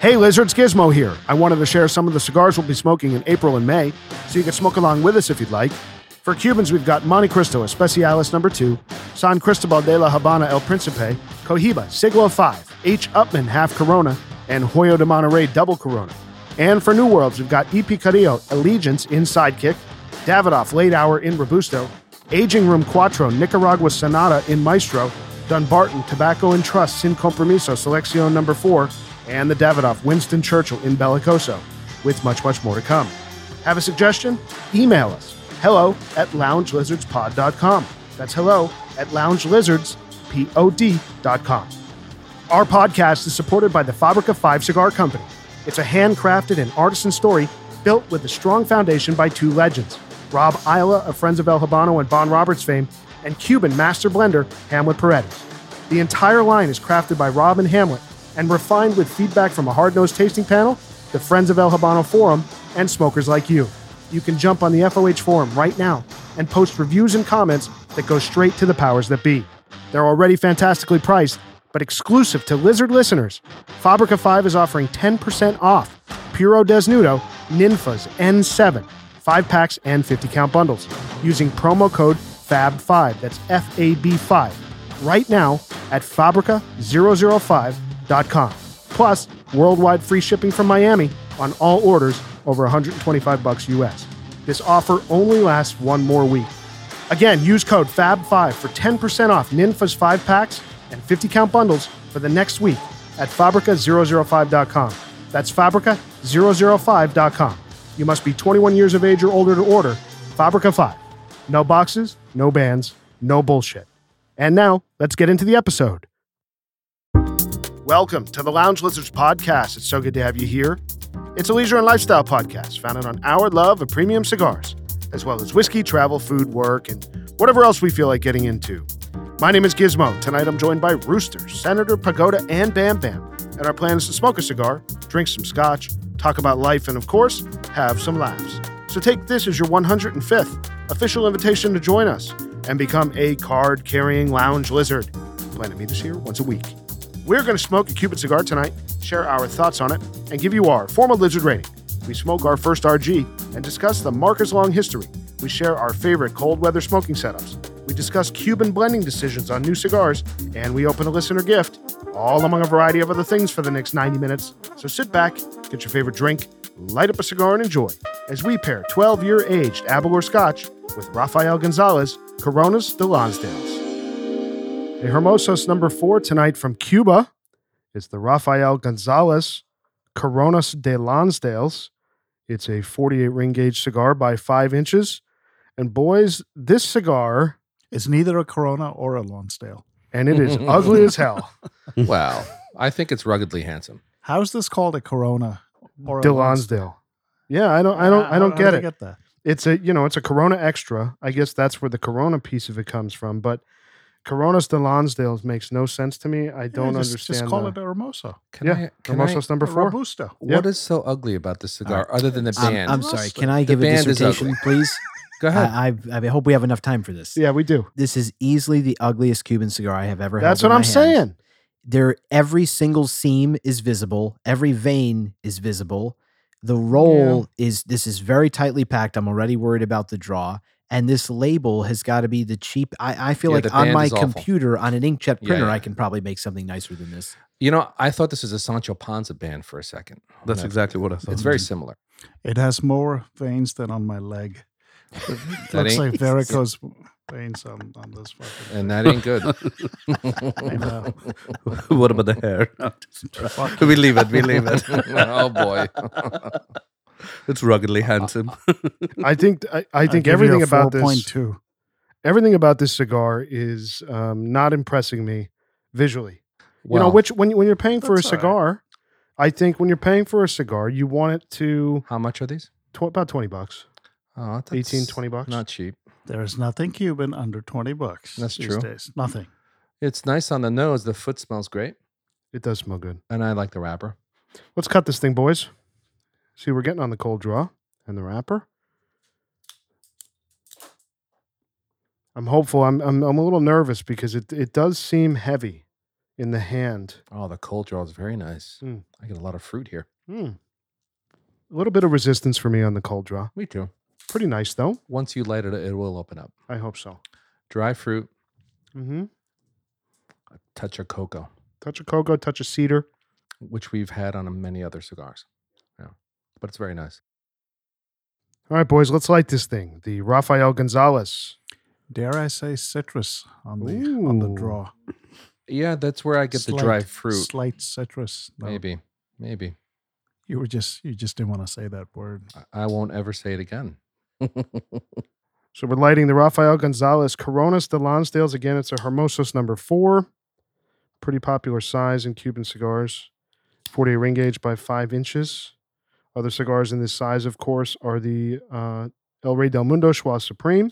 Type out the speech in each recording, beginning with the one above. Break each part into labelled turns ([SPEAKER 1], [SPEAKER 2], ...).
[SPEAKER 1] Hey, Lizards, Gizmo here. I wanted to share some of the cigars we'll be smoking in April and May, so you can smoke along with us if you'd like. For Cubans, we've got Monte Cristo Especialis Number 2, San Cristobal de la Habana El Principe, Cohiba Siglo 5, H. Upman Half Corona, and Hoyo de Monterey Double Corona. And for New Worlds, we've got EP Carrillo Allegiance in Sidekick, Davidoff Late Hour in Robusto, Aging Room Cuatro Nicaragua Sonata in Maestro, Dunbarton Tobacco and Trust Sin Compromiso Selección Number 4, and the Davidoff Winston Churchill in Bellicoso, with much, much more to come. Have a suggestion? Email us hello at loungelizardspod.com. That's hello at loungelizardspod.com. Our podcast is supported by the Fabrica 5 Cigar Company. It's a handcrafted and artisan story built with a strong foundation by two legends Rob Isla of Friends of El Habano and Bon Roberts fame, and Cuban master blender Hamlet Paredes. The entire line is crafted by Rob and Hamlet and refined with feedback from a hard nosed tasting panel, the Friends of El Habano Forum, and smokers like you. You can jump on the FOH Forum right now and post reviews and comments that go straight to the powers that be. They're already fantastically priced, but exclusive to Lizard listeners. Fabrica 5 is offering 10% off Puro Desnudo Ninfas N7, 5 packs and 50 count bundles, using promo code FAB5. That's F A B 5. Right now at Fabrica005.com. Plus, worldwide free shipping from Miami on all orders over 125 bucks US. This offer only lasts one more week. Again, use code FAB5 for 10% off Ninfa's 5 packs and 50 count bundles for the next week at Fabrica005.com. That's Fabrica005.com. You must be 21 years of age or older to order Fabrica 5. No boxes, no bands, no bullshit. And now, let's get into the episode. Welcome to the Lounge Lizards podcast. It's so good to have you here. It's a leisure and lifestyle podcast founded on our love of premium cigars, as well as whiskey, travel, food, work, and whatever else we feel like getting into. My name is Gizmo. Tonight I'm joined by Rooster, Senator Pagoda, and Bam Bam. And our plan is to smoke a cigar, drink some scotch, talk about life, and of course, have some laughs. So take this as your 105th official invitation to join us and become a card carrying lounge lizard. Plan to meet us here once a week. We're going to smoke a Cupid cigar tonight, share our thoughts on it, and give you our formal lizard rating. We smoke our first RG and discuss the marker's long history. We share our favorite cold weather smoking setups. We discuss Cuban blending decisions on new cigars, and we open a listener gift, all among a variety of other things for the next 90 minutes. So sit back, get your favorite drink, light up a cigar, and enjoy as we pair 12 year aged Abalor Scotch with Rafael Gonzalez Coronas de Lonsdales. The Hermosos number four tonight from Cuba is the Rafael Gonzalez Coronas de Lonsdales. It's a 48 ring gauge cigar by five inches. And boys, this cigar,
[SPEAKER 2] It's neither a Corona or a Lonsdale.
[SPEAKER 1] and it is ugly as hell.
[SPEAKER 3] Wow. I think it's ruggedly handsome.
[SPEAKER 2] How's this called a Corona or
[SPEAKER 1] De Lonsdale. Yeah, I don't, I don't, I don't
[SPEAKER 2] how
[SPEAKER 1] get
[SPEAKER 2] do
[SPEAKER 1] it.
[SPEAKER 2] they Get that.
[SPEAKER 1] it's a you know it's a corona extra i guess that's where the corona piece of it comes from but coronas de lonsdales makes no sense to me i don't
[SPEAKER 2] Yeah, just,
[SPEAKER 1] understand
[SPEAKER 2] Just call
[SPEAKER 1] the-
[SPEAKER 2] it a Hermoso.
[SPEAKER 3] Can
[SPEAKER 1] yeah
[SPEAKER 3] I, can I-
[SPEAKER 1] Hermosos number
[SPEAKER 2] a
[SPEAKER 1] four
[SPEAKER 2] Robusto.
[SPEAKER 1] Yeah.
[SPEAKER 3] what is so ugly about this cigar other than the
[SPEAKER 4] I'm,
[SPEAKER 3] band?
[SPEAKER 4] I'm sorry. Can I give a
[SPEAKER 3] band is
[SPEAKER 4] dissertation,
[SPEAKER 3] ugly.
[SPEAKER 4] please?
[SPEAKER 3] Go ahead.
[SPEAKER 4] I, I, I hope we have enough time for this.
[SPEAKER 1] yeah we do
[SPEAKER 4] This is easily the ugliest Cuban cigar I have ever had.
[SPEAKER 1] that's what i'm saying
[SPEAKER 4] There, every single seam is visible. Every vein is visible. The roll is. This is very tightly packed. I'm already worried about the draw. And this label has got to be the cheap. I, I feel
[SPEAKER 3] Yeah,
[SPEAKER 4] like
[SPEAKER 3] the
[SPEAKER 4] on
[SPEAKER 3] band
[SPEAKER 4] my
[SPEAKER 3] is awful.
[SPEAKER 4] computer, on an inkjet
[SPEAKER 3] Yeah,
[SPEAKER 4] printer,
[SPEAKER 3] yeah.
[SPEAKER 4] I can probably make something nicer than this.
[SPEAKER 3] you know, I thought this was a Sancho Panza band for a second.
[SPEAKER 5] That's
[SPEAKER 3] No,
[SPEAKER 5] exactly what I thought. Mm-hmm.
[SPEAKER 3] It's very similar.
[SPEAKER 2] It has more veins than on my leg. It looks
[SPEAKER 3] ain't-
[SPEAKER 2] like varicose veins on, on this fucking. Uh,
[SPEAKER 3] And that ain't good.
[SPEAKER 2] I know.
[SPEAKER 5] what about the hair? No, just- we leave it. We leave it.
[SPEAKER 3] oh, boy.
[SPEAKER 5] It's ruggedly handsome.
[SPEAKER 1] i think i, I
[SPEAKER 2] I'll
[SPEAKER 1] think
[SPEAKER 2] give you a
[SPEAKER 1] everything about this
[SPEAKER 2] 4.2.
[SPEAKER 1] everything about this cigar is um, not impressing me visually you know
[SPEAKER 3] Well,
[SPEAKER 1] which when, you- when you're paying for a
[SPEAKER 2] that's all right.
[SPEAKER 1] cigar i think when you're paying for a cigar you want it to
[SPEAKER 3] How much are these?
[SPEAKER 1] tw- about 20 bucks
[SPEAKER 3] Oh, that's
[SPEAKER 1] 18 20 bucks
[SPEAKER 3] Not cheap.
[SPEAKER 2] There is nothing Cuban under 20 bucks.
[SPEAKER 3] That's
[SPEAKER 2] these
[SPEAKER 3] true.
[SPEAKER 2] Days. Nothing.
[SPEAKER 3] It's nice on the nose. The foot smells great.
[SPEAKER 1] it does smell good
[SPEAKER 3] And I like the wrapper.
[SPEAKER 1] Let's cut this thing, boys. See, we're getting on the cold draw and the wrapper. I'm hopeful. I'm I'm, I'm a little nervous because it, it does seem heavy. in the hand.
[SPEAKER 3] Oh, the cold draw is very nice.
[SPEAKER 5] Hmm.
[SPEAKER 1] Mm.
[SPEAKER 3] I get a lot of fruit here.
[SPEAKER 1] Hmm. A little bit of resistance for me on the cold draw.
[SPEAKER 3] Me too.
[SPEAKER 1] Pretty nice, though.
[SPEAKER 3] Once you light it, it will open up.
[SPEAKER 1] I hope so.
[SPEAKER 3] Dry fruit,
[SPEAKER 1] Mm-hmm.
[SPEAKER 3] a touch of cocoa,
[SPEAKER 1] Touch of cocoa, touch of cedar.
[SPEAKER 3] which we've had on many other cigars. Yeah. But it's very nice.
[SPEAKER 1] All right, boys, let's light this thing. The Rafael Gonzalez.
[SPEAKER 2] Dare I say citrus on the on the
[SPEAKER 1] Ooh.
[SPEAKER 2] draw?
[SPEAKER 3] Yeah, that's where I get the dry
[SPEAKER 2] Slight-
[SPEAKER 3] fruit.
[SPEAKER 2] Slight citrus. No,
[SPEAKER 3] Maybe. Maybe.
[SPEAKER 2] you were just you just didn't want to say that word.
[SPEAKER 3] I- I won't ever say it again.
[SPEAKER 1] So we're lighting the Rafael Gonzalez Coronas de Lonsdales. Again, it's a Hermosos number four. Pretty popular size in Cuban cigars. 48 ring gauge by five inches. Other cigars in this size, of course, are the uh, El Rey del Mundo Schwa Supreme.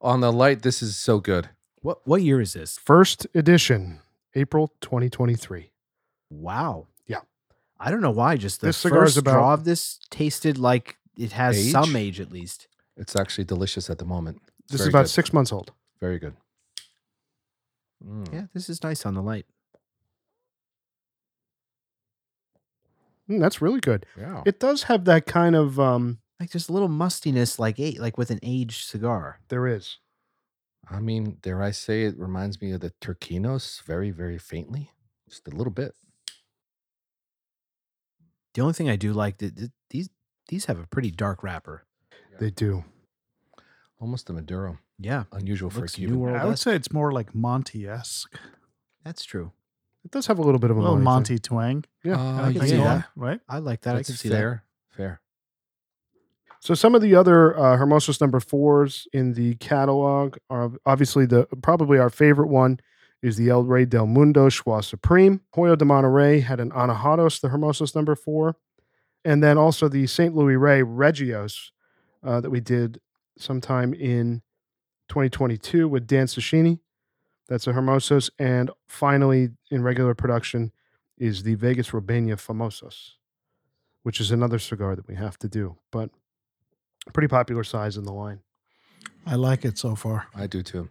[SPEAKER 3] on the light, this is so good.
[SPEAKER 4] What what year is this?
[SPEAKER 1] First edition, April 2023.
[SPEAKER 4] Wow.
[SPEAKER 1] Yeah.
[SPEAKER 4] I don't know why. Just the
[SPEAKER 1] This cigar is
[SPEAKER 4] first
[SPEAKER 1] about-
[SPEAKER 4] draw of this tasted like it has
[SPEAKER 3] Age?
[SPEAKER 4] some age at least.
[SPEAKER 3] It's actually delicious at the moment. It's
[SPEAKER 1] This is
[SPEAKER 3] very
[SPEAKER 1] about
[SPEAKER 3] good.
[SPEAKER 1] six months old.
[SPEAKER 3] Very good.
[SPEAKER 1] Hmm.
[SPEAKER 3] Mm.
[SPEAKER 4] Yeah, this is nice on the light.
[SPEAKER 1] Mm, that's really good.
[SPEAKER 3] Yeah.
[SPEAKER 1] It does have that kind of, um,
[SPEAKER 4] Like just a little mustiness, like eight, like with an aged cigar.
[SPEAKER 1] there is.
[SPEAKER 3] I mean, dare I say it reminds me of the Turquinos very, very faintly, just a little bit.
[SPEAKER 4] The only thing I do like that that these these have a pretty dark wrapper.
[SPEAKER 1] They do.
[SPEAKER 3] Almost a Maduro.
[SPEAKER 4] Yeah,
[SPEAKER 3] Unusual for a
[SPEAKER 4] Looks
[SPEAKER 3] Cuban.
[SPEAKER 4] New World
[SPEAKER 2] I would
[SPEAKER 4] esque.
[SPEAKER 2] say it's more like Monty esque,
[SPEAKER 4] that's true.
[SPEAKER 1] It does have a little bit
[SPEAKER 2] a
[SPEAKER 1] of a
[SPEAKER 2] little
[SPEAKER 1] thing.
[SPEAKER 2] Monty twang.
[SPEAKER 1] Yeah,
[SPEAKER 3] Oh,
[SPEAKER 2] I can see
[SPEAKER 4] yeah.
[SPEAKER 2] that, right?
[SPEAKER 4] I like that.
[SPEAKER 3] That's
[SPEAKER 4] I can see
[SPEAKER 3] fair. Fair.
[SPEAKER 1] So some of the other uh, Hermosos number fours in the catalog are obviously the probably our favorite one is the El Rey del Mundo Schwa Supreme. Hoyo de Monterrey had an Anahados, the Hermosos number four, and then also the St. Louis Rey Regios uh, that we did sometime in 2022 with Dan Sashini. That's a Hermosos, and finally in regular production is the Vegas Robenia Famosos, which is another cigar that we have to do, but pretty popular size in the line.
[SPEAKER 2] I like it so far.
[SPEAKER 3] I do too.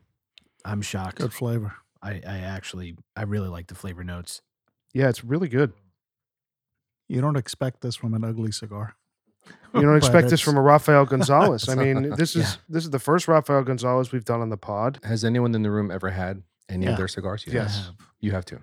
[SPEAKER 4] that. I'm shocked.
[SPEAKER 2] Good flavor.
[SPEAKER 4] I, I actually I really like the flavor notes.
[SPEAKER 1] Yeah, it's really good.
[SPEAKER 2] You don't expect this from an ugly cigar.
[SPEAKER 1] You don't
[SPEAKER 2] But
[SPEAKER 1] expect this
[SPEAKER 2] it's-
[SPEAKER 1] from a Rafael Gonzalez. I mean, this is this is the first Rafael Gonzalez we've done on the pod.
[SPEAKER 3] Has anyone in the room ever had any
[SPEAKER 2] Yeah.
[SPEAKER 3] of their cigars? You
[SPEAKER 1] Yes.
[SPEAKER 3] Have. You have to.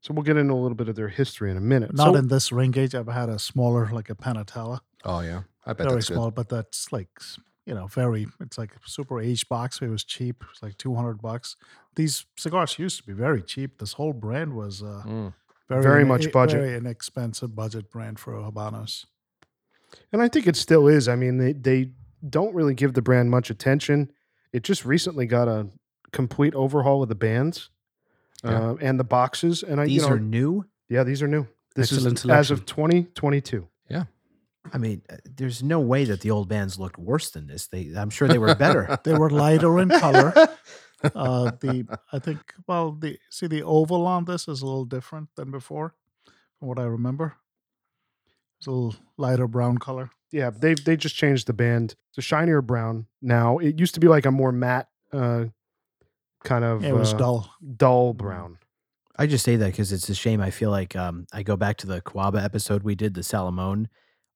[SPEAKER 1] So we'll get into a little bit of their history in a minute.
[SPEAKER 2] Not
[SPEAKER 1] so,
[SPEAKER 2] in this ring gauge. I've had a smaller, like a Panatella,
[SPEAKER 3] Oh, yeah. I bet
[SPEAKER 2] very
[SPEAKER 3] that's
[SPEAKER 2] small, but that's like s- you know, very. It's like a super aged box. It was cheap. It's like two hundred bucks. These cigars used to be very cheap. This whole brand was uh,
[SPEAKER 3] good. Mm.
[SPEAKER 2] very,
[SPEAKER 1] Very much
[SPEAKER 2] eh,
[SPEAKER 1] budget.
[SPEAKER 2] very inexpensive budget brand for Habanos.
[SPEAKER 1] and I think it still is. I mean, they they don't really give the brand much attention. It just recently got a complete overhaul of the bands
[SPEAKER 3] Yeah.
[SPEAKER 1] uh, and the boxes. And I, you
[SPEAKER 4] These
[SPEAKER 1] know,
[SPEAKER 4] are new.
[SPEAKER 1] yeah, these are new. This
[SPEAKER 5] Excellent
[SPEAKER 1] is as of 2022.
[SPEAKER 4] I mean, uh, there's no way that the old bands looked worse than this. They I'm sure they were better.
[SPEAKER 2] They were lighter in color. Uh, the I think well the see the oval on this is a little different than before, from what I remember. It's a little lighter brown color.
[SPEAKER 1] Yeah, they they just changed the band to shinier brown now. It used to be like a more matte uh, kind of
[SPEAKER 2] it was
[SPEAKER 1] uh,
[SPEAKER 2] dull.
[SPEAKER 1] dull
[SPEAKER 2] Mhm.
[SPEAKER 1] brown.
[SPEAKER 4] I just say that because it's a shame. I feel like um, I go back to the Coaba episode we did, the Salamone.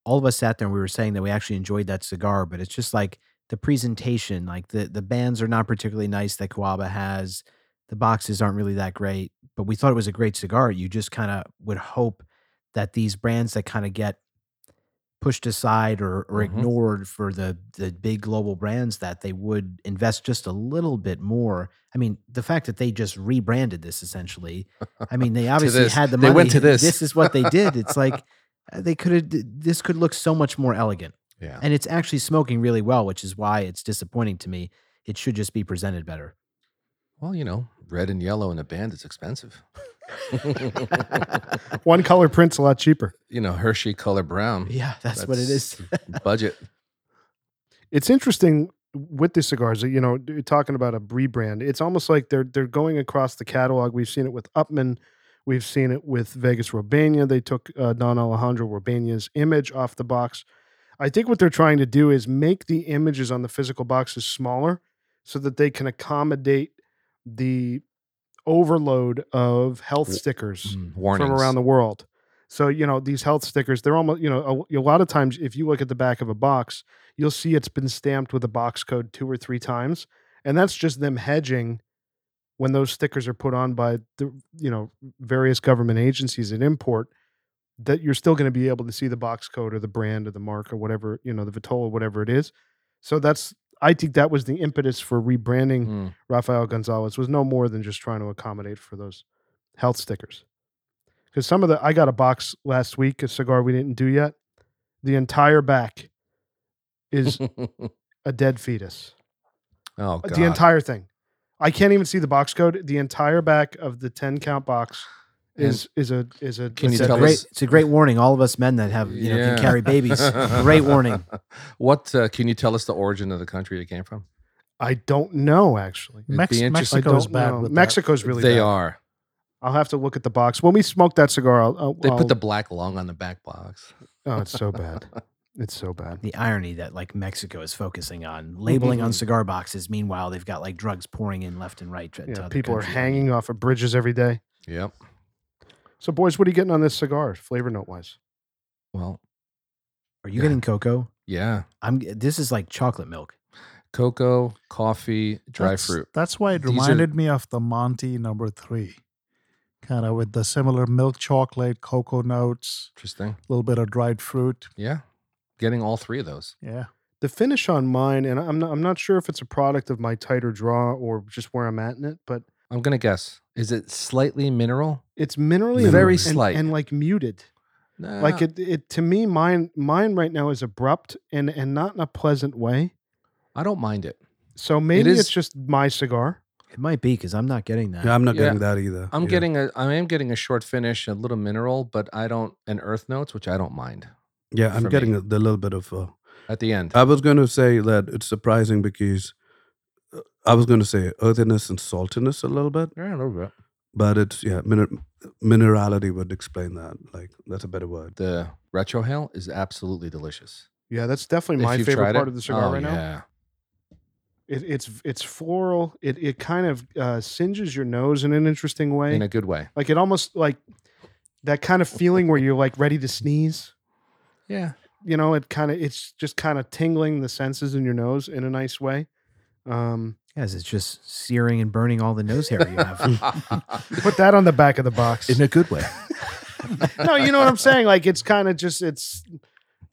[SPEAKER 4] All of us sat there and we were saying that we actually enjoyed that cigar, but it's just like the presentation, like the the bands are not particularly nice that Coaba has. The boxes aren't really that great, but we thought it was a great cigar. You just kind of would hope that these brands that kind of get pushed aside or, or
[SPEAKER 3] Mhm.
[SPEAKER 4] ignored for the the big global brands that they would invest just a little bit more. I mean, the fact that they just rebranded this essentially I mean, they obviously
[SPEAKER 3] this.
[SPEAKER 4] had the
[SPEAKER 3] They
[SPEAKER 4] money.
[SPEAKER 3] went to this.
[SPEAKER 4] This is what they did. It's like uh, they could have. This could look so much more elegant,
[SPEAKER 3] Yeah.
[SPEAKER 4] and it's actually smoking really well, which is why it's disappointing to me. It should just be presented better.
[SPEAKER 3] Well, you know, red and yellow in a band is expensive.
[SPEAKER 1] One color print's a lot cheaper.
[SPEAKER 3] you know, Hershey color brown.
[SPEAKER 4] yeah, that's, what it is.
[SPEAKER 3] budget.
[SPEAKER 1] It's interesting with the cigars. that, You know, you're talking about a rebrand. It's almost like they're they're going across the catalog. We've seen it with Upman. We've seen it with Vegas Robania. They took uh, Don Alejandro Robania's image off the box. I think what they're trying to do is make the images on the physical boxes smaller so that they can accommodate the overload of health stickers
[SPEAKER 5] warnings
[SPEAKER 1] from around the world. So you know these health stickers, they're almost you know a, a lot of times if you look at the back of a box, you'll see it's been stamped with a box code two or three times, and that's just them hedging when those stickers are put on by the you know various government agencies at import that you're still going to be able to see the box code or the brand or the mark or whatever you know the Vitola whatever it is. So that's I think that was the impetus for rebranding
[SPEAKER 3] Mm.
[SPEAKER 1] Rafael Gonzalez was no more than just trying to accommodate for those health stickers. Because some of the, I got a box last week, a cigar we didn't do yet. The entire back is a dead fetus. Uh,
[SPEAKER 3] oh god.
[SPEAKER 1] The entire thing. I can't even see the box code. The entire back of the ten count box
[SPEAKER 3] And
[SPEAKER 1] is is a is a.
[SPEAKER 3] Can
[SPEAKER 1] a
[SPEAKER 3] you
[SPEAKER 4] It's a
[SPEAKER 1] dead
[SPEAKER 3] tell
[SPEAKER 1] fetus.
[SPEAKER 4] great,
[SPEAKER 3] us-
[SPEAKER 4] it's a great warning. All of us men that have you know
[SPEAKER 3] Yeah.
[SPEAKER 4] can carry babies. Great warning.
[SPEAKER 3] What uh, can you tell us the origin of the country it came from?
[SPEAKER 1] I don't know actually.
[SPEAKER 3] be
[SPEAKER 2] Mex-
[SPEAKER 3] interesting- I
[SPEAKER 1] I
[SPEAKER 2] Mexico's
[SPEAKER 1] don't
[SPEAKER 2] bad
[SPEAKER 1] know.
[SPEAKER 2] with that.
[SPEAKER 1] Mexico's really
[SPEAKER 3] they
[SPEAKER 1] bad.
[SPEAKER 3] are.
[SPEAKER 1] I'll have to look at the box when we smoke that cigar. I'll, I'll,
[SPEAKER 3] They
[SPEAKER 1] I'll-
[SPEAKER 3] put the black lung on the back box.
[SPEAKER 1] Oh, it's so bad. It's so bad.
[SPEAKER 4] The irony that like Mexico is focusing on labeling
[SPEAKER 3] Mm-hmm.
[SPEAKER 4] on cigar boxes. Meanwhile, they've got like drugs pouring in left and right. to- to
[SPEAKER 1] Yeah,
[SPEAKER 4] other
[SPEAKER 1] people are
[SPEAKER 4] countries.
[SPEAKER 1] hanging off of bridges every day.
[SPEAKER 3] Yep.
[SPEAKER 1] So, boys, what are you getting on this cigar, flavor note wise?
[SPEAKER 3] Well,
[SPEAKER 4] Are you
[SPEAKER 3] Yeah.
[SPEAKER 4] getting cocoa?
[SPEAKER 3] yeah.
[SPEAKER 4] I'm. This is like chocolate milk.
[SPEAKER 3] Cocoa, coffee, dry
[SPEAKER 2] that's,
[SPEAKER 3] fruit.
[SPEAKER 2] That's why it
[SPEAKER 3] These are-
[SPEAKER 2] reminded me of the Monty number three, kind of with the similar milk chocolate, cocoa notes,
[SPEAKER 3] Interesting.
[SPEAKER 2] a little bit of dried fruit.
[SPEAKER 3] Yeah. Getting all three of those.
[SPEAKER 2] Yeah.
[SPEAKER 1] The finish on mine, and I'm not, I'm not sure if it's a product of my tighter draw or just where I'm at in it, but
[SPEAKER 3] I'm gonna guess. Is it slightly mineral? Ah.
[SPEAKER 1] it's minerally and-
[SPEAKER 3] Very
[SPEAKER 1] and,
[SPEAKER 3] slight.
[SPEAKER 1] and like muted.
[SPEAKER 3] No.
[SPEAKER 1] Like it, it to me, mine mine right now is abrupt and and not in a pleasant way.
[SPEAKER 3] I don't mind it.
[SPEAKER 1] So maybe
[SPEAKER 3] is-
[SPEAKER 1] it's just my cigar.
[SPEAKER 4] It might be because I'm not getting that.
[SPEAKER 5] Yeah, I'm not
[SPEAKER 3] Yeah.
[SPEAKER 5] getting that either.
[SPEAKER 3] I'm
[SPEAKER 5] Yeah.
[SPEAKER 3] getting a I am getting a short finish, a little mineral, but I don't and earth notes, which I don't mind
[SPEAKER 5] Yeah,
[SPEAKER 3] for
[SPEAKER 5] I'm
[SPEAKER 3] me.
[SPEAKER 5] getting a, the little bit of. Uh,
[SPEAKER 3] at the end.
[SPEAKER 5] I was going to say that it's surprising because uh, I was going to say earthiness and saltiness a little bit,
[SPEAKER 3] yeah, a little bit.
[SPEAKER 5] but it's yeah, miner- minerality would explain that. Like that's a better word.
[SPEAKER 3] The retrohale is absolutely delicious.
[SPEAKER 1] Yeah, that's definitely
[SPEAKER 3] If
[SPEAKER 1] my
[SPEAKER 3] you've
[SPEAKER 1] favorite
[SPEAKER 3] tried
[SPEAKER 1] part
[SPEAKER 3] it-
[SPEAKER 1] of the cigar
[SPEAKER 3] oh,
[SPEAKER 1] right now.
[SPEAKER 3] yeah.
[SPEAKER 1] It, it's it's floral. It it kind of uh, singes your nose in an interesting way.
[SPEAKER 3] In a good way.
[SPEAKER 1] Like it almost like that kind of feeling where you're like ready to sneeze.
[SPEAKER 3] Yeah.
[SPEAKER 1] You know, it kind of it's just kind of tingling the senses in your nose in a nice way. Um,
[SPEAKER 4] Guys, it's just searing and burning all the nose hair you have.
[SPEAKER 1] put that on the back of the box.
[SPEAKER 4] a good way.
[SPEAKER 1] no, you know what I'm saying. Like it's kind of just it's,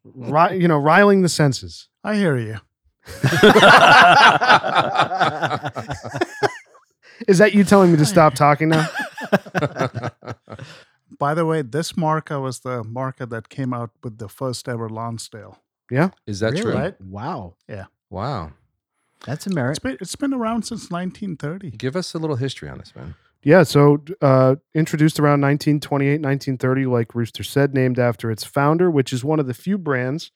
[SPEAKER 1] ri- you know, riling the senses.
[SPEAKER 2] I hear you.
[SPEAKER 1] Is that you telling me to stop talking now?
[SPEAKER 2] By the way, this marca was the marca that came out with the first ever Lonsdale.
[SPEAKER 3] Is that true?
[SPEAKER 2] Right?
[SPEAKER 4] Wow,
[SPEAKER 3] Wow.
[SPEAKER 4] that's a merit.
[SPEAKER 2] It's been, it's been around since 1930.
[SPEAKER 3] Give us a little history on this, man.
[SPEAKER 1] Yeah, so uh, introduced around 1928, 1930, like Rooster said, named after its founder, which is one of the few brands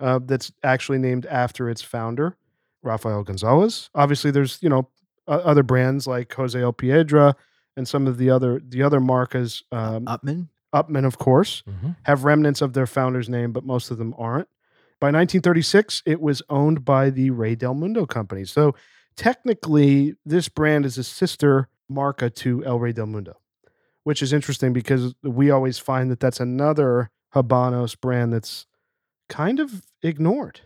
[SPEAKER 1] uh, that's actually named after its founder, Rafael Gonzalez. Obviously, there's you know uh, other brands like Jose El Piedra and some of the other the other marcas, um,
[SPEAKER 4] Upman.
[SPEAKER 1] Upman, of course
[SPEAKER 3] Mhm.
[SPEAKER 1] have remnants of their founder's name, but most of them aren't. By 1936, it was owned by the Ray Del Mundo Company. So technically, this brand is a sister marca to El Rey Del Mundo, which is interesting because we always find that that's another Habanos brand that's kind of ignored.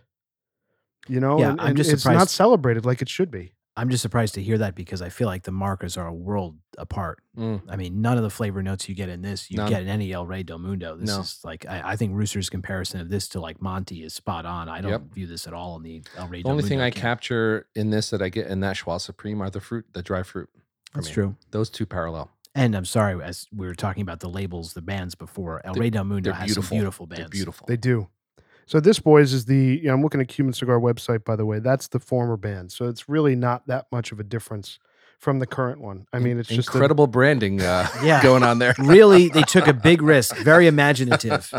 [SPEAKER 1] You know,
[SPEAKER 4] Yeah, I'm just
[SPEAKER 1] it's
[SPEAKER 4] surprised-
[SPEAKER 1] not celebrated like it should be.
[SPEAKER 4] I'm just surprised to hear that because I feel like the markers are a world apart.
[SPEAKER 3] Mm.
[SPEAKER 4] I mean, none of the flavor notes you get in this you
[SPEAKER 3] None.
[SPEAKER 4] get in any El Rey Del Mundo. This
[SPEAKER 3] No.
[SPEAKER 4] is like I, I think Rooster's comparison of this to like Monty is spot on. I don't
[SPEAKER 3] Yep.
[SPEAKER 4] view this at all in the El Rey.
[SPEAKER 3] The
[SPEAKER 4] Del
[SPEAKER 3] only thing
[SPEAKER 4] Mundo
[SPEAKER 3] I
[SPEAKER 4] camp.
[SPEAKER 3] capture in this that I get in that Schwa Supreme are the fruit, the dry fruit. for
[SPEAKER 4] That's
[SPEAKER 3] me.
[SPEAKER 4] true.
[SPEAKER 3] Those two parallel.
[SPEAKER 4] And I'm sorry, as we were talking about the labels, the bands before El
[SPEAKER 3] They're-
[SPEAKER 4] Rey Del Mundo
[SPEAKER 3] they're
[SPEAKER 4] has
[SPEAKER 3] beautiful.
[SPEAKER 4] some beautiful bands.
[SPEAKER 3] They're beautiful.
[SPEAKER 1] They do. So this boys is the you know, I'm looking at Cuban Cigar website by the way. That's the former band. So it's really not that much of a difference from the current one. I mean, it's just a-
[SPEAKER 3] incredible branding uh,
[SPEAKER 4] Yeah.
[SPEAKER 3] going on there.
[SPEAKER 4] Really, they took a big risk. Very imaginative,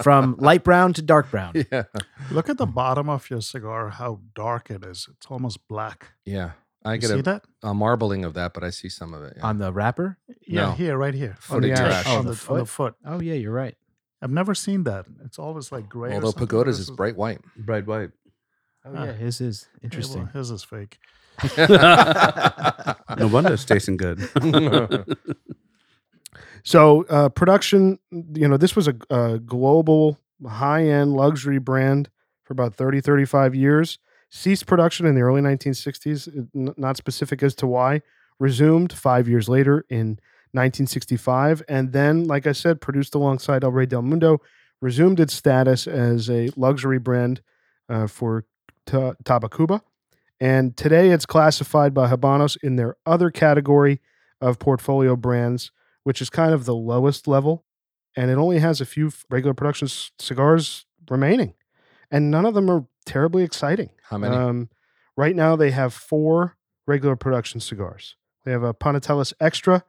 [SPEAKER 4] from light brown to dark brown.
[SPEAKER 3] yeah.
[SPEAKER 2] Look at the bottom of your cigar, how dark it is. It's almost black.
[SPEAKER 3] Yeah. I
[SPEAKER 2] You
[SPEAKER 3] get
[SPEAKER 2] see
[SPEAKER 3] a,
[SPEAKER 2] that?
[SPEAKER 3] a marbling of that, but I see some of it. Yeah.
[SPEAKER 4] On the wrapper.
[SPEAKER 2] Yeah,
[SPEAKER 3] No.
[SPEAKER 2] here, right here.
[SPEAKER 3] Foot
[SPEAKER 1] of
[SPEAKER 2] ash-
[SPEAKER 1] trash.
[SPEAKER 2] on,
[SPEAKER 4] Oh,
[SPEAKER 2] the,
[SPEAKER 4] the
[SPEAKER 2] on the foot.
[SPEAKER 4] Oh yeah, you're right.
[SPEAKER 2] I've never seen that. It's always like gray. or
[SPEAKER 3] Although
[SPEAKER 2] something.
[SPEAKER 3] pagodas
[SPEAKER 2] This
[SPEAKER 3] is bright white.
[SPEAKER 5] Bright white.
[SPEAKER 4] Oh
[SPEAKER 2] Ah.
[SPEAKER 4] yeah, his is
[SPEAKER 2] Yeah, well,
[SPEAKER 4] interesting.
[SPEAKER 2] his is fake.
[SPEAKER 5] No wonder it's tasting good.
[SPEAKER 1] So uh, production, you know, this was a, a global high-end luxury brand for about 30, 35 years. Ceased production in the early 1960s, uh, n- not specific as to why. Resumed five years later in 1965, and then, like I said, produced alongside El Rey Del Mundo. Resumed its status as a luxury brand uh, for Ta- Tabacuba, and today it's classified by Habanos in their other category of portfolio brands which is kind of the lowest level, and it only has a few f- regular production c- cigars remaining, and none of them are terribly exciting.
[SPEAKER 3] How many?
[SPEAKER 1] Um, right now, they have four regular production cigars. They have a Panatellas Extra,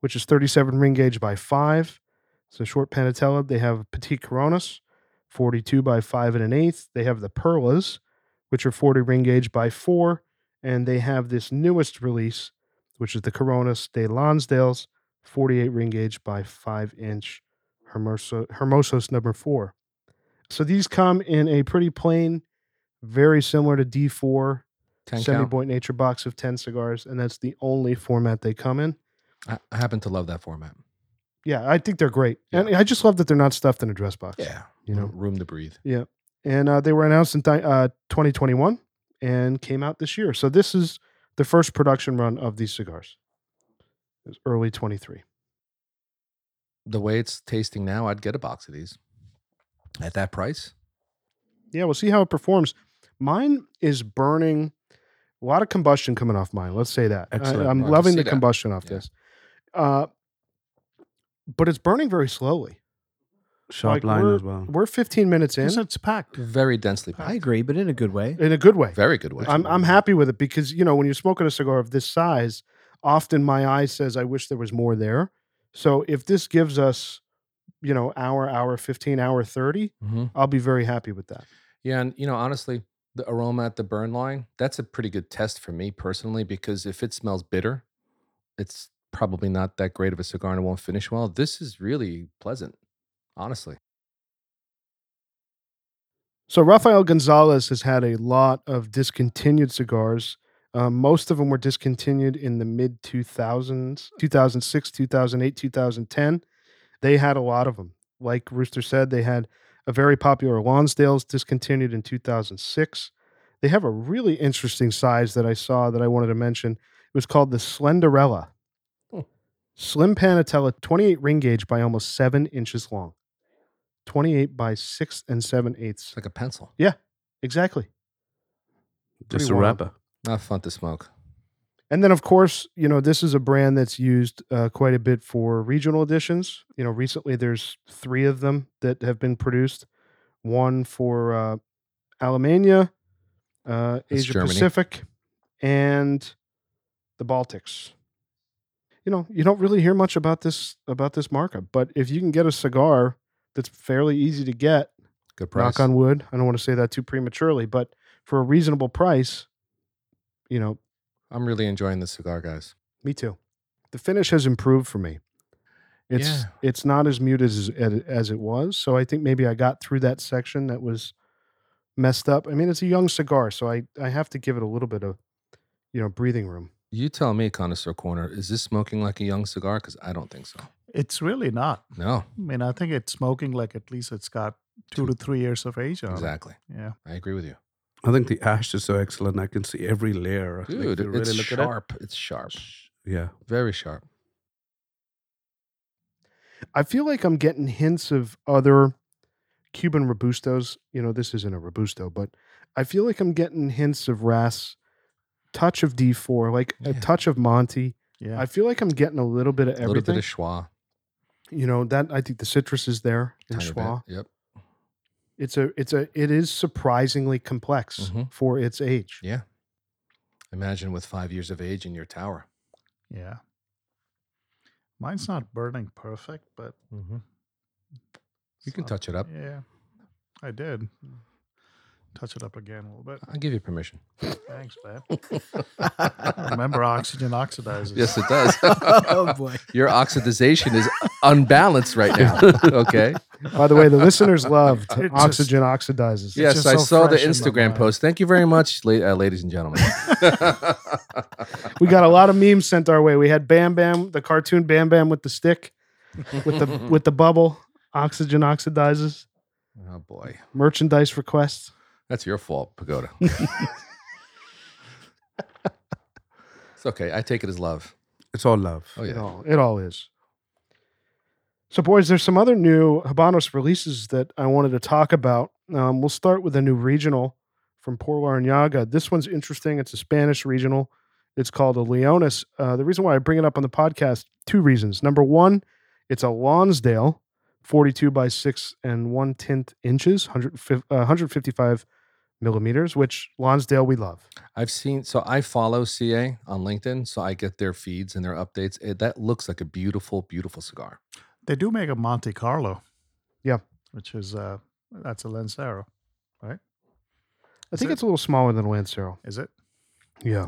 [SPEAKER 1] which is 37 ring gauge by five. It's a short Panatella. They have Petit Coronas, 42 by five and an eighth. They have the Perlas, which are 40 ring gauge by four. And they have this newest release, which is the Coronas de Lonsdales, 48 ring gauge by five inch Hermoso, Hermosos number four. So these come in a pretty plain, very similar to D4
[SPEAKER 3] Ten
[SPEAKER 1] semi
[SPEAKER 3] count.
[SPEAKER 1] point nature box of 10 cigars, and that's the only format they come in.
[SPEAKER 3] I, I happen to love that format.
[SPEAKER 1] Yeah, I think they're great. And I just love that they're not stuffed in a dress box. You know,
[SPEAKER 3] room to breathe. Mm-hmm.
[SPEAKER 1] and uh, they were announced in th- uh, 2021 and came out this year. So this is the first production run of these cigars. It was early 23.
[SPEAKER 3] The way it's tasting now, I'd get a box of these at that price.
[SPEAKER 1] Yeah, we'll see how it performs. Mine is burning a lot of combustion coming off mine. Let's say that.
[SPEAKER 5] Excellent.
[SPEAKER 1] I, am
[SPEAKER 3] Oh, I can
[SPEAKER 1] loving
[SPEAKER 3] see
[SPEAKER 1] the
[SPEAKER 3] that.
[SPEAKER 1] combustion off
[SPEAKER 3] Yeah.
[SPEAKER 1] this. Uh, but it's burning very slowly.
[SPEAKER 5] Sharp
[SPEAKER 1] Like,
[SPEAKER 5] line
[SPEAKER 1] we're-
[SPEAKER 5] as well.
[SPEAKER 1] We're 15 minutes in
[SPEAKER 2] Because it's packed.
[SPEAKER 3] Very densely
[SPEAKER 4] I
[SPEAKER 3] packed.
[SPEAKER 4] agree, but in a good way.
[SPEAKER 1] in a good way.
[SPEAKER 3] Very good way.
[SPEAKER 1] I'm, I'm happy with it because, you know, when you're smoking a cigar of this size, often my eye says, I wish there was more there. So if this gives us, you know, hour, hour 15, hour 30,
[SPEAKER 3] hmm
[SPEAKER 1] I'll be very happy with that.
[SPEAKER 3] Yeah, and you know, honestly, the aroma at the burn line, that's a pretty good test for me personally, because if it smells bitter, it's probably not that great of a cigar and it won't finish well. This is really pleasant, honestly.
[SPEAKER 1] So Rafael Gonzalez has had a lot of discontinued cigars. Um, most of them were discontinued in the mid 2000s, 2006, 2008, 2010. They had a lot of them. Like Rooster said, they had a very popular Lonsdale's discontinued in 2006. They have a really interesting size that I saw that I wanted to mention. It was called the Slenderella.
[SPEAKER 3] Hmm.
[SPEAKER 1] Slim Panatella, 28 ring gauge by almost seven inches long, 28 by six and seven eighths.
[SPEAKER 3] It's like a pencil.
[SPEAKER 1] Exactly.
[SPEAKER 5] Just
[SPEAKER 1] pretty
[SPEAKER 5] a
[SPEAKER 1] wild.
[SPEAKER 5] wrapper.
[SPEAKER 3] Not fun to smoke.
[SPEAKER 1] And then, of course, you know, this is a brand that's used uh, quite a bit for regional editions. You know, recently there's three of them that have been produced one for uh, Alemania, uh,
[SPEAKER 3] That's
[SPEAKER 1] Asia
[SPEAKER 3] Germany.
[SPEAKER 1] Pacific, and the Baltics. You know, you don't really hear much about this about this markup, but if you can get a cigar that's fairly easy to get,
[SPEAKER 3] Good price.
[SPEAKER 1] knock on wood, I don't want to say that too prematurely, but for a reasonable price, you know,
[SPEAKER 3] I'm really enjoying this cigar, guys.
[SPEAKER 1] me too. The finish has improved for me. It's
[SPEAKER 3] Yeah.
[SPEAKER 1] it's not as muted as as as it was. So I think maybe I got through that section that was messed up. I mean, it's a young cigar, so I I have to give it a little bit of you know breathing room.
[SPEAKER 3] You tell me, Connoisseur Corner, is this smoking like a young cigar? Because I don't think so.
[SPEAKER 2] It's really not.
[SPEAKER 3] No,
[SPEAKER 2] I mean, I think it's smoking like at least it's got two to three years of age on it.
[SPEAKER 3] exactly.
[SPEAKER 2] Yeah.
[SPEAKER 3] I agree with you.
[SPEAKER 5] I think the ash is so excellent. I can see every layer. Like,
[SPEAKER 3] Dude,
[SPEAKER 5] if you
[SPEAKER 3] it's
[SPEAKER 5] really look at it.
[SPEAKER 3] sharp. It's sharp.
[SPEAKER 5] Yeah.
[SPEAKER 3] Very sharp.
[SPEAKER 1] I feel like I'm getting hints of other Cuban robustos. You know, this isn't a robusto, but I feel like I'm getting hints of Ras, touch of D4, like a
[SPEAKER 3] Yeah.
[SPEAKER 1] touch of Monty.
[SPEAKER 2] Yeah.
[SPEAKER 1] I feel like I'm getting a little bit of
[SPEAKER 3] A little
[SPEAKER 1] everything.
[SPEAKER 3] bit of schwa.
[SPEAKER 1] you know that I think the citrus is there in
[SPEAKER 3] tiny bit.
[SPEAKER 1] Schwa.
[SPEAKER 3] Yep.
[SPEAKER 1] It's a it's a it is surprisingly complex
[SPEAKER 3] Mhm.
[SPEAKER 1] for its age.
[SPEAKER 3] Yeah. Imagine with five years of age in your tower.
[SPEAKER 2] yeah. Mine's not burning perfect, but
[SPEAKER 3] Mm-hmm. You can
[SPEAKER 2] So,
[SPEAKER 3] touch it up.
[SPEAKER 2] Yeah, I did. Touch it up again a little bit.
[SPEAKER 3] I'll give you permission.
[SPEAKER 2] Thanks, man. Remember, oxygen oxidizes.
[SPEAKER 3] yes, it does.
[SPEAKER 4] oh boy.
[SPEAKER 3] Your oxidization is unbalanced right now. Okay.
[SPEAKER 1] By the way, the listeners loved
[SPEAKER 2] It just-
[SPEAKER 1] Oxygen Oxidizes.
[SPEAKER 2] Yeah.
[SPEAKER 3] yes,
[SPEAKER 2] just
[SPEAKER 3] I
[SPEAKER 2] so
[SPEAKER 3] saw the
[SPEAKER 2] fresh in my
[SPEAKER 3] Instagram
[SPEAKER 2] mind.
[SPEAKER 3] post. Thank you very much, la- uh, ladies and gentlemen.
[SPEAKER 1] We got a lot of memes sent our way. We had Bam Bam, the cartoon Bam Bam with the stick, with the with the bubble. Oxygen Oxidizes.
[SPEAKER 3] oh boy,
[SPEAKER 1] Merchandise requests.
[SPEAKER 3] that's your fault, Pagoda. it's okay. I take it as love.
[SPEAKER 5] It's all love.
[SPEAKER 3] Oh
[SPEAKER 1] It
[SPEAKER 3] yeah.
[SPEAKER 1] all it all is. So, boys, there's some other new Habanos releases that I wanted to talk about. Um, we'll start with a new regional from Por Laranaga. This one's interesting. It's a Spanish regional. It's called a Leonis. Uh, the reason why I bring it up on the podcast, two reasons. Number one, it's a Lonsdale, 42 by 6 and 1 tenth inches, 150, uh, 155 millimeters, which Lonsdale we love.
[SPEAKER 3] I've seen. So I follow CA on LinkedIn, so I get their feeds and their updates. It, that looks like a beautiful, beautiful cigar.
[SPEAKER 2] They do make a Monte Carlo.
[SPEAKER 1] Yeah.
[SPEAKER 2] Which is uh that's a Lancero,
[SPEAKER 1] I
[SPEAKER 2] Is
[SPEAKER 1] think
[SPEAKER 2] it-
[SPEAKER 1] it's a little smaller than Lancero.
[SPEAKER 2] is it?
[SPEAKER 1] Yeah.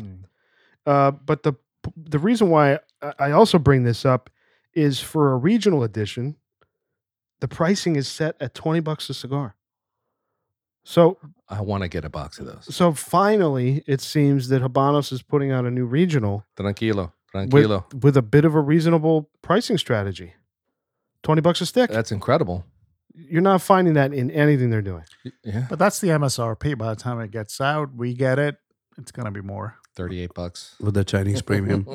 [SPEAKER 1] Uh, but the the reason why I- I also bring this up is for a regional edition, the pricing is set at twenty bucks a cigar. So
[SPEAKER 3] I want to get a box of those.
[SPEAKER 1] so finally, it seems that Habanos is putting out a new regional
[SPEAKER 3] Tranquilo,
[SPEAKER 1] with,
[SPEAKER 3] tranquilo.
[SPEAKER 1] with a bit of a reasonable pricing strategy. Twenty bucks a stick.
[SPEAKER 3] That's incredible.
[SPEAKER 1] You're not finding that in anything they're doing.
[SPEAKER 3] Y- Yeah,
[SPEAKER 2] But that's the MSRP. By the time it gets out, we get it. It's gonna be more.
[SPEAKER 3] thirty-eight bucks.
[SPEAKER 5] With the Chinese premium.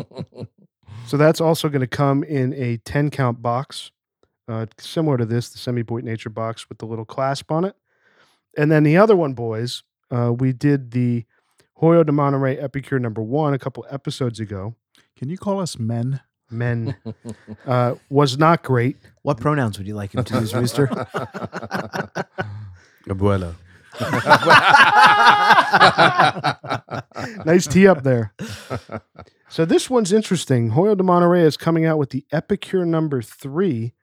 [SPEAKER 1] So that's also going to come in a 10 count box, uh, similar to this, the Semi Boy Nature box with the little clasp on it. And then the other one, boys, uh, we did the Hoyo de Monterey Epicure number one a couple episodes ago.
[SPEAKER 2] Can you call us men?
[SPEAKER 1] Men uh, was not great.
[SPEAKER 4] What pronouns would you like him to use, Rooster?
[SPEAKER 5] Abuela.
[SPEAKER 1] Nice tee up there. So this one's interesting. Hoyo de Monterey is coming out with the Epicure number three,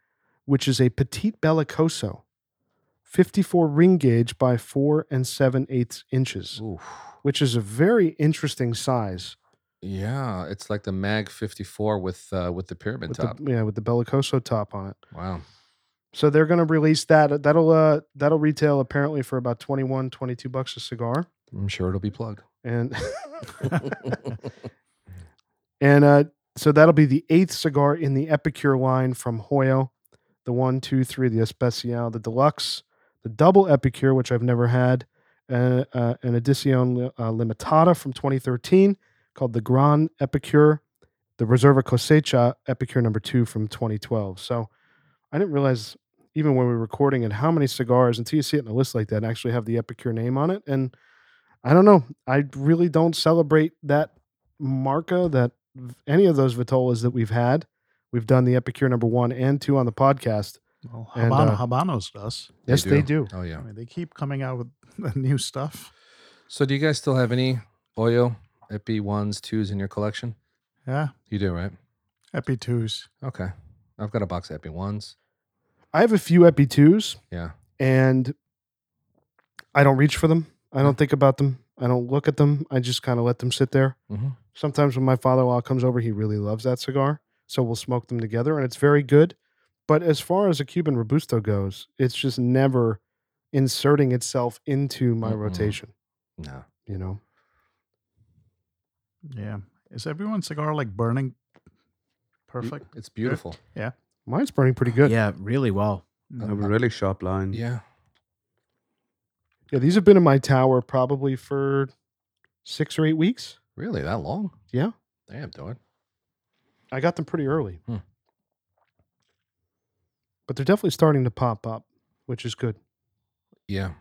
[SPEAKER 1] which is a Petite Bellicoso, 54 ring gauge by four and seven eighths inches.
[SPEAKER 3] Oof.
[SPEAKER 1] which is a very interesting size.
[SPEAKER 3] Yeah, it's like the Mag 54 with uh, with the pyramid
[SPEAKER 1] With
[SPEAKER 3] top.
[SPEAKER 1] the, yeah, with the bellicoso top on it.
[SPEAKER 3] wow.
[SPEAKER 1] So they're going to release that. That'll uh, that'll retail apparently for about 21, 22 bucks a cigar.
[SPEAKER 3] I'm sure it'll be plugged.
[SPEAKER 1] And and uh, so that'll be the eighth cigar in the Epicure line from Hoyo. The one, two, three, the Especial, the Deluxe, the Double Epicure, which I've never had, uh, uh, an Edición Li- uh, Limitada from 2013 called the Gran Epicure, the Reserva Cosecha Epicure number two from 2012. So I didn't realize even when we were recording and how many cigars until you see it in a list like that actually have the Epicure name on it. And I don't know. I really don't celebrate that marca that v- any of those vitolas that we've had. We've done the Epicure number one and two on the podcast.
[SPEAKER 2] Well,
[SPEAKER 1] And,
[SPEAKER 2] Habano,
[SPEAKER 1] uh,
[SPEAKER 2] Habanos does.
[SPEAKER 1] Yes, they do.
[SPEAKER 3] Oh,
[SPEAKER 2] I
[SPEAKER 3] yeah.
[SPEAKER 2] mean, they keep coming out with new stuff.
[SPEAKER 3] So, do you guys still have any Oyo Epi 1s, 2s in your collection?
[SPEAKER 2] Yeah,
[SPEAKER 3] You do, right?
[SPEAKER 2] Epi twos.
[SPEAKER 3] Okay. I've got a box of Epi 1s.
[SPEAKER 1] I have a few Epi twos
[SPEAKER 3] Yeah.
[SPEAKER 1] and I don't reach for them. I don't think about them. I don't look at them. I just kind of let them sit there.
[SPEAKER 3] hmm
[SPEAKER 1] Sometimes when my father-in-law comes over, he really loves that cigar, so we'll smoke them together, and it's very good. But as far as a Cuban robusto goes, it's just never inserting itself into my
[SPEAKER 3] Mm-mm.
[SPEAKER 1] rotation.
[SPEAKER 3] No.
[SPEAKER 1] You know,
[SPEAKER 2] Yeah. Is everyone's cigar like burning?
[SPEAKER 3] Mm.
[SPEAKER 2] Perfect.
[SPEAKER 3] It's beautiful.
[SPEAKER 1] mine's burning pretty good. Yeah,
[SPEAKER 4] yeah, really well.
[SPEAKER 5] I have a really sharp line.
[SPEAKER 3] Uh, Yeah.
[SPEAKER 1] these have been in my tower probably for six or eight weeks.
[SPEAKER 3] Really? That long?
[SPEAKER 1] Yeah.
[SPEAKER 3] Damn, dude.
[SPEAKER 1] I got them pretty early,
[SPEAKER 3] Hmm.
[SPEAKER 1] but they're definitely starting to pop up, which is good.
[SPEAKER 3] Yeah.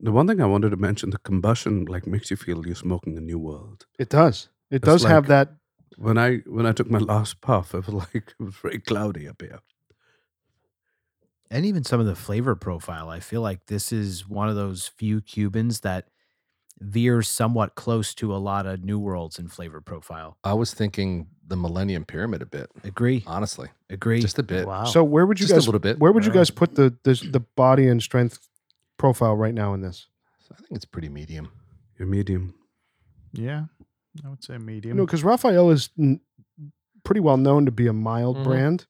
[SPEAKER 5] The one thing I wanted to mention, the combustion like makes you feel you're smoking a new world.
[SPEAKER 1] It does. It
[SPEAKER 5] It's
[SPEAKER 1] does have
[SPEAKER 5] like-
[SPEAKER 1] that.
[SPEAKER 5] When I when I took my last puff, it was like it was very cloudy up here.
[SPEAKER 4] And even some of the flavor profile, I feel like this is one of those few Cubans that veers somewhat close to a lot of New Worlds in flavor profile.
[SPEAKER 3] I was thinking the Millennium Pyramid a bit,
[SPEAKER 4] Agree,
[SPEAKER 3] honestly.
[SPEAKER 4] agree.
[SPEAKER 3] Just a bit.
[SPEAKER 2] Wow.
[SPEAKER 1] So where would you
[SPEAKER 3] Just a
[SPEAKER 1] guys?
[SPEAKER 3] little bit.
[SPEAKER 1] Where would you
[SPEAKER 2] Right.
[SPEAKER 1] guys put the, the the body and strength profile right now in this?
[SPEAKER 3] So I think it's pretty medium.
[SPEAKER 5] Your medium.
[SPEAKER 2] yeah, I would say
[SPEAKER 1] You
[SPEAKER 2] medium.
[SPEAKER 1] know, because Raphael is n- pretty well known to be a mild
[SPEAKER 3] Mhm.
[SPEAKER 1] brand,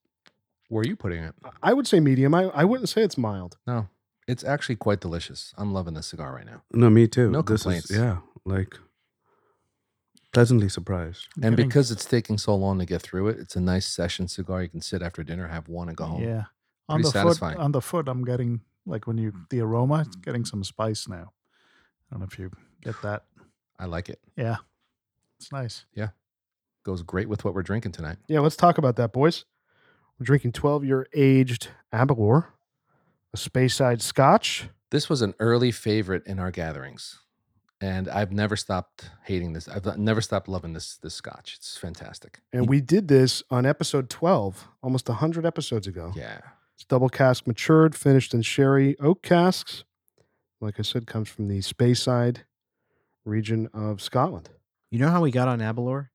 [SPEAKER 3] Where are you putting it?
[SPEAKER 1] I would say medium. I, I wouldn't say it's mild.
[SPEAKER 3] No, it's actually quite delicious. I'm loving this cigar right now.
[SPEAKER 5] No, me too.
[SPEAKER 3] No
[SPEAKER 5] this
[SPEAKER 3] complaints.
[SPEAKER 5] is yeah, like pleasantly surprised.
[SPEAKER 2] I'm
[SPEAKER 3] And
[SPEAKER 2] getting-
[SPEAKER 3] because it's taking so long to get through it, it's a nice session cigar. You can sit after dinner, have one, and go home.
[SPEAKER 2] yeah, on
[SPEAKER 3] pretty
[SPEAKER 2] the
[SPEAKER 3] satisfying.
[SPEAKER 2] foot, on the foot, I'm getting like when you the aroma,
[SPEAKER 1] Mm.
[SPEAKER 2] it's getting some spice now. I don't know if you get that.
[SPEAKER 3] I like it.
[SPEAKER 2] Yeah, it's nice.
[SPEAKER 3] Goes great with what we're drinking tonight.
[SPEAKER 1] Yeah, let's talk about that, boys. We're drinking 12 year aged Abalor, a space side scotch.
[SPEAKER 3] This was an early favorite in our gatherings, and I've never stopped hating this. I've never stopped loving this this Scotch. It's fantastic.
[SPEAKER 1] And we did this on episode 12, almost 100 episodes ago.
[SPEAKER 3] Yeah,
[SPEAKER 1] It's double cask matured, finished in sherry oak casks. Like I said, comes from the space side region of Scotland.
[SPEAKER 4] You know how we got on Abalor?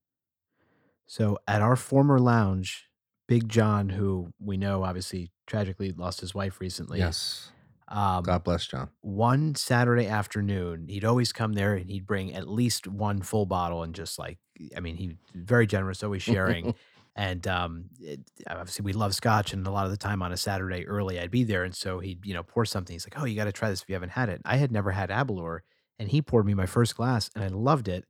[SPEAKER 4] So at our former lounge, Big John, who we know obviously tragically lost his wife recently.
[SPEAKER 3] yes.
[SPEAKER 4] Um,
[SPEAKER 3] God bless John.
[SPEAKER 4] one Saturday afternoon, he'd always come there and he'd bring at least one full bottle and just like, I mean, he very generous, always sharing. and um, it, obviously, we love scotch, and a lot of the time on a Saturday early, I'd be there, and so he'd you know pour something. He's like, "Oh, you got to try this if you haven't had it." I had never had Abalor, and he poured me my first glass, and I loved it.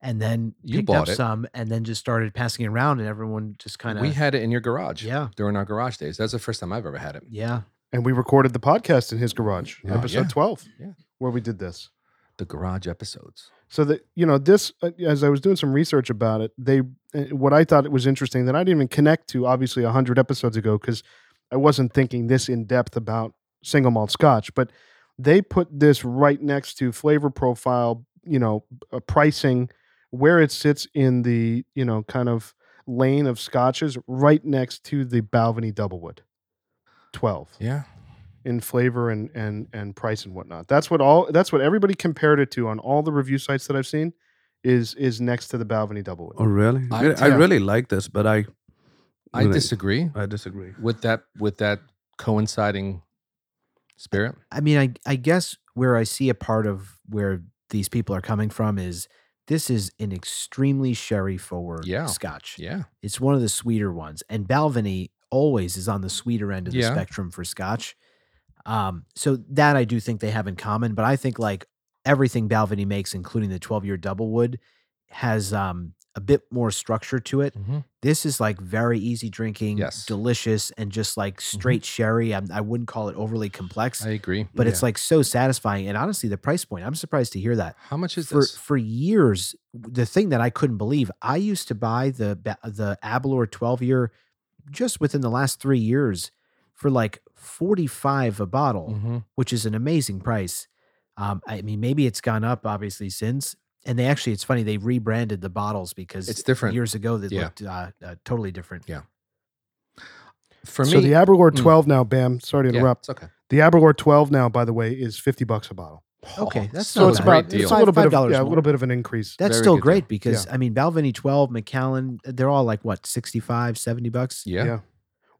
[SPEAKER 4] And then
[SPEAKER 3] You
[SPEAKER 4] picked
[SPEAKER 3] bought
[SPEAKER 4] up
[SPEAKER 3] it.
[SPEAKER 4] some, and then just started passing it around, and everyone just kind of
[SPEAKER 3] we had it in your garage.
[SPEAKER 4] yeah,
[SPEAKER 3] during our garage days. That's the first time I've ever had it.
[SPEAKER 4] yeah.
[SPEAKER 1] And we recorded the podcast in his garage,
[SPEAKER 5] Yeah.
[SPEAKER 1] episode
[SPEAKER 3] Oh, Yeah.
[SPEAKER 1] 12,
[SPEAKER 3] Yeah.
[SPEAKER 1] where we did this.
[SPEAKER 3] The garage episodes.
[SPEAKER 1] So that you know, this uh, as I was doing some research about it, they uh, what I thought it was interesting that I didn't even connect to obviously hundred episodes ago because I wasn't thinking this in depth about single malt Scotch, but they put this right next to flavor profile, you know, uh, pricing, where it sits in the you know kind of lane of Scotches, right next to the Balvenie Doublewood, twelve
[SPEAKER 3] Yeah.
[SPEAKER 1] in flavor and and and price and whatnot. That's what all that's what everybody compared it to on all the review sites that I've seen is is next to the Balvenie Doublewood.
[SPEAKER 5] Oh really?
[SPEAKER 3] I-
[SPEAKER 5] I, I
[SPEAKER 1] yeah.
[SPEAKER 5] really like this, but I
[SPEAKER 3] I
[SPEAKER 5] really-
[SPEAKER 3] disagree
[SPEAKER 5] I disagree.
[SPEAKER 3] with that with that coinciding spirit.
[SPEAKER 4] I mean, I I guess where I see a part of where these people are coming from is this is an extremely sherry forward
[SPEAKER 3] Yeah.
[SPEAKER 4] scotch.
[SPEAKER 3] Yeah.
[SPEAKER 4] It's one of the sweeter ones, and Balvenie always is on the sweeter end of the
[SPEAKER 3] Yeah.
[SPEAKER 4] spectrum for scotch. Um, so that I do think they have in common, but I think like everything Balvenie makes, including the twelve year double wood, has um a bit more structure to it
[SPEAKER 3] Mhm.
[SPEAKER 4] this is like very easy drinking,
[SPEAKER 3] Yes. Mm-hmm.
[SPEAKER 4] delicious, and just like straight sherry. I'm, I wouldn't call it overly complex,
[SPEAKER 3] I agree.
[SPEAKER 4] but it's like so satisfying. And honestly, the price point, I'm surprised to hear that.
[SPEAKER 3] How much is
[SPEAKER 4] For,
[SPEAKER 3] this?
[SPEAKER 4] for years, the thing that I couldn't believe, I used to buy the ba- the Abalor 12 year just within the last three years for like 45 a bottle
[SPEAKER 3] Mhm.
[SPEAKER 4] which is an amazing price. Um, I mean, maybe it's gone up obviously since. And they actually, it's funny, they rebranded the bottles because
[SPEAKER 3] It's different.
[SPEAKER 4] Years ago, they
[SPEAKER 3] Yeah.
[SPEAKER 4] looked uh, uh, totally different.
[SPEAKER 3] Yeah. For me,
[SPEAKER 1] so the Aberlour
[SPEAKER 3] Mm.
[SPEAKER 1] 12 now, Bam, sorry to
[SPEAKER 3] yeah,
[SPEAKER 1] interrupt.
[SPEAKER 3] it's okay.
[SPEAKER 1] The Aberlour 12 now by the way is 50 bucks a bottle.
[SPEAKER 4] Okay,
[SPEAKER 3] Oh,
[SPEAKER 4] that's
[SPEAKER 3] still
[SPEAKER 4] not
[SPEAKER 1] it's
[SPEAKER 3] a
[SPEAKER 4] bad.
[SPEAKER 3] great
[SPEAKER 1] about
[SPEAKER 3] deal.
[SPEAKER 1] it's a little bit of
[SPEAKER 4] $5
[SPEAKER 1] yeah, a
[SPEAKER 4] more.
[SPEAKER 1] little bit of an increase.
[SPEAKER 4] That's
[SPEAKER 3] Very
[SPEAKER 4] still
[SPEAKER 3] good deal.
[SPEAKER 4] great because, I mean, Balvenie 12, McAllen, they're all like what, 65, 70 bucks?
[SPEAKER 3] yeah.
[SPEAKER 1] yeah.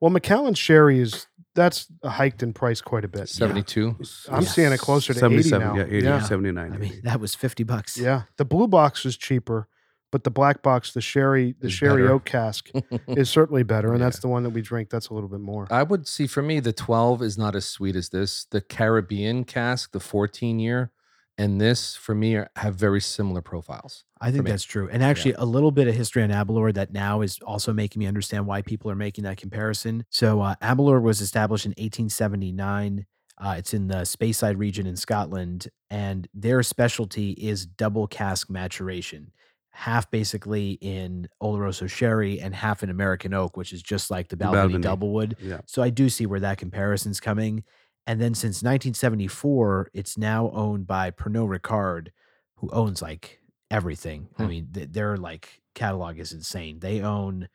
[SPEAKER 1] Well, McAllen Sherry is that's hiked in price quite a bit.
[SPEAKER 3] 72.
[SPEAKER 1] I'm seeing it closer to 80 now.
[SPEAKER 5] Yeah, 80,
[SPEAKER 1] yeah.
[SPEAKER 5] 79.
[SPEAKER 4] I mean, that was 50 bucks.
[SPEAKER 1] Yeah. The blue box is cheaper, but the black box, the sherry, the
[SPEAKER 3] Is
[SPEAKER 1] sherry
[SPEAKER 3] better.
[SPEAKER 1] oak cask is certainly better and
[SPEAKER 3] Yeah. Uh,
[SPEAKER 1] that's the one that we drink that's a little bit more.
[SPEAKER 3] I would see for me the 12 is not as sweet as this. The Caribbean cask, the 14 year, and this for me are, have very similar profiles.
[SPEAKER 4] I think
[SPEAKER 3] me.
[SPEAKER 4] that's true. And actually, a little bit of history on Abalor that now is also making me understand why people are making that comparison. So, uh, Abalor was established in 1879. Uh, it's in the Speyside region in Scotland, and their specialty is double cask maturation, half basically in Oloroso sherry and half in American oak, which is just like the Balvenie
[SPEAKER 5] Balvenie.
[SPEAKER 4] Doublewood.
[SPEAKER 5] Yeah.
[SPEAKER 4] So I do see where that comparison's coming. And then since 1974, it's now owned by Pernod Ricard, who owns like everything. I
[SPEAKER 3] Hmm.
[SPEAKER 4] mean, th- their like catalog is insane. They own,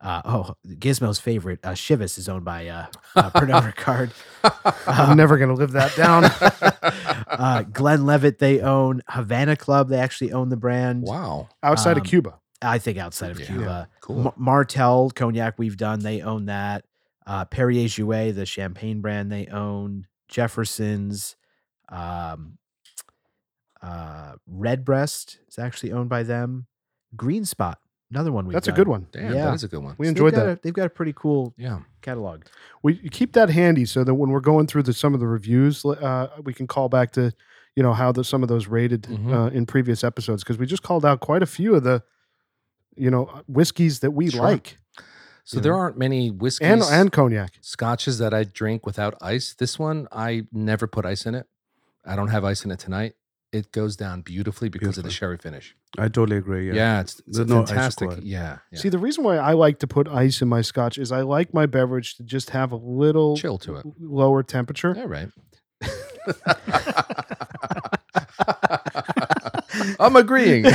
[SPEAKER 4] uh, oh, Gizmo's favorite, uh, Chivas is owned by uh, uh, Pernod Ricard. Um,
[SPEAKER 1] I'm never going to live that down.
[SPEAKER 4] uh, Glenn Levitt, they own Havana Club. They actually own the brand.
[SPEAKER 3] wow.
[SPEAKER 1] Outside
[SPEAKER 4] Um,
[SPEAKER 1] of Cuba.
[SPEAKER 4] I think outside of
[SPEAKER 3] Yeah.
[SPEAKER 4] Cuba.
[SPEAKER 3] Cool.
[SPEAKER 4] M- Martel cognac we've done. They own that. Uh, Perrier Jouet, the champagne brand, they own. Jefferson's, um, uh, Redbreast is actually owned by them. Green Spot Another one we
[SPEAKER 1] That's a good one.
[SPEAKER 3] Damn,
[SPEAKER 4] Yeah.
[SPEAKER 3] that is a good one.
[SPEAKER 1] We enjoyed
[SPEAKER 4] they've
[SPEAKER 1] that.
[SPEAKER 4] got A, they've got a pretty cool
[SPEAKER 3] yeah.
[SPEAKER 4] catalog.
[SPEAKER 1] we you keep that handy so that when we're going through the, some of the reviews, uh, we can call back to you know how the, some of those rated
[SPEAKER 3] Mhm.
[SPEAKER 1] uh, in previous episodes because we just called out quite a few of the you know uh, whiskeys that we
[SPEAKER 3] Sure.
[SPEAKER 1] like
[SPEAKER 3] So
[SPEAKER 1] You
[SPEAKER 3] there
[SPEAKER 1] know?
[SPEAKER 3] aren't many whiskeys
[SPEAKER 1] and and cognac.
[SPEAKER 3] scotches that I drink without ice. This one I never put ice in it. I don't have ice in it tonight. It goes down beautifully because of the
[SPEAKER 5] Beautiful.
[SPEAKER 3] sherry finish.
[SPEAKER 5] I totally agree.
[SPEAKER 3] Yeah,
[SPEAKER 5] Yeah.
[SPEAKER 3] it's, it's
[SPEAKER 5] There's no ice
[SPEAKER 3] fantastic.
[SPEAKER 5] required.
[SPEAKER 3] yeah, yeah.
[SPEAKER 1] See, the reason why I like to put ice in my scotch is I like my beverage to just have a little
[SPEAKER 3] chill to it.
[SPEAKER 1] lower temperature.
[SPEAKER 3] All right. I'm agreeing.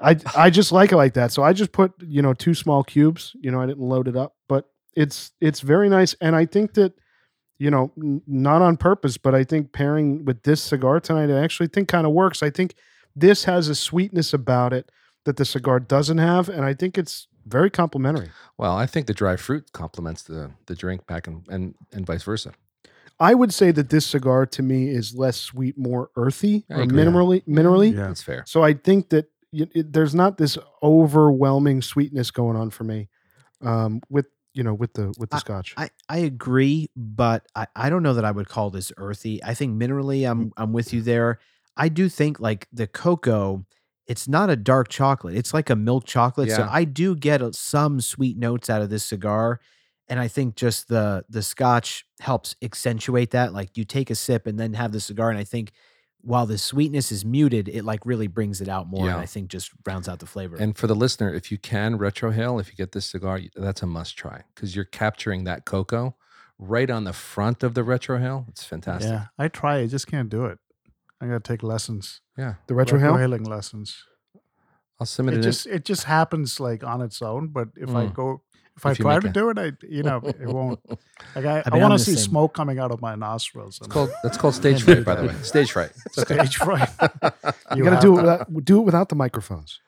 [SPEAKER 1] I I just like it like that. So I just put you know two small cubes. You know I didn't load it up, but it's it's very nice, and I think that you know n- not on purpose, but I think pairing with this cigar tonight, I actually think kind of works. I think this has a sweetness about it that the cigar doesn't have, and I think it's very complimentary.
[SPEAKER 3] well, I think the dry fruit complements the the drink back and and, and vice versa.
[SPEAKER 1] I would say that this cigar to me is less sweet, more earthy
[SPEAKER 3] I
[SPEAKER 1] or
[SPEAKER 3] agree.
[SPEAKER 1] minerally, minerally.
[SPEAKER 5] Yeah.
[SPEAKER 3] That's fair.
[SPEAKER 1] So I think that y it, there's not this overwhelming sweetness going on for me um, with you know with the with the scotch.
[SPEAKER 4] I, I agree, but I, I don't know that I would call this earthy. I think
[SPEAKER 3] Mm.
[SPEAKER 4] minerally, I'm I'm with you there. I do think like the cocoa, it's not a dark chocolate. It's like a milk chocolate. So
[SPEAKER 3] Yeah.
[SPEAKER 4] I do get a- some sweet notes out of this cigar. And I think just the the scotch helps accentuate that. Like you take a sip and then have the cigar. And I think while the sweetness is muted, it like really brings it out more.
[SPEAKER 3] Yeah.
[SPEAKER 4] And I think just rounds out the flavor.
[SPEAKER 3] And for the listener, if you can retrohale, if you get this cigar, y- that's a must try because you're capturing that cocoa right on the front of the retrohale. It's fantastic.
[SPEAKER 2] Yeah, I try. I just can't do it. I gotta take lessons,
[SPEAKER 3] Yeah.
[SPEAKER 1] the retrohale.
[SPEAKER 2] hailing lessons.
[SPEAKER 3] I'll submit
[SPEAKER 2] It
[SPEAKER 3] it.
[SPEAKER 2] just it just happens like on its own. But if I
[SPEAKER 3] Mm.
[SPEAKER 2] go, if I
[SPEAKER 3] If you
[SPEAKER 2] try
[SPEAKER 3] make
[SPEAKER 2] to
[SPEAKER 3] a-
[SPEAKER 2] do it, I you know it won't. Like I,
[SPEAKER 4] I
[SPEAKER 2] I
[SPEAKER 4] mean, I'm
[SPEAKER 2] want
[SPEAKER 4] the
[SPEAKER 2] to see
[SPEAKER 4] same.
[SPEAKER 2] smoke coming out of my nostrils.
[SPEAKER 3] It's
[SPEAKER 2] and
[SPEAKER 3] called that's called stage fright, by the way. Stage fright. It's okay.
[SPEAKER 2] stage fright.
[SPEAKER 1] You got
[SPEAKER 2] have
[SPEAKER 1] to do it
[SPEAKER 2] to-
[SPEAKER 1] without, do it without the microphones.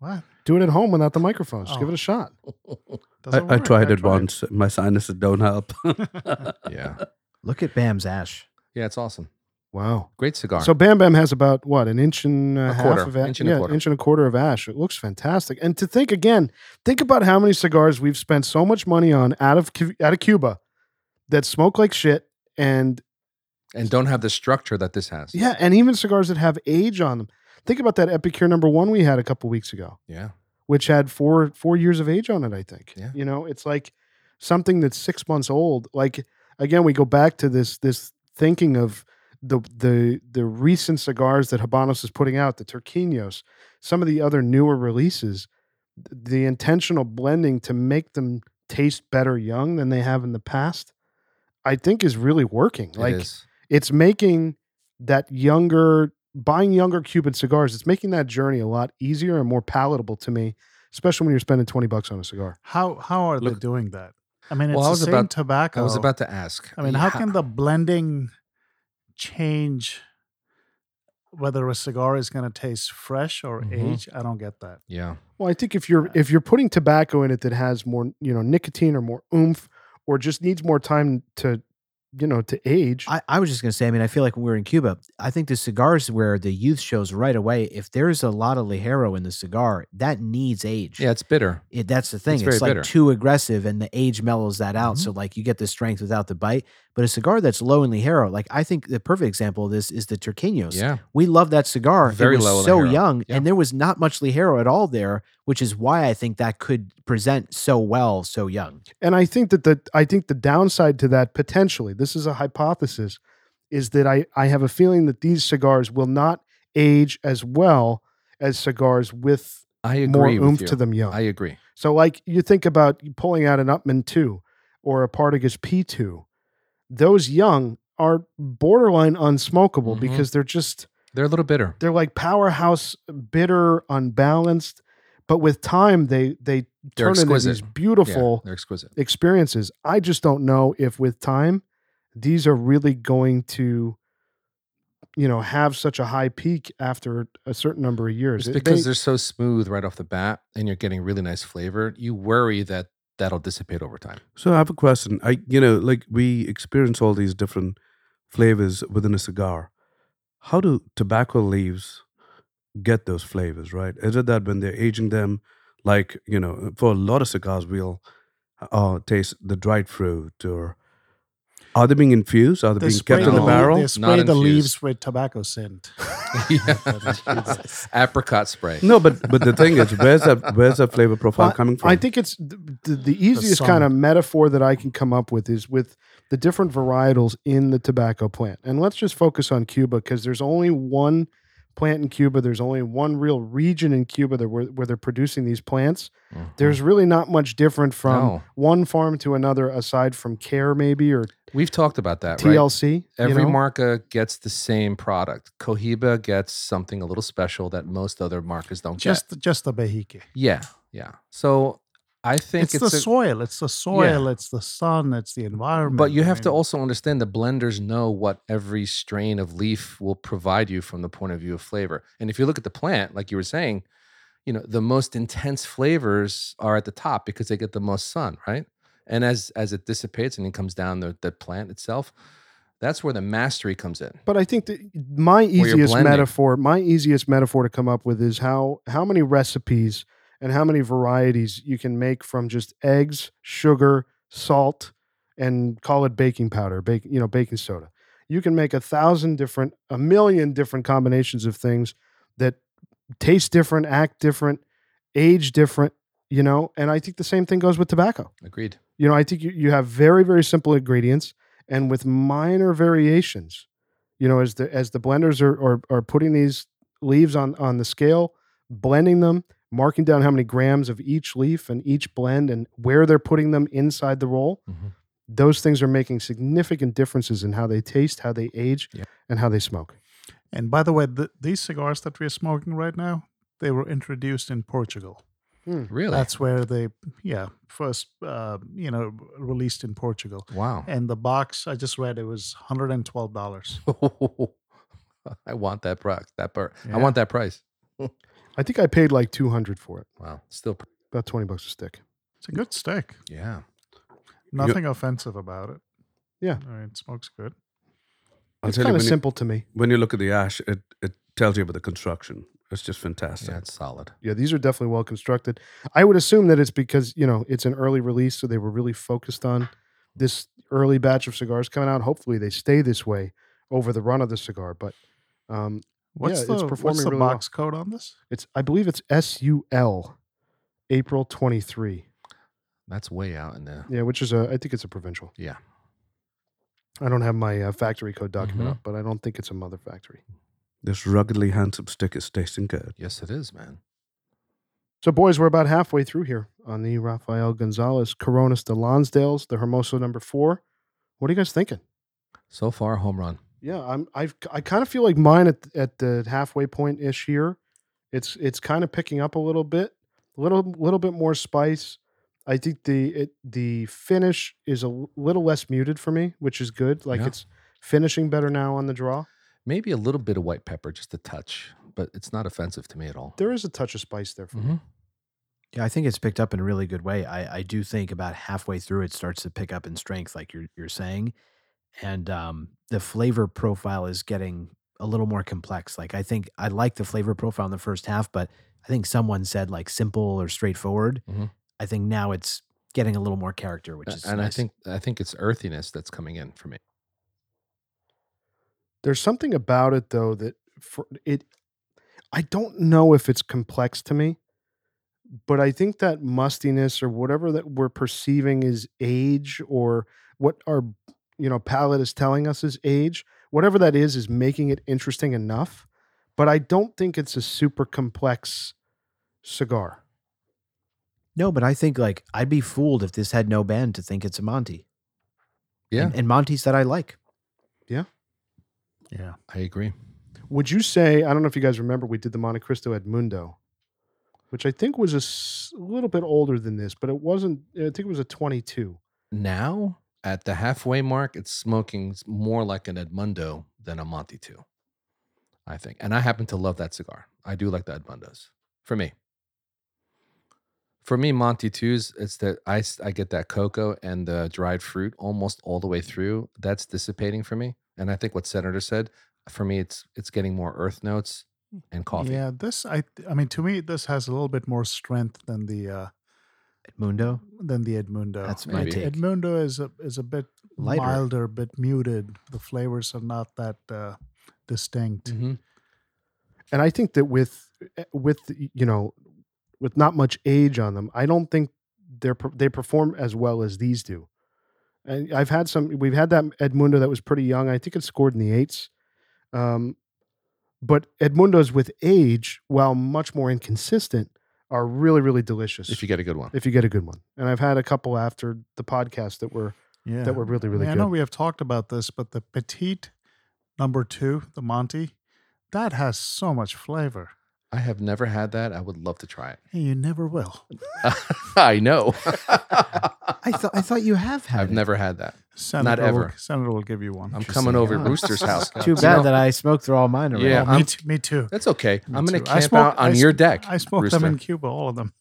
[SPEAKER 2] What?
[SPEAKER 1] Do it at home without the microphones. Give
[SPEAKER 2] Oh.
[SPEAKER 1] it a shot.
[SPEAKER 2] Doesn't
[SPEAKER 5] I, I
[SPEAKER 2] work.
[SPEAKER 5] tried it once. My sinuses don't help.
[SPEAKER 3] Yeah.
[SPEAKER 4] Look at Bam's ash.
[SPEAKER 3] Yeah, it's awesome.
[SPEAKER 1] Wow.
[SPEAKER 3] Great cigar.
[SPEAKER 1] So Bam Bam has about what an inch and a,
[SPEAKER 3] A
[SPEAKER 1] half
[SPEAKER 3] quarter.
[SPEAKER 1] of ash.
[SPEAKER 3] Inch and a
[SPEAKER 1] yeah,
[SPEAKER 3] quarter.
[SPEAKER 1] inch and a quarter of ash. It looks fantastic. And to think again, think about how many cigars we've spent so much money on out of Cu- out of Cuba that smoke like shit, and
[SPEAKER 3] and don't have the structure that this has.
[SPEAKER 1] yeah, and even cigars that have age on them. Think about that Epicure number one we had a couple weeks ago,
[SPEAKER 3] Yeah.
[SPEAKER 1] which had four four years of age on it. I think.
[SPEAKER 3] Yeah.
[SPEAKER 1] You know, it's like something that's six months old. Like again, we go back to this this thinking of the the the recent cigars that Habanos is putting out, the Turquinos, some of the other newer releases, th- the intentional blending to make them taste better young than they have in the past, I think is really working. like
[SPEAKER 3] it is.
[SPEAKER 1] it's making that younger buying younger Cuban cigars, it's making that journey a lot easier and more palatable to me, especially when you're spending 20 bucks on a cigar.
[SPEAKER 2] How how are
[SPEAKER 3] Look-
[SPEAKER 2] they doing that? I mean, it's
[SPEAKER 3] Well, I
[SPEAKER 2] the
[SPEAKER 3] was
[SPEAKER 2] same
[SPEAKER 3] about-
[SPEAKER 2] tobacco.
[SPEAKER 3] I was about to ask.
[SPEAKER 2] I mean, how can the blending change whether a cigar is going to taste fresh or
[SPEAKER 3] Mhm.
[SPEAKER 2] age? I don't get that.
[SPEAKER 3] Yeah.
[SPEAKER 1] Well, I think if you're if you're putting tobacco in it that has more, you know, nicotine or more oomph or just needs more time to, you know, to age.
[SPEAKER 4] I, I was just going to say, I mean, I feel like when we were in Cuba, I think the cigars where the youth shows right away, if there's a lot of Ligero in the cigar, that needs age.
[SPEAKER 3] Yeah, it's bitter.
[SPEAKER 4] It, that's the thing. It's,
[SPEAKER 3] very
[SPEAKER 4] like
[SPEAKER 3] bitter. Mm-hmm.
[SPEAKER 4] too aggressive and the age mellows that out. So like you get the strength without the bite. But a cigar that's low in Ligero, like I think the perfect example of this is the Turqueños.
[SPEAKER 3] Yeah.
[SPEAKER 4] We love that cigar.
[SPEAKER 3] Very
[SPEAKER 4] it was
[SPEAKER 3] low in
[SPEAKER 4] so
[SPEAKER 3] Ligero.
[SPEAKER 4] young
[SPEAKER 3] Yeah.
[SPEAKER 4] and there was not much Ligero at all there, which is why I think that could present so well so young.
[SPEAKER 1] and I think that the I think the downside to that potentially, this is a hypothesis, is that I I have a feeling that these cigars will not age as well as cigars with
[SPEAKER 3] I
[SPEAKER 1] more
[SPEAKER 3] agree with
[SPEAKER 1] oomph
[SPEAKER 3] you.
[SPEAKER 1] to them young.
[SPEAKER 3] I agree.
[SPEAKER 1] So, like, you think about pulling out an Upman 2 or a Partagas P2, those young are borderline unsmokable
[SPEAKER 3] Mhm.
[SPEAKER 1] because they're just,
[SPEAKER 3] They're a little bitter.
[SPEAKER 1] they're like powerhouse, bitter, unbalanced. But with time, they, they
[SPEAKER 3] They're
[SPEAKER 1] turn into
[SPEAKER 3] exquisite.
[SPEAKER 1] these
[SPEAKER 3] Yeah,
[SPEAKER 1] beautiful
[SPEAKER 3] they're exquisite.
[SPEAKER 1] experiences. I just don't know if with time, these are really going to, you know, have such a high peak after a certain number of years.
[SPEAKER 3] It's
[SPEAKER 1] It-
[SPEAKER 3] because
[SPEAKER 1] they-
[SPEAKER 3] they, are so smooth right off the bat, and you're getting really nice flavor. You worry that that'll dissipate over time.
[SPEAKER 5] So I have a question. I you know, like we experience all these different flavors within a cigar. How do tobacco leaves get those flavors, right? Is it that when they're aging them, like you know, for a lot of cigars, we'll uh, taste the dried fruit or are they being infused? Are they,
[SPEAKER 2] They
[SPEAKER 5] being kept
[SPEAKER 2] spray
[SPEAKER 5] in the
[SPEAKER 3] No.
[SPEAKER 5] barrel?
[SPEAKER 2] They spray the
[SPEAKER 3] infused.
[SPEAKER 2] leaves with tobacco scent.
[SPEAKER 3] Yeah. Apricot spray.
[SPEAKER 5] No, but but the thing is, where's that where's that flavor profile
[SPEAKER 1] Well,
[SPEAKER 5] coming from?
[SPEAKER 1] I think it's the, the, the easiest
[SPEAKER 2] sun.
[SPEAKER 1] kind of metaphor that I can come up with is with the different varietals in the tobacco plant. And let's just focus on Cuba because there's only one plant in Cuba. There's only one real region in Cuba that where, where they're producing these plants.
[SPEAKER 3] Mhm.
[SPEAKER 1] There's really not much different from
[SPEAKER 3] No.
[SPEAKER 1] one farm to another aside from care maybe or
[SPEAKER 3] We've talked about that, right?
[SPEAKER 1] TLC. you
[SPEAKER 3] Every
[SPEAKER 1] know?
[SPEAKER 3] marca gets the same product. Cohiba gets something a little special that most other marcas don't
[SPEAKER 2] Just
[SPEAKER 3] get.
[SPEAKER 2] just the Bahique.
[SPEAKER 3] Yeah, yeah. So I think
[SPEAKER 2] It's,
[SPEAKER 3] it's,
[SPEAKER 2] the
[SPEAKER 3] a-
[SPEAKER 2] soil. It's the soil. It's the sun. It's the environment.
[SPEAKER 3] but you
[SPEAKER 2] I
[SPEAKER 3] have to
[SPEAKER 2] mean,
[SPEAKER 3] also understand the blenders know what every strain of leaf will provide you from the point of view of flavor. And if you look at the plant, like you were saying, you know, the most intense flavors are at the top because they get the most sun, right? And as as it dissipates and it comes down the, the plant itself, that's where the mastery comes in.
[SPEAKER 1] But I think that my
[SPEAKER 3] you're
[SPEAKER 1] easiest
[SPEAKER 3] blending.
[SPEAKER 1] metaphor, my easiest metaphor to come up with is how how many recipes and how many varieties you can make from just eggs, sugar, salt, and call it baking powder, bake you know baking soda. You can make a thousand different, a million different combinations of things that taste different, act different, age different. You know, and I think the same thing goes with tobacco.
[SPEAKER 3] Agreed.
[SPEAKER 1] You know, I think you, you have very, very simple ingredients and with minor variations. You know, as the as the blenders are are, are putting these leaves on on the scale, blending them, marking down how many grams of each leaf and each blend and where they're putting them inside the roll,
[SPEAKER 5] Mm-hmm.
[SPEAKER 3] Mhm.
[SPEAKER 1] those things are making significant differences in how they taste, how they age,
[SPEAKER 3] Yeah.
[SPEAKER 1] and how they smoke.
[SPEAKER 2] And by the way, th- these cigars that we're smoking right now, they were introduced in Portugal.
[SPEAKER 1] Oh,
[SPEAKER 3] Really?
[SPEAKER 2] That's where they, yeah, first, uh, you know, released in Portugal.
[SPEAKER 3] wow.
[SPEAKER 2] And the box I just read it was hundred and twelve dollars.
[SPEAKER 3] I want that product. That bar.
[SPEAKER 2] Yeah.
[SPEAKER 3] I want that price.
[SPEAKER 1] I think I paid like two hundred for it,
[SPEAKER 3] Wow. Still. pr-
[SPEAKER 1] about twenty bucks a stick.
[SPEAKER 2] It's a good stick.
[SPEAKER 3] Yeah.
[SPEAKER 2] Nothing offensive about it.
[SPEAKER 1] Yeah.
[SPEAKER 2] I mean, it smokes good.
[SPEAKER 5] I'll
[SPEAKER 1] it's
[SPEAKER 5] tell you,
[SPEAKER 1] kind of
[SPEAKER 5] when you-
[SPEAKER 1] simple to me.
[SPEAKER 5] when you look at the ash, it, it tells you about the construction. It's just fantastic.
[SPEAKER 3] Yeah. It's solid.
[SPEAKER 1] Yeah, these are definitely well constructed. I would assume that it's because, you know, it's an early release, so they were really focused on this early batch of cigars coming out. Hopefully they stay this way over the run of the cigar, but um
[SPEAKER 2] What's
[SPEAKER 1] it's
[SPEAKER 2] the what's
[SPEAKER 1] performing
[SPEAKER 2] the
[SPEAKER 1] really well.
[SPEAKER 2] box code on this?
[SPEAKER 1] it's I believe it's S U L April 23.
[SPEAKER 3] That's way out in there.
[SPEAKER 1] Yeah, which is a I think it's a provincial.
[SPEAKER 3] Yeah.
[SPEAKER 1] I don't have my uh, factory code document
[SPEAKER 3] Mhm.
[SPEAKER 1] up, but I don't think it's a mother factory.
[SPEAKER 5] This ruggedly handsome stick is tasting good.
[SPEAKER 3] Yes, it is, man.
[SPEAKER 1] So, boys, we're about halfway through here on the Rafael Gonzalez Coronas de Lonsdale's, the Hermoso number four. What are you guys thinking?
[SPEAKER 3] So far, home run.
[SPEAKER 1] Yeah, I'm. I've. I kind of feel like mine at at the halfway point ish here. It's it's kind of picking up a little bit, little little bit more spice. I think the it the finish is a l- little less muted for me, which is good. Like
[SPEAKER 3] Yeah.
[SPEAKER 1] it's finishing better now on the draw.
[SPEAKER 3] Maybe a little bit of white pepper, just a touch, but it's not offensive to me at all.
[SPEAKER 1] There is a touch of spice there for me.
[SPEAKER 3] Mhm.
[SPEAKER 4] Yeah, I think it's picked up in a really good way. I, I do think about halfway through it starts to pick up in strength, like you're you're saying, and um, the flavor profile is getting a little more complex. Like I think I like the flavor profile in the first half, but I think someone said like simple or straightforward.
[SPEAKER 3] Mhm.
[SPEAKER 4] I think now it's getting a little more character, which
[SPEAKER 3] A-
[SPEAKER 4] is
[SPEAKER 3] and I
[SPEAKER 4] nice.
[SPEAKER 3] think I think it's earthiness that's coming in for me.
[SPEAKER 1] There's something about it though that for it I don't know if it's complex to me, but I think that mustiness or whatever that we're perceiving is age or what our you know palate is telling us is age, whatever that is is making it interesting enough, but I don't think it's a super complex cigar.
[SPEAKER 4] no, but I think like I'd be fooled if this had no band to think it's a Monty.
[SPEAKER 3] Yeah,
[SPEAKER 4] and, and Monty's that I like.
[SPEAKER 2] Yeah.
[SPEAKER 3] I agree.
[SPEAKER 1] Would you say I don't know if you guys remember we did the Monte Cristo Edmundo, which I think was a s- little bit older than this, but it wasn't I think it was a 22.
[SPEAKER 3] Now at the halfway mark, it's smoking s- more like an Edmundo than a Monty Two, I think. And I happen to love that cigar. I do like the Edmundos. For me, for me, Monty Twos, it's that I s- I get that cocoa and the dried fruit almost all the way through. That's dissipating for me. And I think what Senator said for me, it's it's getting more earth notes, and coffee.
[SPEAKER 2] Yeah, this I th- I mean to me this has a little bit more strength than the uh
[SPEAKER 4] Edmundo.
[SPEAKER 2] than the Edmundo.
[SPEAKER 4] That's
[SPEAKER 3] my
[SPEAKER 2] Ed-
[SPEAKER 4] take.
[SPEAKER 2] Edmundo is a is a bit
[SPEAKER 4] Lighter.
[SPEAKER 2] milder, bit muted. The flavors are not that uh distinct.
[SPEAKER 3] Mhm.
[SPEAKER 1] and I think that with eh, with you know with not much age on them, I don't think they're per- they perform as well as these do. And I've had some. We've had that Edmundo that was pretty young. I think it scored in the eights. Um, but Edmundos with age, while much more inconsistent, are really really delicious.
[SPEAKER 3] If you get a good one,
[SPEAKER 1] if you get a good one, and I've had a couple after the podcast that were
[SPEAKER 2] Yeah.
[SPEAKER 1] that were really
[SPEAKER 2] I mean,
[SPEAKER 1] really
[SPEAKER 2] I
[SPEAKER 1] good.
[SPEAKER 2] know we have talked about this, but the petite number two, the Monty, that has so much flavor.
[SPEAKER 3] I have never had that. I would love to try it.
[SPEAKER 2] Hey, you never will.
[SPEAKER 3] I know.
[SPEAKER 4] I thought I thought you have had.
[SPEAKER 3] I've
[SPEAKER 4] it.
[SPEAKER 3] never had that.
[SPEAKER 2] Senator
[SPEAKER 3] ever.
[SPEAKER 2] Will, Senator will give you one.
[SPEAKER 3] I'm coming over at
[SPEAKER 4] Yeah.
[SPEAKER 3] Rooster's house.
[SPEAKER 4] Too
[SPEAKER 3] You
[SPEAKER 4] bad
[SPEAKER 3] know,
[SPEAKER 4] that I smoked through all mine already.
[SPEAKER 3] Yeah.
[SPEAKER 2] Oh, me,
[SPEAKER 3] I'm-
[SPEAKER 2] t- me too.
[SPEAKER 3] That's okay.
[SPEAKER 2] Me
[SPEAKER 3] I'm going
[SPEAKER 2] too.
[SPEAKER 3] to
[SPEAKER 2] I
[SPEAKER 3] camp
[SPEAKER 2] smoked-
[SPEAKER 3] out on
[SPEAKER 2] I
[SPEAKER 3] your
[SPEAKER 2] sm-
[SPEAKER 3] deck.
[SPEAKER 2] I smoked them in
[SPEAKER 3] Rooster.
[SPEAKER 2] Cuba, all of them.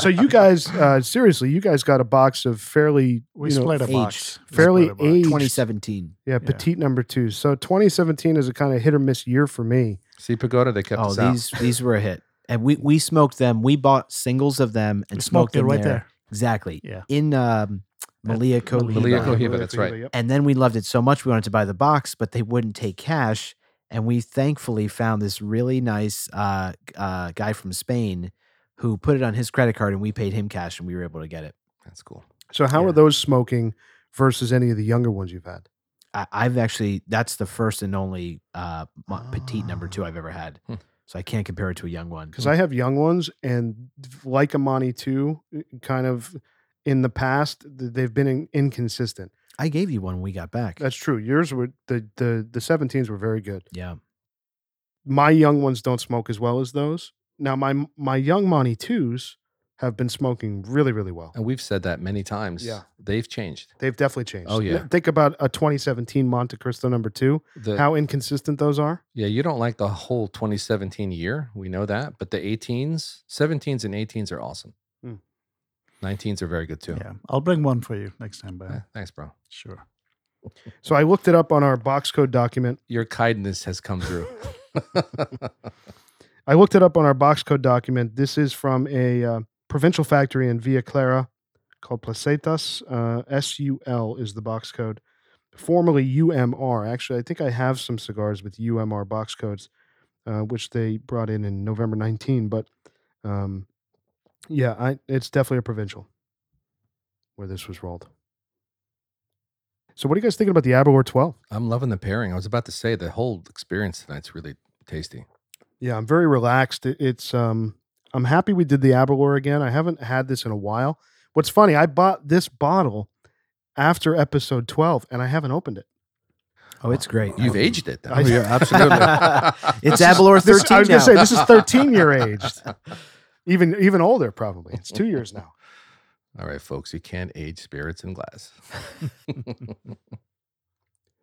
[SPEAKER 1] so you guys, uh, seriously, you guys got a box of fairly
[SPEAKER 2] We
[SPEAKER 1] you know,
[SPEAKER 2] split a
[SPEAKER 4] aged.
[SPEAKER 2] box. We
[SPEAKER 1] Fairly
[SPEAKER 2] split a box.
[SPEAKER 1] aged.
[SPEAKER 4] 2017.
[SPEAKER 1] Yeah,
[SPEAKER 2] Yeah.
[SPEAKER 1] petite number two. So 2017 is a kind of hit or miss year for me.
[SPEAKER 3] See Pagoda, they kept
[SPEAKER 4] Oh,
[SPEAKER 3] us out.
[SPEAKER 4] these these were a hit, and we we smoked them. We bought singles of them
[SPEAKER 2] Mm.
[SPEAKER 4] and
[SPEAKER 2] We
[SPEAKER 4] smoked,
[SPEAKER 2] smoked it
[SPEAKER 4] them
[SPEAKER 2] right
[SPEAKER 4] there.
[SPEAKER 2] there.
[SPEAKER 4] Exactly.
[SPEAKER 2] Yeah.
[SPEAKER 4] In um,
[SPEAKER 2] That-
[SPEAKER 4] Malia Cohiba.
[SPEAKER 3] Malia Cohiba.
[SPEAKER 1] Malia
[SPEAKER 3] that's right.
[SPEAKER 1] Yep.
[SPEAKER 4] And then we loved it so much we wanted to buy the box, but they wouldn't take cash. And we thankfully found this really nice uh, g- uh, guy from Spain who put it on his credit card, and we paid him cash, and we were able to get it.
[SPEAKER 3] That's cool.
[SPEAKER 1] So how
[SPEAKER 4] Yeah.
[SPEAKER 1] are those smoking versus any of the younger ones you've had?
[SPEAKER 4] I, I've actually that's the first and only uh, mo- petite number two I've ever had,
[SPEAKER 2] Ah.
[SPEAKER 3] Hmm.
[SPEAKER 4] so I can't compare it to a young one.
[SPEAKER 1] Because I have young ones, and like Amani too, kind of in the past th- they've been in- inconsistent.
[SPEAKER 4] I gave you one when we got back.
[SPEAKER 1] That's true. Yours were the the the 17s were very good.
[SPEAKER 4] yeah,
[SPEAKER 1] My young ones don't smoke as well as those. Now my my young Monty twos have been smoking really really well.
[SPEAKER 3] And we've said that many times.
[SPEAKER 1] Yeah.
[SPEAKER 3] They've changed.
[SPEAKER 1] They've definitely changed.
[SPEAKER 3] Oh, yeah.
[SPEAKER 1] Think about a 2017 Monte Cristo number two.
[SPEAKER 3] The,
[SPEAKER 1] How inconsistent those are.
[SPEAKER 3] Yeah, you don't like the whole 2017 year. We know that. But the 18s, 17s, and 18s are awesome.
[SPEAKER 1] Mm.
[SPEAKER 3] 19s are very good too.
[SPEAKER 2] Yeah, I'll bring one for you next time, Ben.
[SPEAKER 3] Yeah, thanks, bro.
[SPEAKER 2] Sure.
[SPEAKER 1] So I looked it up on our box code document.
[SPEAKER 3] Your kindness has come through.
[SPEAKER 1] I looked it up on our box code document. This is from a uh, provincial factory in Villa Clara called Placetas. Uh, SUL is the box code, formerly UMR. Actually, I think I have some cigars with UMR box codes, uh, which they brought in in November 19. But um, yeah, I, it's definitely a provincial where this was rolled. So, what are you guys thinking about the Aberlour 12?
[SPEAKER 3] I'm loving the pairing. I was about to say the whole experience tonight's really tasty.
[SPEAKER 1] Yeah, I'm very relaxed. It- It's um I'm happy we did the Aberlour again. I haven't had this in a while. What's funny, I bought this bottle after episode 12 and I haven't opened it.
[SPEAKER 4] oh, it's great.
[SPEAKER 3] You've aged it. Though. Oh,
[SPEAKER 1] I- yeah,
[SPEAKER 3] absolutely.
[SPEAKER 4] It's
[SPEAKER 1] This is-
[SPEAKER 4] Avalor
[SPEAKER 1] this-
[SPEAKER 4] 13
[SPEAKER 1] I was
[SPEAKER 4] now.
[SPEAKER 1] going to say this is 13 year aged. Even even older probably. It's 2 years now.
[SPEAKER 3] All right, folks, you can't age spirits in glass.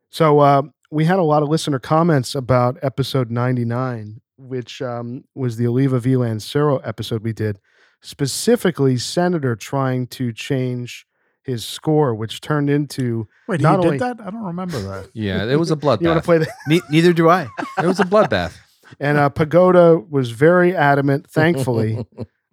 [SPEAKER 1] So uh, we had a lot of listener comments about episode 99, which um, was the Oliva V. Lancero episode we did, specifically Senator trying to change his score, which turned into
[SPEAKER 2] Wait,
[SPEAKER 1] Not
[SPEAKER 2] he
[SPEAKER 1] only-
[SPEAKER 2] did that? I don't remember that.
[SPEAKER 3] yeah, it was a
[SPEAKER 1] you want
[SPEAKER 3] bloodbath.
[SPEAKER 1] to play the
[SPEAKER 4] Ne- neither do I.
[SPEAKER 3] it was a bloodbath.
[SPEAKER 1] And uh, Pagoda was very adamant, thankfully,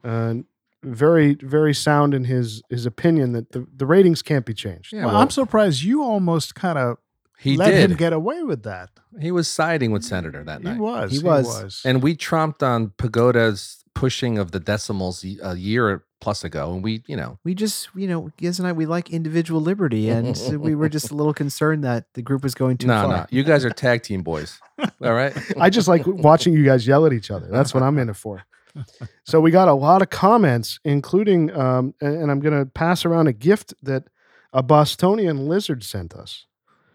[SPEAKER 1] uh, very very sound in his his opinion that the, the ratings can't be changed.
[SPEAKER 3] Yeah,
[SPEAKER 2] well,
[SPEAKER 3] well,
[SPEAKER 2] I'm surprised you almost kind of
[SPEAKER 3] he
[SPEAKER 2] let
[SPEAKER 3] did.
[SPEAKER 2] him get away with that.
[SPEAKER 3] he was siding with Senator that
[SPEAKER 2] He
[SPEAKER 3] night.
[SPEAKER 2] was.
[SPEAKER 4] He was.
[SPEAKER 2] And
[SPEAKER 3] And we tromped on Pagoda's pushing of the decimals y- a year plus ago. And we, you know,
[SPEAKER 4] We just, you know, Giz and I, we like individual liberty, and so we were just a little concerned that the group was going too
[SPEAKER 3] no,
[SPEAKER 4] far.
[SPEAKER 3] no, you guys are tag team boys. All right.
[SPEAKER 1] I just like watching you guys yell at each other. That's what I'm in it for. So we got a lot of comments, including, um, a- and, I'm going to pass around a gift that a Bostonian lizard sent us,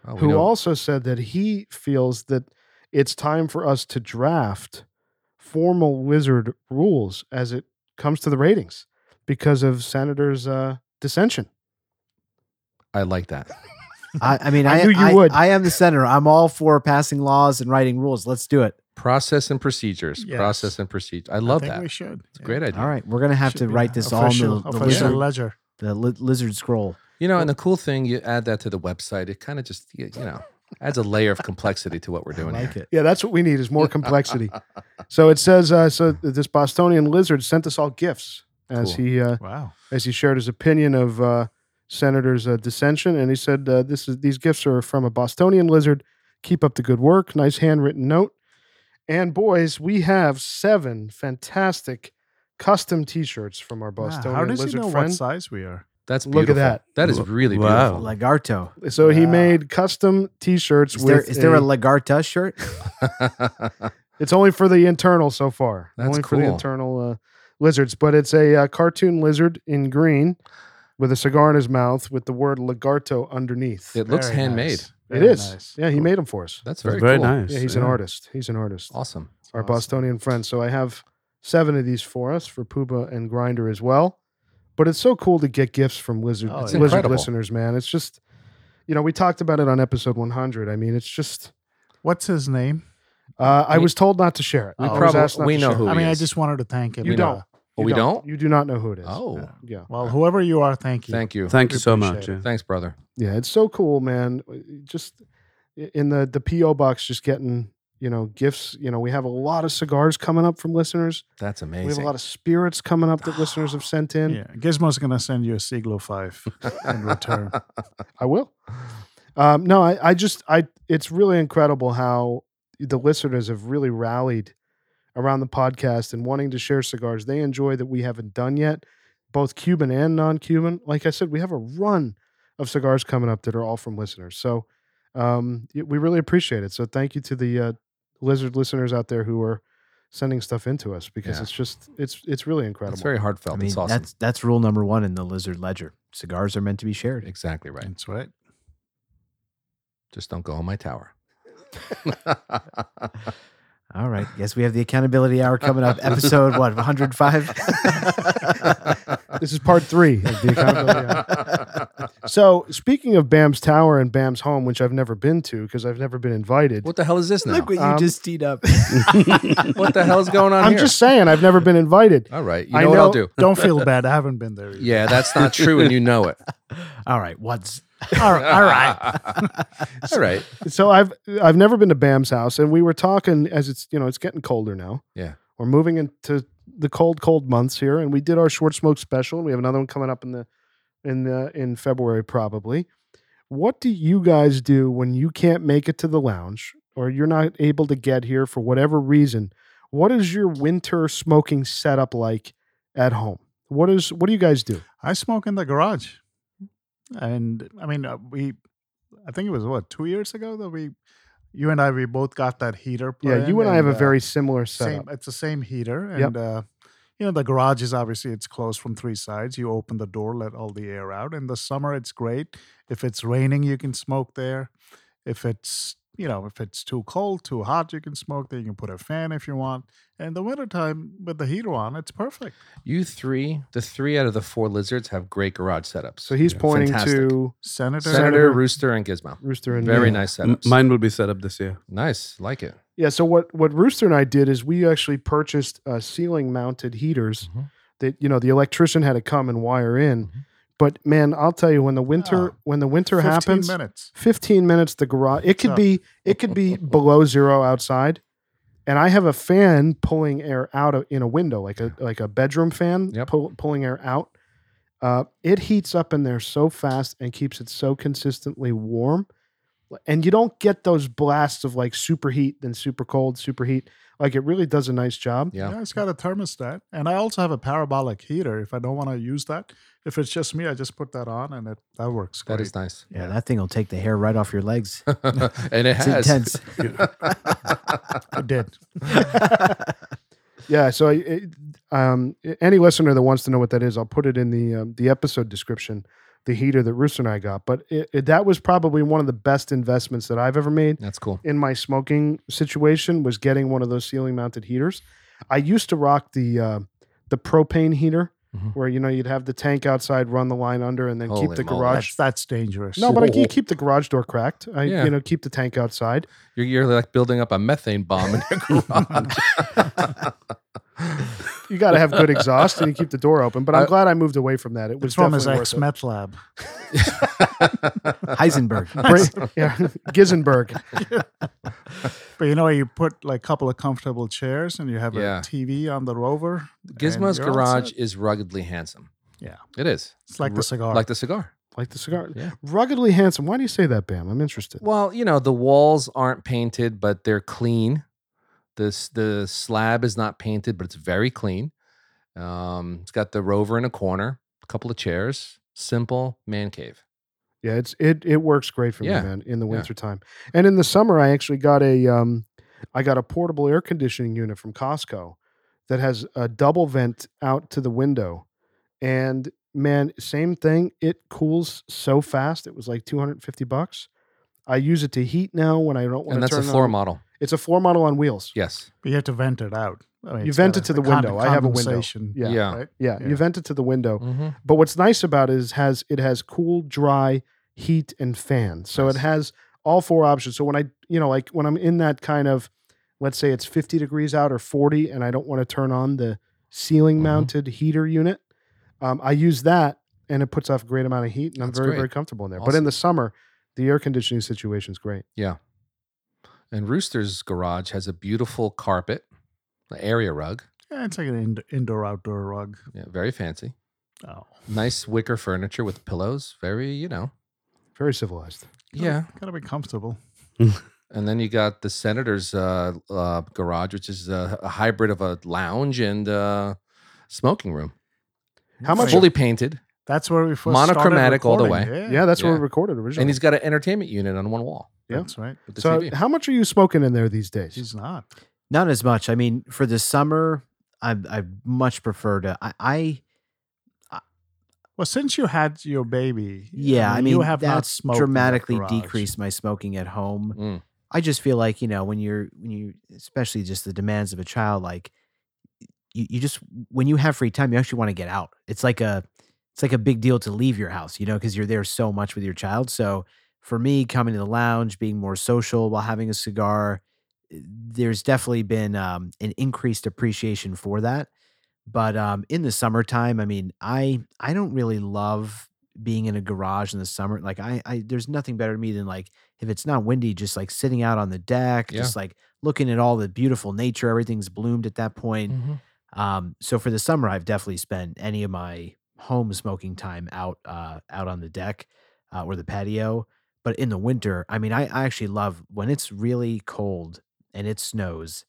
[SPEAKER 3] Oh, we
[SPEAKER 1] who
[SPEAKER 3] know.
[SPEAKER 1] also said that he feels that it's time for us to draft formal lizard rules as it comes to the ratings because of Senator's uh, dissension.
[SPEAKER 3] I like that.
[SPEAKER 4] I, I mean,
[SPEAKER 1] I
[SPEAKER 4] I,
[SPEAKER 1] knew you
[SPEAKER 4] I-
[SPEAKER 1] would.
[SPEAKER 4] I am the senator. I'm all for passing laws and writing rules. Let's do it.
[SPEAKER 3] Process and procedures. Process
[SPEAKER 2] Yes.
[SPEAKER 3] and procedure. I
[SPEAKER 2] I
[SPEAKER 3] love
[SPEAKER 2] think
[SPEAKER 3] that.
[SPEAKER 2] We
[SPEAKER 3] It's
[SPEAKER 2] should.
[SPEAKER 3] a great idea.
[SPEAKER 4] All right, we're gonna have
[SPEAKER 2] Should
[SPEAKER 4] to
[SPEAKER 2] be
[SPEAKER 4] write
[SPEAKER 2] an
[SPEAKER 4] this all
[SPEAKER 2] official,
[SPEAKER 4] in the, the
[SPEAKER 2] official
[SPEAKER 4] lizard,
[SPEAKER 2] ledger.
[SPEAKER 4] the li- lizard scroll.
[SPEAKER 3] You know, and the cool thing, you add that to the website, it kind of just, y- you know, Adds a layer of complexity to what we're doing
[SPEAKER 4] I like
[SPEAKER 3] here.
[SPEAKER 4] it.
[SPEAKER 1] Yeah, that's what we need is more complexity. so it says uh, so that this Bostonian lizard sent us all gifts as
[SPEAKER 3] Cool.
[SPEAKER 1] he uh,
[SPEAKER 2] Wow.
[SPEAKER 1] as he shared his opinion of uh, Senator's uh, dissension, and he said uh, this is these gifts are from a Bostonian lizard. Keep up the good work. Nice handwritten note. And boys, we have seven fantastic custom T-shirts from our
[SPEAKER 2] Wow,
[SPEAKER 1] Bostonian
[SPEAKER 2] How does he
[SPEAKER 1] lizard
[SPEAKER 2] know
[SPEAKER 1] friend.
[SPEAKER 2] what size we are?
[SPEAKER 3] That's beautiful.
[SPEAKER 1] Look at that.
[SPEAKER 3] That is
[SPEAKER 5] Wha-
[SPEAKER 3] really
[SPEAKER 5] wow.
[SPEAKER 3] beautiful.
[SPEAKER 4] Lagarto.
[SPEAKER 1] So he
[SPEAKER 2] Wow.
[SPEAKER 1] made custom T-shirts
[SPEAKER 4] Is
[SPEAKER 1] with
[SPEAKER 4] there is there a Lagarta shirt?
[SPEAKER 1] It's only for the internal so far.
[SPEAKER 3] That's
[SPEAKER 1] only for the
[SPEAKER 3] cool.
[SPEAKER 1] internal uh, lizards, but it's a uh, cartoon lizard in green with a cigar in his mouth with the word Lagarto underneath.
[SPEAKER 3] it looks
[SPEAKER 2] Very
[SPEAKER 3] handmade.
[SPEAKER 2] nice.
[SPEAKER 1] it
[SPEAKER 2] Very
[SPEAKER 1] is.
[SPEAKER 2] nice.
[SPEAKER 1] Yeah, he made them for us.
[SPEAKER 3] That's
[SPEAKER 5] That's
[SPEAKER 3] very,
[SPEAKER 5] very,
[SPEAKER 3] cool.
[SPEAKER 5] nice.
[SPEAKER 1] Yeah, he's an artist. He's an artist.
[SPEAKER 3] Awesome.
[SPEAKER 1] Our
[SPEAKER 2] Awesome.
[SPEAKER 1] Bostonian friend. So I have seven of these for us for Pooba and Grinder as well. But it's so cool to get gifts from lizard,
[SPEAKER 2] Oh, It's
[SPEAKER 1] lizard
[SPEAKER 3] incredible.
[SPEAKER 1] listeners, man. It's just, you know, we talked about it on episode 100. I mean, it's just,
[SPEAKER 2] What's his name?
[SPEAKER 1] uh, I
[SPEAKER 3] We-
[SPEAKER 1] was told not to share it.
[SPEAKER 3] we
[SPEAKER 1] I was
[SPEAKER 3] probably-
[SPEAKER 1] asked not
[SPEAKER 3] we
[SPEAKER 1] to
[SPEAKER 3] know
[SPEAKER 1] share it.
[SPEAKER 3] Who
[SPEAKER 2] I
[SPEAKER 3] he
[SPEAKER 2] mean, I
[SPEAKER 3] is.
[SPEAKER 2] just wanted to thank him.
[SPEAKER 1] You
[SPEAKER 3] We
[SPEAKER 1] don't.
[SPEAKER 3] know.
[SPEAKER 1] You
[SPEAKER 3] Oh, we don't?
[SPEAKER 1] You do not know who it is.
[SPEAKER 3] Oh,
[SPEAKER 1] Yeah.
[SPEAKER 2] Well, whoever you are, thank you.
[SPEAKER 3] thank you.
[SPEAKER 5] Thank you so
[SPEAKER 1] Appreciate
[SPEAKER 5] much.
[SPEAKER 1] it.
[SPEAKER 5] yeah.
[SPEAKER 3] Thanks, brother.
[SPEAKER 1] Yeah, it's so cool, man. Uh, Just in the the PO box, just getting you know gifts. You know, we have a lot of cigars coming up from listeners.
[SPEAKER 3] That's amazing.
[SPEAKER 1] We have a lot of spirits coming up that listeners have sent in.
[SPEAKER 2] yeah. Gizmo's going to send you a Siglo 5 in return.
[SPEAKER 1] I will. Um, no, I, I just I it's really incredible how the listeners have really rallied around the podcast and wanting to share cigars they enjoy that we haven't done yet, both Cuban and non-Cuban. Like I said, we have a run of cigars coming up that are all from listeners. So um, y- we really appreciate it. So thank you to the uh, lizard listeners out there who are sending stuff into us because
[SPEAKER 3] Yeah.
[SPEAKER 1] it's just it's it's really incredible.
[SPEAKER 3] That's very heartfelt.
[SPEAKER 4] I mean,
[SPEAKER 3] it's awesome.
[SPEAKER 4] that's that's rule number one in the lizard ledger. Cigars are meant to be shared.
[SPEAKER 3] exactly right.
[SPEAKER 2] That's right.
[SPEAKER 3] Just don't go on my tower.
[SPEAKER 4] All right. Yes, we have the accountability hour coming up. Episode what 105.
[SPEAKER 1] this is part three of the accountability. Hour. So speaking of Bam's Tower and Bam's home, which I've never been to because I've never been invited.
[SPEAKER 3] what the hell is this now?
[SPEAKER 4] Look what you
[SPEAKER 1] Um,
[SPEAKER 4] just teed up.
[SPEAKER 3] What the hell is going on
[SPEAKER 1] I'm
[SPEAKER 3] here?
[SPEAKER 1] just saying I've never been invited.
[SPEAKER 3] All right. You know,
[SPEAKER 1] I
[SPEAKER 3] what I'll
[SPEAKER 1] know-
[SPEAKER 3] do?
[SPEAKER 2] Don't feel bad. I haven't been there. either.
[SPEAKER 3] Yeah, that's not true, and you know it.
[SPEAKER 4] All right. What's
[SPEAKER 2] All right. All right.
[SPEAKER 3] All right.
[SPEAKER 1] So I've I've never been to Bam's house, and we were talking as it's you know it's getting colder now.
[SPEAKER 3] Yeah.
[SPEAKER 1] we're moving into the cold cold months here, and we did our short smoke special, and we have another one coming up in the in the in February probably. What do you guys do when you can't make it to the lounge or you're not able to get here for whatever reason? What is your winter smoking setup like at home? What is what do you guys do?
[SPEAKER 2] I smoke in the garage, and I mean uh, we. I think it was what two years ago that we, you and I, we both got that heater. Put
[SPEAKER 1] Yeah, you
[SPEAKER 2] in
[SPEAKER 1] and I have a
[SPEAKER 2] uh,
[SPEAKER 1] very similar
[SPEAKER 2] same.
[SPEAKER 1] setup.
[SPEAKER 2] It's the same heater,
[SPEAKER 1] Yep.
[SPEAKER 2] and uh, you know the garage is obviously it's closed from three sides. You open the door, let all the air out. In the summer, it's great. If it's raining, you can smoke there. If it's you know if it's too cold, too hot, you can smoke there. You can put a fan if you want. And in the wintertime, with the heater on, it's perfect.
[SPEAKER 3] You three, the three out of the four lizards have great garage setups.
[SPEAKER 1] So he's
[SPEAKER 3] Yeah.
[SPEAKER 1] pointing
[SPEAKER 3] Fantastic.
[SPEAKER 1] to
[SPEAKER 2] Senator,
[SPEAKER 3] Senator,
[SPEAKER 1] Senator-
[SPEAKER 3] Rooster, and Gizmo.
[SPEAKER 1] Rooster and
[SPEAKER 3] Very
[SPEAKER 1] me.
[SPEAKER 3] nice
[SPEAKER 5] M-
[SPEAKER 3] setups.
[SPEAKER 5] Mine will be set up this year.
[SPEAKER 3] nice. Like it.
[SPEAKER 1] Yeah. So what what Rooster and I did is we actually purchased uh, ceiling mounted heaters
[SPEAKER 3] Mhm.
[SPEAKER 1] that you know the electrician had to come and wire in.
[SPEAKER 3] Mhm.
[SPEAKER 1] But man, I'll tell you when the winter
[SPEAKER 2] Oh,
[SPEAKER 1] when the winter
[SPEAKER 2] 15
[SPEAKER 1] happens,
[SPEAKER 2] minutes.
[SPEAKER 1] fifteen minutes the garage it could
[SPEAKER 2] Tough.
[SPEAKER 1] be it could be below zero outside, and I have a fan pulling air out of, in a window like a like a bedroom fan
[SPEAKER 3] Yep.
[SPEAKER 1] pull, pulling air out. Uh, it heats up in there so fast and keeps it so consistently warm and you don't get those blasts of like super heat then super cold super heat like it really does a nice job
[SPEAKER 3] Yeah.
[SPEAKER 2] Yeah, it's got a thermostat, and I also have a parabolic heater. If I don't want to use that, if it's just me, I just put that on, and it that works. Great.
[SPEAKER 3] That is nice.
[SPEAKER 4] yeah, that thing will take the hair right off your legs.
[SPEAKER 3] and it
[SPEAKER 4] It's
[SPEAKER 3] has.
[SPEAKER 4] intense.
[SPEAKER 2] I did.
[SPEAKER 1] yeah so I- it, um, any listener that wants to know what that is i'll put it in the um, the episode description the heater that Rooster and i got but it, it, that was probably one of the best investments that i've ever made
[SPEAKER 3] That's cool.
[SPEAKER 1] in my smoking situation was getting one of those ceiling mounted heaters. I used to rock the uh, the propane heater
[SPEAKER 3] Mhm.
[SPEAKER 1] where you know you'd have the tank outside, run the line under, and then keep
[SPEAKER 3] Holy
[SPEAKER 1] the
[SPEAKER 3] moly.
[SPEAKER 1] garage.
[SPEAKER 2] That's that's dangerous.
[SPEAKER 1] No, but I you keep the garage door cracked. I
[SPEAKER 3] Yeah.
[SPEAKER 1] you know keep the tank outside.
[SPEAKER 3] You're, you're like building up a methane bomb in your garage.
[SPEAKER 1] you got to have good exhaust and you keep the door open. But I'm
[SPEAKER 3] I-
[SPEAKER 1] glad I moved away from that. It was
[SPEAKER 2] It's from his
[SPEAKER 1] definitely
[SPEAKER 2] ex
[SPEAKER 1] worth
[SPEAKER 2] meth lab.
[SPEAKER 4] Heisenberg.
[SPEAKER 1] it. Bra- yeah, Gizenberg.
[SPEAKER 2] But you know, you put like a couple of comfortable chairs and you have
[SPEAKER 3] Yeah.
[SPEAKER 2] a TV on the Rover.
[SPEAKER 3] Gizmo's
[SPEAKER 2] you're all
[SPEAKER 3] Garage
[SPEAKER 2] set.
[SPEAKER 3] is ruggedly handsome.
[SPEAKER 2] Yeah.
[SPEAKER 3] It is.
[SPEAKER 2] It's like
[SPEAKER 3] Ru-
[SPEAKER 2] the cigar.
[SPEAKER 3] Like the cigar.
[SPEAKER 1] Like the cigar.
[SPEAKER 3] Yeah.
[SPEAKER 1] Ruggedly handsome. Why do you say that, Bam? I'm interested.
[SPEAKER 3] Well, you know, the walls aren't painted, but they're clean. This the slab is not painted, but it's very clean. Um, it's got the rover in a corner, a couple of chairs, simple man cave.
[SPEAKER 1] Yeah, it's it it works great for
[SPEAKER 3] Yeah.
[SPEAKER 1] me, man, in the
[SPEAKER 3] Yeah.
[SPEAKER 1] winter time. And in the summer I actually got a um I got a portable air conditioning unit from Costco that has a double vent out to the window. And man, same thing, it cools so fast. It was like 250 bucks. I use it to heat now when I don't want
[SPEAKER 3] and
[SPEAKER 1] to
[SPEAKER 3] that's a
[SPEAKER 1] turn it
[SPEAKER 3] floor
[SPEAKER 1] on.
[SPEAKER 3] model.
[SPEAKER 1] It's a floor model on wheels.
[SPEAKER 3] Yes.
[SPEAKER 2] But you have to vent it out. I mean,
[SPEAKER 1] You
[SPEAKER 2] it's
[SPEAKER 1] vent
[SPEAKER 2] got
[SPEAKER 1] it to the
[SPEAKER 2] con-
[SPEAKER 1] window. I have a window.
[SPEAKER 2] condensation,
[SPEAKER 1] Yeah.
[SPEAKER 3] Yeah.
[SPEAKER 2] Right?
[SPEAKER 1] Yeah,
[SPEAKER 2] Yeah.
[SPEAKER 1] you vent it to the window.
[SPEAKER 3] Mhm.
[SPEAKER 1] But what's nice about it is has it has cool, dry, heat, and fan. So it
[SPEAKER 3] Nice.
[SPEAKER 1] has all four options. So when I you know like when I'm in that kind of let's say it's 50 degrees out or 40, and I don't want to turn on the ceiling
[SPEAKER 3] Mhm.
[SPEAKER 1] mounted heater unit, um, I use that and it puts off a great amount of heat, and I'm
[SPEAKER 3] That's
[SPEAKER 1] very
[SPEAKER 3] great.
[SPEAKER 1] very comfortable in there. But in
[SPEAKER 3] Awesome.
[SPEAKER 1] the summer, the air conditioning situation is great.
[SPEAKER 3] And Rooster's Garage has a beautiful carpet, an area rug.
[SPEAKER 2] Yeah, it's like an ind- indoor outdoor rug.
[SPEAKER 3] Yeah, very fancy.
[SPEAKER 2] Oh,
[SPEAKER 3] Nice wicker furniture with pillows. Very, you know.
[SPEAKER 1] Very civilized.
[SPEAKER 2] gotta-
[SPEAKER 3] Yeah.
[SPEAKER 2] gotta be comfortable.
[SPEAKER 3] And then you got the senator's uh, uh, garage, which is a, a hybrid of a lounge and uh, smoking room.
[SPEAKER 1] How much-
[SPEAKER 3] Fully painted,
[SPEAKER 2] That's where we first
[SPEAKER 3] Monochromatic
[SPEAKER 2] started
[SPEAKER 3] all the
[SPEAKER 2] recording.
[SPEAKER 1] Yeah,
[SPEAKER 2] Yeah,
[SPEAKER 1] that's where
[SPEAKER 3] Yeah.
[SPEAKER 1] we recorded originally.
[SPEAKER 3] and he's got an entertainment unit on one wall
[SPEAKER 1] yeah.
[SPEAKER 2] that's right.
[SPEAKER 3] with the
[SPEAKER 1] so
[SPEAKER 3] TV.
[SPEAKER 1] how much are you smoking in there these days?
[SPEAKER 2] He's not.
[SPEAKER 4] Not as much. I mean, for the summer, I I much prefer to. I, I
[SPEAKER 2] Well, since you had your baby,
[SPEAKER 4] yeah. I mean,
[SPEAKER 2] you have not
[SPEAKER 4] that's
[SPEAKER 2] smoked in that
[SPEAKER 4] dramatically
[SPEAKER 2] garage.
[SPEAKER 4] decreased my smoking at home.
[SPEAKER 3] Mm.
[SPEAKER 4] I just feel like you know when you're when you especially just the demands of a child like you, you just when you have free time you actually want to get out. It's like a it's like a big deal to leave your house, you know, because you're there so much with your child. So for me, coming to the lounge, being more social while having a cigar, eh, there's definitely been um, an increased appreciation for that. But um, in the summertime, I mean, I I don't really love being in a garage in the summer. Like I, I there's nothing better to me than like if it's not windy, just like sitting out on the deck,
[SPEAKER 3] Yeah.
[SPEAKER 4] just like looking at all the beautiful nature. Everything's bloomed at that point.
[SPEAKER 1] Mm-hmm.
[SPEAKER 3] Mhm.
[SPEAKER 4] Um, so for the summer, I've definitely spent any of my home smoking time out uh, out on the deck uh, or the patio. But in the winter, I mean, I, I actually love when it's really cold and it snows,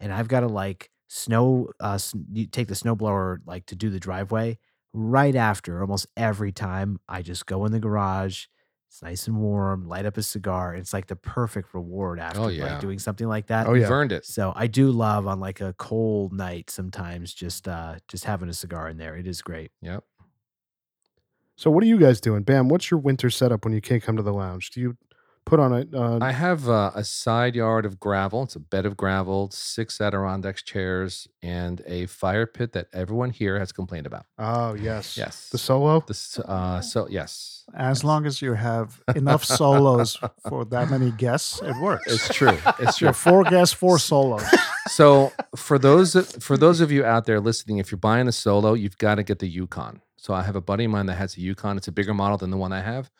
[SPEAKER 4] and I've got to like snow. Uh, sn- you take the snowblower like to do the driveway right after. Almost every time, I just go in the garage. It's nice and warm. Light up a cigar. It's like the perfect reward after
[SPEAKER 3] yeah.
[SPEAKER 4] like doing something like that.
[SPEAKER 1] Oh, yeah.
[SPEAKER 3] You've earned it.
[SPEAKER 4] So I do love on like a cold night sometimes just uh just having a cigar in there. It is great.
[SPEAKER 3] Yep.
[SPEAKER 1] So what are you guys doing, Bam? What's your winter setup when you can't come to the lounge? Do you put on a? Uh,
[SPEAKER 3] I have uh, a side yard of gravel. It's a bed of gravel, six Adirondacks chairs, and a fire pit that everyone here has complained about.
[SPEAKER 1] oh yes,
[SPEAKER 3] Yes.
[SPEAKER 1] The solo.
[SPEAKER 3] This, uh, so yes,
[SPEAKER 2] As
[SPEAKER 3] Yes.
[SPEAKER 2] long as you have enough solos for that many guests, it works.
[SPEAKER 3] it's true. It's
[SPEAKER 2] Your
[SPEAKER 3] true.
[SPEAKER 2] four guests, four solos.
[SPEAKER 3] so for those for those of you out there listening, if you're buying a solo, you've got to get the Yukon. So I have a buddy of mine that has a Yukon. It's a bigger model than the one I have.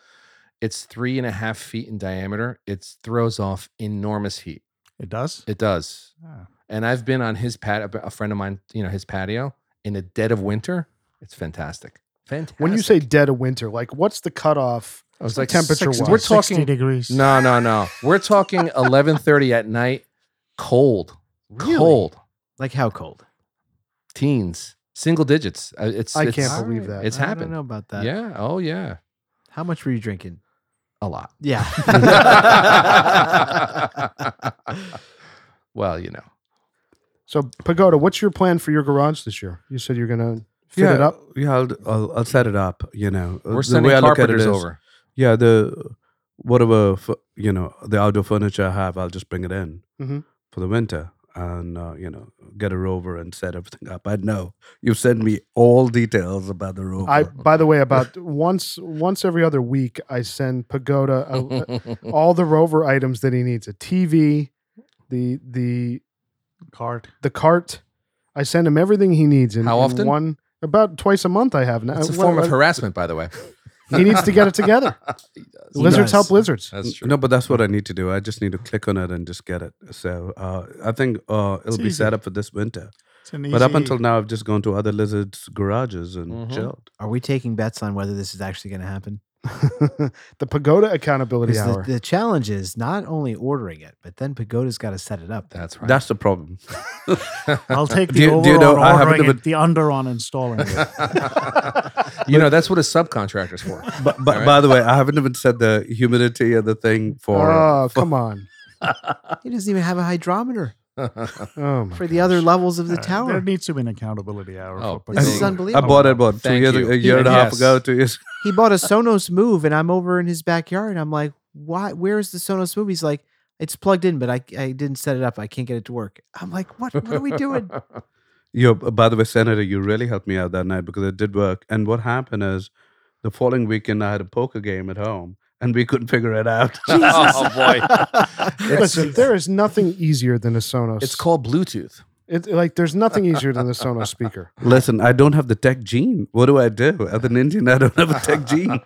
[SPEAKER 3] It's three and a half feet in diameter. It throws off enormous heat.
[SPEAKER 2] It does.
[SPEAKER 3] It does.
[SPEAKER 2] Ah.
[SPEAKER 3] And I've been on his pat a friend of mine, you know, his patio in the dead of winter. It's fantastic. Fantastic.
[SPEAKER 1] When you say dead of winter, like what's the cutoff?
[SPEAKER 3] I was like
[SPEAKER 1] temperature
[SPEAKER 3] temperature,
[SPEAKER 1] wise.
[SPEAKER 3] we're
[SPEAKER 2] 60
[SPEAKER 3] talking
[SPEAKER 2] degrees.
[SPEAKER 3] no, no, no. We're talking eleven thirty at night, cold,
[SPEAKER 4] Really?
[SPEAKER 3] cold,
[SPEAKER 4] Like how cold?
[SPEAKER 3] teens, single digits. Uh, It's
[SPEAKER 1] I
[SPEAKER 3] it's-
[SPEAKER 1] can't believe that.
[SPEAKER 3] It's
[SPEAKER 4] I
[SPEAKER 3] happened.
[SPEAKER 4] don't know about that.
[SPEAKER 3] Yeah. Oh, yeah.
[SPEAKER 4] How much were you drinking?
[SPEAKER 3] A lot.
[SPEAKER 4] Yeah.
[SPEAKER 3] well, you know.
[SPEAKER 1] So Pagoda, what's your plan for your garage this year? You said you're gonna fit
[SPEAKER 5] yeah,
[SPEAKER 1] it up.
[SPEAKER 5] Yeah, I'll, I'll I'll set it up. You know, Uh,
[SPEAKER 3] We're sending carpenters
[SPEAKER 5] is,
[SPEAKER 3] over.
[SPEAKER 5] Yeah, the whatever fu- you know the outdoor furniture I have, I'll just bring it in
[SPEAKER 1] Mhm.
[SPEAKER 5] for the winter and uh, you know get a rover and set everything up. I know you sent me all details about the rover.
[SPEAKER 1] I, by the way, about once once every other week, I send Pagoda a, a- all the Rover items that he needs: a TV, the the
[SPEAKER 2] Card.
[SPEAKER 1] the cart, I send him everything he needs. In,
[SPEAKER 3] How
[SPEAKER 1] in
[SPEAKER 3] often?
[SPEAKER 1] One about twice a month. I have now.
[SPEAKER 3] It's a
[SPEAKER 1] What-
[SPEAKER 3] form of
[SPEAKER 1] what-
[SPEAKER 3] harassment, by the way.
[SPEAKER 1] He needs to get it together.
[SPEAKER 4] He
[SPEAKER 1] lizards
[SPEAKER 4] does.
[SPEAKER 1] help lizards.
[SPEAKER 3] That's true.
[SPEAKER 5] No, but that's what I need to do. I just need to click on it and just get it. So uh, I think uh, it'll
[SPEAKER 2] It's
[SPEAKER 5] be set
[SPEAKER 2] easy.
[SPEAKER 5] up for this winter.
[SPEAKER 2] It's an
[SPEAKER 5] But up
[SPEAKER 2] easy-
[SPEAKER 5] until now, I've just gone to other lizards' garages and
[SPEAKER 3] Mhm.
[SPEAKER 5] chilled.
[SPEAKER 4] Are we taking bets on whether this is actually going to happen?
[SPEAKER 1] the pagoda accountability
[SPEAKER 4] 'Cause
[SPEAKER 1] hour.
[SPEAKER 4] The, the challenge is not only ordering it, but then Pagoda's got to set it up.
[SPEAKER 3] That's right.
[SPEAKER 5] That's the problem.
[SPEAKER 2] I'll take
[SPEAKER 5] Do
[SPEAKER 2] the
[SPEAKER 5] you-
[SPEAKER 2] over
[SPEAKER 5] do you
[SPEAKER 2] on
[SPEAKER 5] know, I haven't
[SPEAKER 2] ordering
[SPEAKER 5] even-
[SPEAKER 2] it, the under on installing it.
[SPEAKER 3] you know, that's what a subcontractor's for.
[SPEAKER 5] But, but
[SPEAKER 3] Alright.
[SPEAKER 5] by the way, I haven't even said the humidity of the thing for.
[SPEAKER 1] oh come on!
[SPEAKER 4] He doesn't even have a hydrometer
[SPEAKER 1] Oh my
[SPEAKER 4] for the other levels of the
[SPEAKER 2] Uh, There
[SPEAKER 4] tower.
[SPEAKER 2] needs to be an accountability hour.
[SPEAKER 3] Oh,
[SPEAKER 2] for
[SPEAKER 4] This
[SPEAKER 3] There you go.
[SPEAKER 4] is
[SPEAKER 2] Pagoda.
[SPEAKER 5] I
[SPEAKER 4] unbelievable.
[SPEAKER 5] bought it about two
[SPEAKER 3] Oh, Thank
[SPEAKER 5] years,
[SPEAKER 3] you.
[SPEAKER 5] a year and a half
[SPEAKER 3] Yes.
[SPEAKER 5] ago, two years.
[SPEAKER 4] he bought a Sonos Move, and I'm over in his backyard. I'm like, why? Where is the Sonos Move? He's like, it's plugged in, but I, I didn't set it up. I can't get it to work. I'm like, what? What are we doing?
[SPEAKER 5] Yo, b- by the way, Senator, you really helped me out that night because it did work. And what happened is the following weekend, I had a poker game at home and we couldn't figure it out.
[SPEAKER 3] oh boy.
[SPEAKER 1] Listen, there is nothing easier than a Sonos.
[SPEAKER 3] It's called Bluetooth.
[SPEAKER 1] It, like there's nothing easier than the Sonos speaker.
[SPEAKER 5] Listen, I don't have the tech gene. What do I do? As an Indian, I don't have a tech gene.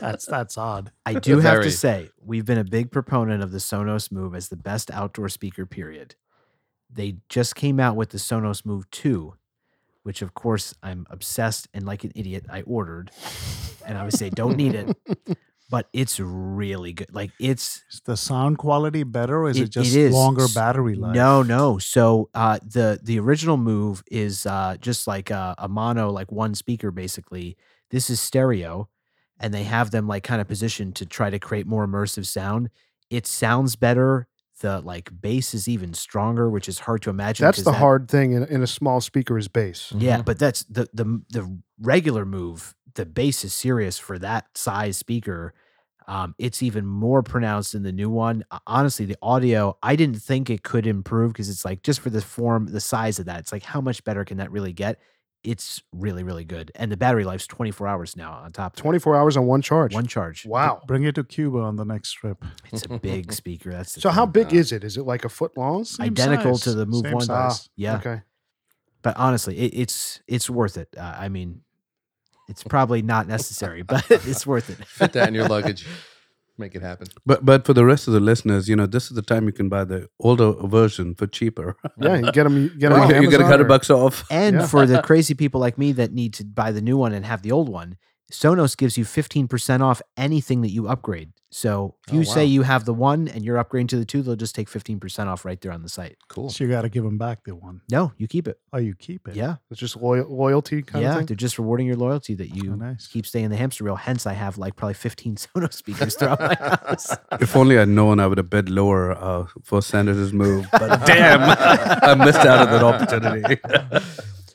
[SPEAKER 2] That's that's odd.
[SPEAKER 4] I do have
[SPEAKER 3] Very.
[SPEAKER 4] to say, we've been a big proponent of the Sonos Move as the best outdoor speaker. Period. They just came out with the Sonos Move Two, which of course I'm obsessed and like an idiot I ordered, and I would say don't need it, but it's really good. Like it's
[SPEAKER 2] Is the sound quality better, or is
[SPEAKER 4] It-
[SPEAKER 2] it,
[SPEAKER 4] it
[SPEAKER 2] just
[SPEAKER 4] is.
[SPEAKER 2] longer
[SPEAKER 4] S-
[SPEAKER 2] battery life?
[SPEAKER 4] No, no. So uh, the the original move is uh, just like a, a mono, like one speaker basically. This is stereo, and they have them like kind of positioned to try to create more immersive sound. It sounds better. The like bass is even stronger, which is hard to imagine.
[SPEAKER 1] That's
[SPEAKER 4] 'cause
[SPEAKER 1] the
[SPEAKER 4] that- Mm.
[SPEAKER 1] hard thing in, in a small speaker is bass.
[SPEAKER 4] Yeah, but that's the the the regular move. The bass is serious for that size speaker. Um, it's even more pronounced in the new one. Uh, Honestly, the audio, I didn't think it could improve because it's like just for the form, the size of that, it's like how much better can that really get? It's really, really good. And the battery life's 24 hours now on top of it.
[SPEAKER 1] 24 hours on one charge.
[SPEAKER 4] one charge.
[SPEAKER 1] Wow.
[SPEAKER 2] Bring it to Cuba on the next trip.
[SPEAKER 4] It's a big speaker. That's the
[SPEAKER 1] So how
[SPEAKER 4] thing.
[SPEAKER 1] big
[SPEAKER 3] Yeah.
[SPEAKER 1] is it? Is it like a foot long? Ah,
[SPEAKER 2] Same
[SPEAKER 4] Identical
[SPEAKER 2] size,
[SPEAKER 4] to the Move
[SPEAKER 2] same
[SPEAKER 4] One.
[SPEAKER 2] size.
[SPEAKER 4] Yeah.
[SPEAKER 1] Okay.
[SPEAKER 4] but honestly, it, it's it's worth it. Uh, I mean, it's probably not necessary, but it's worth it.
[SPEAKER 3] Fit that in your luggage. Make it happen.
[SPEAKER 5] But but for the rest of the listeners, you know, this is the time you can buy the older version for cheaper.
[SPEAKER 1] Yeah. You get them. You get 'em
[SPEAKER 5] you
[SPEAKER 1] on
[SPEAKER 5] get you get a
[SPEAKER 1] Amazon
[SPEAKER 5] hundred
[SPEAKER 1] or-
[SPEAKER 5] bucks off.
[SPEAKER 4] And
[SPEAKER 1] Yeah.
[SPEAKER 4] for the crazy people like me that need to buy the new one and have the old one, Sonos gives you 15% off anything that you upgrade. So if
[SPEAKER 3] Oh,
[SPEAKER 4] you say
[SPEAKER 3] wow.
[SPEAKER 4] you have the one and you're upgrading to the two, they'll just take 15% off right there on the site.
[SPEAKER 3] Cool.
[SPEAKER 2] So you got to give them back the one.
[SPEAKER 4] No, you keep it.
[SPEAKER 2] Oh, you keep it.
[SPEAKER 4] Yeah.
[SPEAKER 1] It's just loyal, loyalty kind
[SPEAKER 4] yeah.
[SPEAKER 1] of thing.
[SPEAKER 4] They're just rewarding your loyalty that
[SPEAKER 2] Oh,
[SPEAKER 4] you
[SPEAKER 2] nice.
[SPEAKER 4] keep staying in the hamster wheel. Hence, I have like probably 15 Sonos speakers throughout my house.
[SPEAKER 5] If only I'd known, I would have bid lower uh, for Senator's move. But damn, I missed out on that opportunity.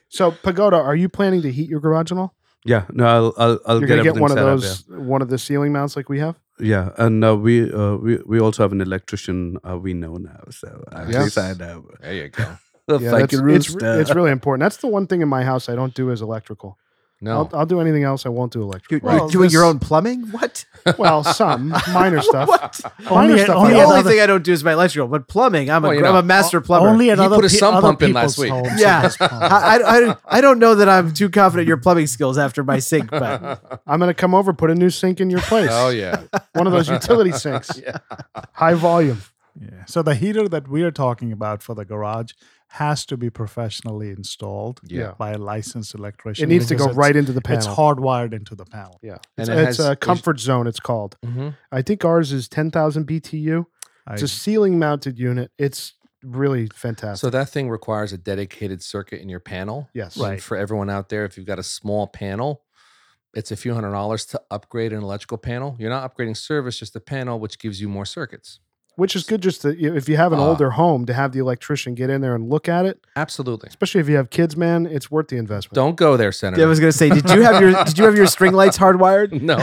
[SPEAKER 1] So pagoda, are you planning to heat your garage and all?
[SPEAKER 5] yeah, no, I'll I'll, I'll
[SPEAKER 1] You're gonna
[SPEAKER 5] get
[SPEAKER 1] get
[SPEAKER 5] everything
[SPEAKER 1] one of
[SPEAKER 5] set up,
[SPEAKER 1] those, one of the ceiling mounts like we have.
[SPEAKER 5] yeah. yeah, and uh, we uh, we we also have an electrician uh, we know now, so uh, at
[SPEAKER 1] Yes.
[SPEAKER 5] least I know.
[SPEAKER 3] There you go.
[SPEAKER 5] Thank you,
[SPEAKER 1] that's- it's, re-
[SPEAKER 5] Rooster.
[SPEAKER 1] it's really important. That's the one thing in my house I don't do is electrical.
[SPEAKER 3] No.
[SPEAKER 1] I'll, I'll do anything else. I won't do
[SPEAKER 4] You're,
[SPEAKER 1] electrical.
[SPEAKER 4] you're
[SPEAKER 2] Well,
[SPEAKER 4] doing your
[SPEAKER 2] this-
[SPEAKER 4] own plumbing? What?
[SPEAKER 1] well, some minor stuff. Minor
[SPEAKER 2] Only,
[SPEAKER 1] stuff.
[SPEAKER 2] only,
[SPEAKER 1] Yeah,
[SPEAKER 4] the only
[SPEAKER 2] another,
[SPEAKER 4] thing I don't do is my electrical, but plumbing. I'm,
[SPEAKER 3] Well,
[SPEAKER 4] a,
[SPEAKER 3] you
[SPEAKER 4] gr- I'm
[SPEAKER 3] know,
[SPEAKER 4] a master plumber.
[SPEAKER 2] only another
[SPEAKER 3] put a sump
[SPEAKER 2] other
[SPEAKER 3] pump in
[SPEAKER 2] people's
[SPEAKER 3] last week.
[SPEAKER 2] homes with
[SPEAKER 4] Yeah.
[SPEAKER 2] this pump.
[SPEAKER 4] I, I, I, I don't know that I'm too confident in your plumbing skills after my sink, but
[SPEAKER 1] I'm gonna come over, put a new sink in your place.
[SPEAKER 3] Oh yeah.
[SPEAKER 1] One of those utility sinks. High volume.
[SPEAKER 2] Yeah. So the heater that we are talking about for the garage has to be professionally installed
[SPEAKER 1] Yeah.
[SPEAKER 2] by a licensed electrician.
[SPEAKER 1] It needs to
[SPEAKER 2] because
[SPEAKER 1] go
[SPEAKER 2] it's-
[SPEAKER 1] right into the panel.
[SPEAKER 2] It's hardwired into the panel.
[SPEAKER 1] Yeah. It's,
[SPEAKER 3] And it
[SPEAKER 1] it's
[SPEAKER 3] has-
[SPEAKER 1] a comfort zone, it's called.
[SPEAKER 3] Mhm.
[SPEAKER 1] I think ours is 10,000 BTU.
[SPEAKER 2] I,
[SPEAKER 1] It's a ceiling mounted unit. It's really fantastic.
[SPEAKER 3] So that thing requires a dedicated circuit in your panel.
[SPEAKER 1] yes.
[SPEAKER 3] And
[SPEAKER 2] Right.
[SPEAKER 3] For everyone out there, if you've got a small panel, it's a few hundred dollars to upgrade an electrical panel. You're not upgrading service, just the panel, which gives you more circuits.
[SPEAKER 1] Which is good just to, if you have an
[SPEAKER 3] Ah.
[SPEAKER 1] older home to have the electrician get in there and look at it,
[SPEAKER 3] Absolutely.
[SPEAKER 1] especially if you have kids, man, it's worth the investment.
[SPEAKER 3] Don't go there, Senator.
[SPEAKER 4] I was going to say, did you have your did you have your string lights hardwired?
[SPEAKER 3] no.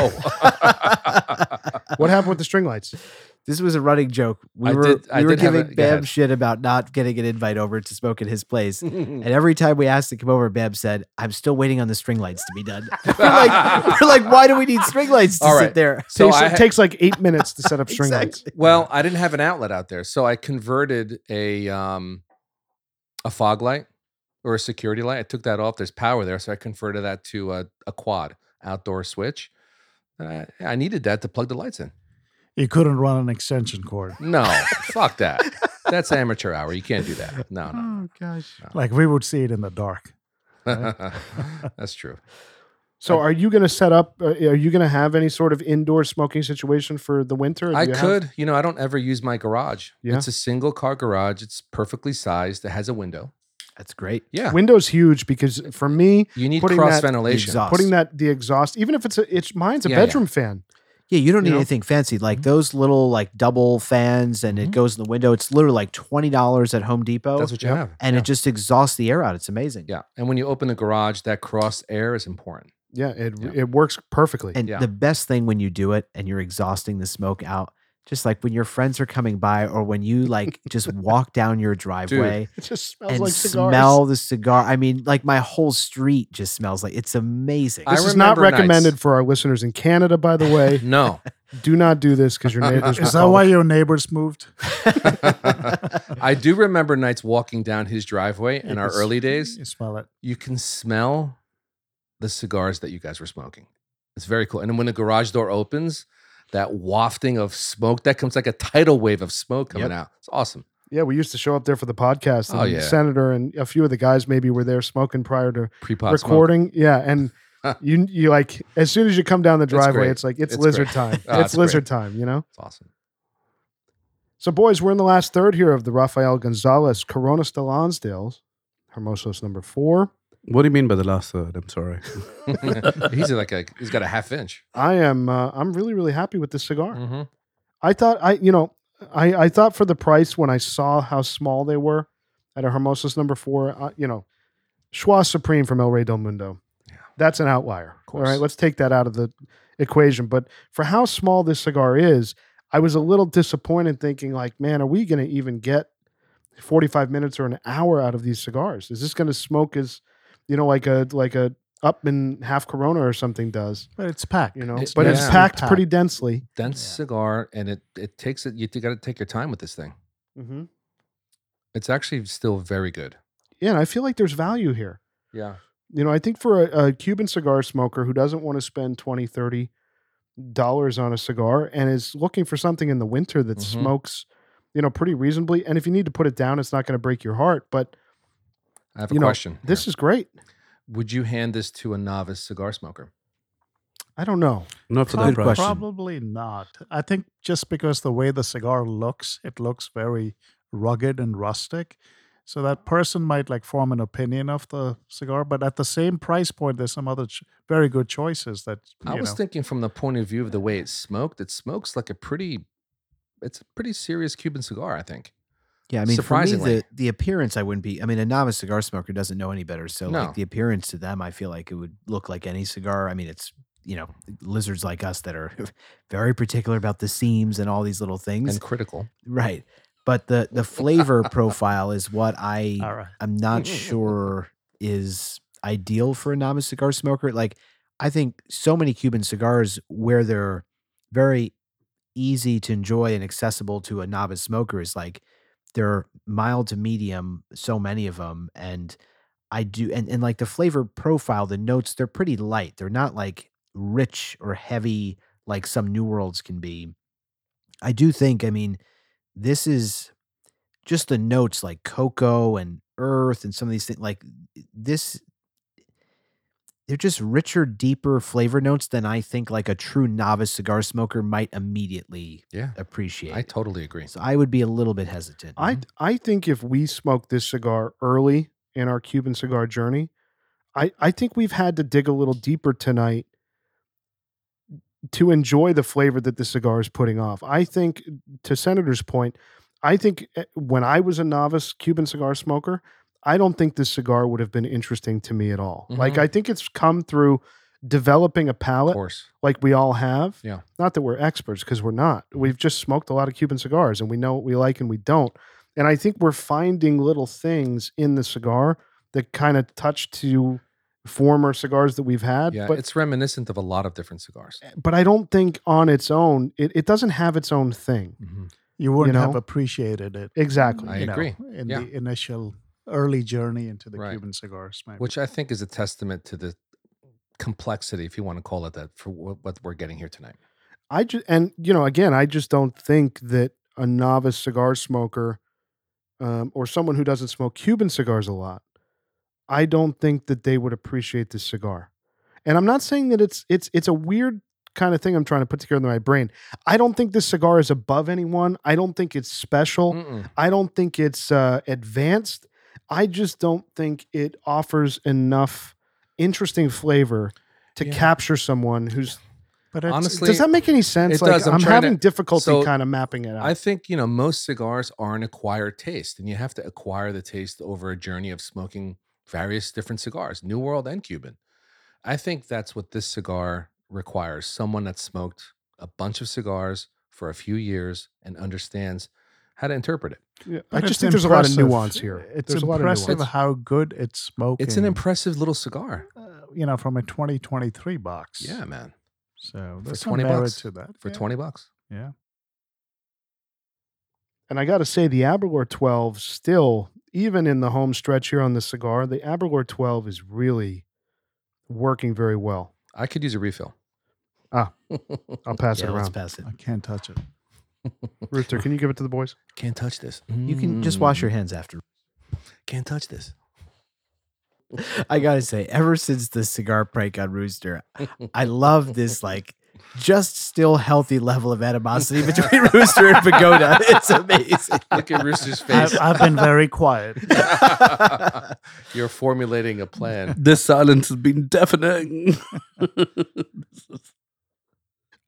[SPEAKER 1] What happened with the string lights?
[SPEAKER 4] This was a running joke. We
[SPEAKER 3] I
[SPEAKER 4] were
[SPEAKER 3] did- I
[SPEAKER 4] we were
[SPEAKER 3] did have
[SPEAKER 4] giving
[SPEAKER 3] it- go
[SPEAKER 4] Bam
[SPEAKER 3] ahead.
[SPEAKER 4] shit about not getting an invite over to smoke at his place, and every time we asked to come over, Bam said, "I'm still waiting on the string lights to be done." we're, like, we're like, why do we need string lights to
[SPEAKER 3] All
[SPEAKER 4] sit
[SPEAKER 3] right.
[SPEAKER 4] there?
[SPEAKER 3] so
[SPEAKER 1] takes,
[SPEAKER 3] I
[SPEAKER 1] it
[SPEAKER 3] ha-
[SPEAKER 1] takes like eight minutes to set up string lights.
[SPEAKER 4] Exactly.
[SPEAKER 3] well, I didn't have an outlet out there, so I converted a um a fog light or a security light. I took that off. There's power there, so I converted that to a, a quad outdoor switch. And I, I needed that to plug the lights in.
[SPEAKER 2] You couldn't run an extension cord.
[SPEAKER 3] No, fuck that. That's amateur hour. You can't do that. No, no.
[SPEAKER 2] Oh gosh!
[SPEAKER 3] No.
[SPEAKER 2] Like we would see it in the dark.
[SPEAKER 3] That's true.
[SPEAKER 1] So, are you going to set up? uh, Are you going to have any sort of indoor smoking situation for the winter? Do
[SPEAKER 3] I
[SPEAKER 1] you have-
[SPEAKER 3] could, you know, I don't ever use my garage.
[SPEAKER 1] Yeah.
[SPEAKER 3] It's a single car garage. It's perfectly sized. It has a window.
[SPEAKER 4] That's great.
[SPEAKER 3] Yeah.
[SPEAKER 1] Windows huge because for me,
[SPEAKER 3] You need
[SPEAKER 1] Putting
[SPEAKER 3] cross
[SPEAKER 1] that-
[SPEAKER 3] ventilation.
[SPEAKER 4] Exhaust.
[SPEAKER 1] putting that the exhaust, even if it's a, it's mine's a
[SPEAKER 3] Yeah, yeah.
[SPEAKER 1] bedroom fan.
[SPEAKER 4] Yeah, you don't
[SPEAKER 1] You
[SPEAKER 4] need
[SPEAKER 1] know?
[SPEAKER 4] anything fancy. Like those little like double fans and it
[SPEAKER 3] Mhm.
[SPEAKER 4] goes in the window. It's literally like twenty dollars at Home Depot.
[SPEAKER 3] That's what you have.
[SPEAKER 4] and
[SPEAKER 3] yeah.
[SPEAKER 4] it just exhausts the air out. It's amazing.
[SPEAKER 3] yeah. And when you open the garage, that cross air is important.
[SPEAKER 1] Yeah, it
[SPEAKER 3] Yeah.
[SPEAKER 1] it works perfectly.
[SPEAKER 4] And
[SPEAKER 3] Yeah.
[SPEAKER 4] the best thing when you do it and you're exhausting the smoke out, just like when your friends are coming by or when you like just walk down your driveway
[SPEAKER 1] it just smells
[SPEAKER 4] and
[SPEAKER 1] like cigars.
[SPEAKER 4] smell the cigar. I mean, like my whole street just smells like it's amazing.
[SPEAKER 3] I
[SPEAKER 1] This is not
[SPEAKER 3] remember nights-
[SPEAKER 1] recommended for our listeners in Canada, by the way.
[SPEAKER 3] No.
[SPEAKER 1] do not do this because your
[SPEAKER 3] Uh,
[SPEAKER 1] neighbors. will
[SPEAKER 2] Is that
[SPEAKER 1] call
[SPEAKER 2] why
[SPEAKER 1] the-
[SPEAKER 2] your neighbors moved?
[SPEAKER 3] I do remember nights walking down his driveway in
[SPEAKER 2] You
[SPEAKER 3] our
[SPEAKER 2] can s-
[SPEAKER 3] early days.
[SPEAKER 2] You smell it.
[SPEAKER 3] You can smell the cigars that you guys were smoking. It's very cool. And then when the garage door opens, that wafting of smoke that comes like a tidal wave of smoke coming out. It's awesome.
[SPEAKER 1] Yeah, we used to show up there for the podcast. And
[SPEAKER 3] Oh, yeah.
[SPEAKER 1] Senator and a few of the guys maybe were there smoking prior to
[SPEAKER 3] Pre-pod smoke.
[SPEAKER 1] recording. Yeah, and you you like as soon as you come down the driveway,
[SPEAKER 3] great.
[SPEAKER 1] it's like it's,
[SPEAKER 3] It's
[SPEAKER 1] lizard
[SPEAKER 3] great.
[SPEAKER 1] time.
[SPEAKER 3] Ah,
[SPEAKER 1] it's
[SPEAKER 3] it's great.
[SPEAKER 1] lizard time. You know.
[SPEAKER 3] It's awesome.
[SPEAKER 1] So, boys, we're in the last third here of the Rafael Gonzalez Corona Stellonsdale's Hermosos number four.
[SPEAKER 5] What do you mean by the last third? I'm sorry.
[SPEAKER 3] he's like a he's got a half inch.
[SPEAKER 1] I am uh, I'm really really happy with this cigar.
[SPEAKER 3] Mm-hmm.
[SPEAKER 1] I thought I you know I I thought for the price when I saw how small they were at a Hermosos number four, uh, you know, Schwa Supreme from El Rey del Mundo.
[SPEAKER 3] Yeah.
[SPEAKER 1] That's an outlier. All
[SPEAKER 3] course.
[SPEAKER 1] right, let's take that out of the equation. But for how small this cigar is, I was a little disappointed thinking like, man, are we going to even get 45 minutes or an hour out of these cigars? Is this going to smoke as, you know, like a like a up in half Corona or something does,
[SPEAKER 2] But it's packed.
[SPEAKER 1] you know?
[SPEAKER 3] It's
[SPEAKER 1] but it's
[SPEAKER 3] densely
[SPEAKER 1] packed,
[SPEAKER 2] packed.
[SPEAKER 1] pretty densely.
[SPEAKER 3] Dense
[SPEAKER 2] Yeah.
[SPEAKER 3] cigar, and it it takes it. You got to take your time with this thing.
[SPEAKER 1] Mm-hmm.
[SPEAKER 3] It's actually still very good.
[SPEAKER 1] Yeah, and I feel like there's value here.
[SPEAKER 3] Yeah,
[SPEAKER 1] you know i think for a, a cuban cigar smoker who doesn't want to spend 20 30 dollars on a cigar and is looking for something in the winter that
[SPEAKER 3] Mhm.
[SPEAKER 1] smokes you know pretty reasonably and if you need to put it down it's not going to break your heart but
[SPEAKER 3] I have a
[SPEAKER 1] you know
[SPEAKER 3] question.
[SPEAKER 1] this
[SPEAKER 3] here.
[SPEAKER 1] is great
[SPEAKER 3] would you hand this to a novice cigar smoker?
[SPEAKER 1] i don't know
[SPEAKER 5] Not for the
[SPEAKER 2] Prob-
[SPEAKER 4] Good
[SPEAKER 5] price.
[SPEAKER 4] question.
[SPEAKER 2] Probably not. I think just because the way the cigar looks, it looks very rugged and rustic. So that person might like form an opinion of the cigar, but at the same price point, there's some other ch- very good choices that you
[SPEAKER 3] I was
[SPEAKER 2] know.
[SPEAKER 3] thinking from the point of view of the way it smoked. It smokes like a pretty. It's a pretty serious Cuban cigar, I think.
[SPEAKER 4] Yeah, I mean, for me,
[SPEAKER 3] Surprisingly.
[SPEAKER 4] the, the appearance I wouldn't be. I mean, a novice cigar smoker doesn't know any better, so
[SPEAKER 3] No.
[SPEAKER 4] like the appearance to them, I feel like it would look like any cigar. I mean, it's you know lizards like us that are very particular about the seams and all these little things,
[SPEAKER 3] And critical.
[SPEAKER 4] right? But the the flavor profile is what I
[SPEAKER 2] All right.
[SPEAKER 4] I'm not sure is ideal for a novice cigar smoker. Like, I think so many Cuban cigars where they're very easy to enjoy and accessible to a novice smoker is like they're mild to medium, so many of them. And I do, and, and like the flavor profile, the notes, they're pretty light. They're not like rich or heavy like some New Worlds can be. I do think, I mean, this is just the notes like cocoa and earth and some of these things like this they're just richer deeper flavor notes than i think like a true novice cigar smoker might immediately
[SPEAKER 3] Yeah,
[SPEAKER 4] appreciate
[SPEAKER 3] I totally agree.
[SPEAKER 4] so i would be a little bit hesitant
[SPEAKER 1] I I think if we smoked this cigar early in our Cuban cigar journey, I I think we've had to dig a little deeper tonight to enjoy the flavor that the cigar is putting off. I think to Senator's point, I think eh, when I was a novice Cuban cigar smoker, I don't think this cigar would have been interesting to me at all. Like
[SPEAKER 3] Mhm.
[SPEAKER 1] I think it's come through developing a
[SPEAKER 3] Of
[SPEAKER 1] palate
[SPEAKER 3] course.
[SPEAKER 1] like we all have.
[SPEAKER 3] Yeah.
[SPEAKER 1] Not that we're experts because we're not. We've just smoked a lot of Cuban cigars and we know what we like and we don't. And I think we're finding little things in the cigar that kind of touch to former cigars that we've had.
[SPEAKER 3] Yeah,
[SPEAKER 1] uh, but Eh,
[SPEAKER 3] it's reminiscent of a lot of different cigars.
[SPEAKER 1] but I don't think on its own it, it doesn't have its own thing.
[SPEAKER 3] Mhm.
[SPEAKER 2] You wouldn't have
[SPEAKER 1] know?
[SPEAKER 2] appreciated it.
[SPEAKER 1] Exactly.
[SPEAKER 3] I
[SPEAKER 2] you know,
[SPEAKER 3] agree.
[SPEAKER 2] in
[SPEAKER 3] Yeah.
[SPEAKER 2] the initial early journey into the
[SPEAKER 3] Right.
[SPEAKER 2] Cuban cigars, maybe.
[SPEAKER 3] which I think is a testament to the complexity, if you want to call it that, for what, what we're getting here tonight.
[SPEAKER 1] I just and you know again, I just don't think that a novice cigar smoker um, or someone who doesn't smoke Cuban cigars a lot, I don't think that they would appreciate this cigar. And I'm not saying that it's it's it's a weird kind of thing I'm trying to put together in my brain. I don't think this cigar is above anyone. I don't think it's special.
[SPEAKER 3] Mm-mm.
[SPEAKER 1] I don't think it's uh, advanced. I just don't think it offers enough interesting flavor to
[SPEAKER 3] Yeah.
[SPEAKER 1] capture someone who's.
[SPEAKER 2] but it's,
[SPEAKER 3] Honestly,
[SPEAKER 1] does that make any sense?
[SPEAKER 3] it
[SPEAKER 1] like
[SPEAKER 3] does. I'm
[SPEAKER 1] I'm,
[SPEAKER 3] trying to-
[SPEAKER 1] having difficulty
[SPEAKER 3] so,
[SPEAKER 1] kind of mapping it out.
[SPEAKER 3] I think you know most cigars are an acquired taste, and you have to acquire the taste over a journey of smoking various different cigars, New World and Cuban. I think that's what this cigar requires: someone that smoked a bunch of cigars for a few years and understands how to interpret it.
[SPEAKER 1] Yeah, I
[SPEAKER 2] but
[SPEAKER 1] just
[SPEAKER 2] it's
[SPEAKER 1] think there's a lot of
[SPEAKER 2] impressive.
[SPEAKER 1] nuance here.
[SPEAKER 2] It's
[SPEAKER 1] There's a lot of
[SPEAKER 2] impressive
[SPEAKER 1] nuance.
[SPEAKER 2] how good it's smoking.
[SPEAKER 3] It's an impressive little cigar.
[SPEAKER 2] uh, you know, from a 2023 box.
[SPEAKER 3] Yeah, man,
[SPEAKER 2] So
[SPEAKER 3] For
[SPEAKER 2] there's some
[SPEAKER 3] 20
[SPEAKER 2] merit
[SPEAKER 3] bucks.
[SPEAKER 2] to that.
[SPEAKER 3] for
[SPEAKER 2] yeah.
[SPEAKER 3] twenty bucks.
[SPEAKER 2] Yeah.
[SPEAKER 1] And I got to say, the Aberlour 12 still, even in the home stretch here on the cigar, the Aberlour 12 is really working very well.
[SPEAKER 3] I could use a refill.
[SPEAKER 1] Ah. I'll pass
[SPEAKER 4] yeah,
[SPEAKER 1] it
[SPEAKER 4] let's
[SPEAKER 1] around.
[SPEAKER 4] pass it.
[SPEAKER 2] I can't touch it.
[SPEAKER 1] Rooster, can you give it to the boys?
[SPEAKER 3] Can't touch this. Mm-hmm.
[SPEAKER 4] You can just wash your hands after.
[SPEAKER 3] Can't touch this.
[SPEAKER 4] I gotta say, ever since the cigar prank on Rooster, I love this like just still healthy level of animosity between Rooster and Pagoda. It's amazing.
[SPEAKER 3] Look at Rooster's
[SPEAKER 2] I've,
[SPEAKER 3] face.
[SPEAKER 2] I've been very quiet.
[SPEAKER 3] You're formulating a plan.
[SPEAKER 5] This silence has been deafening.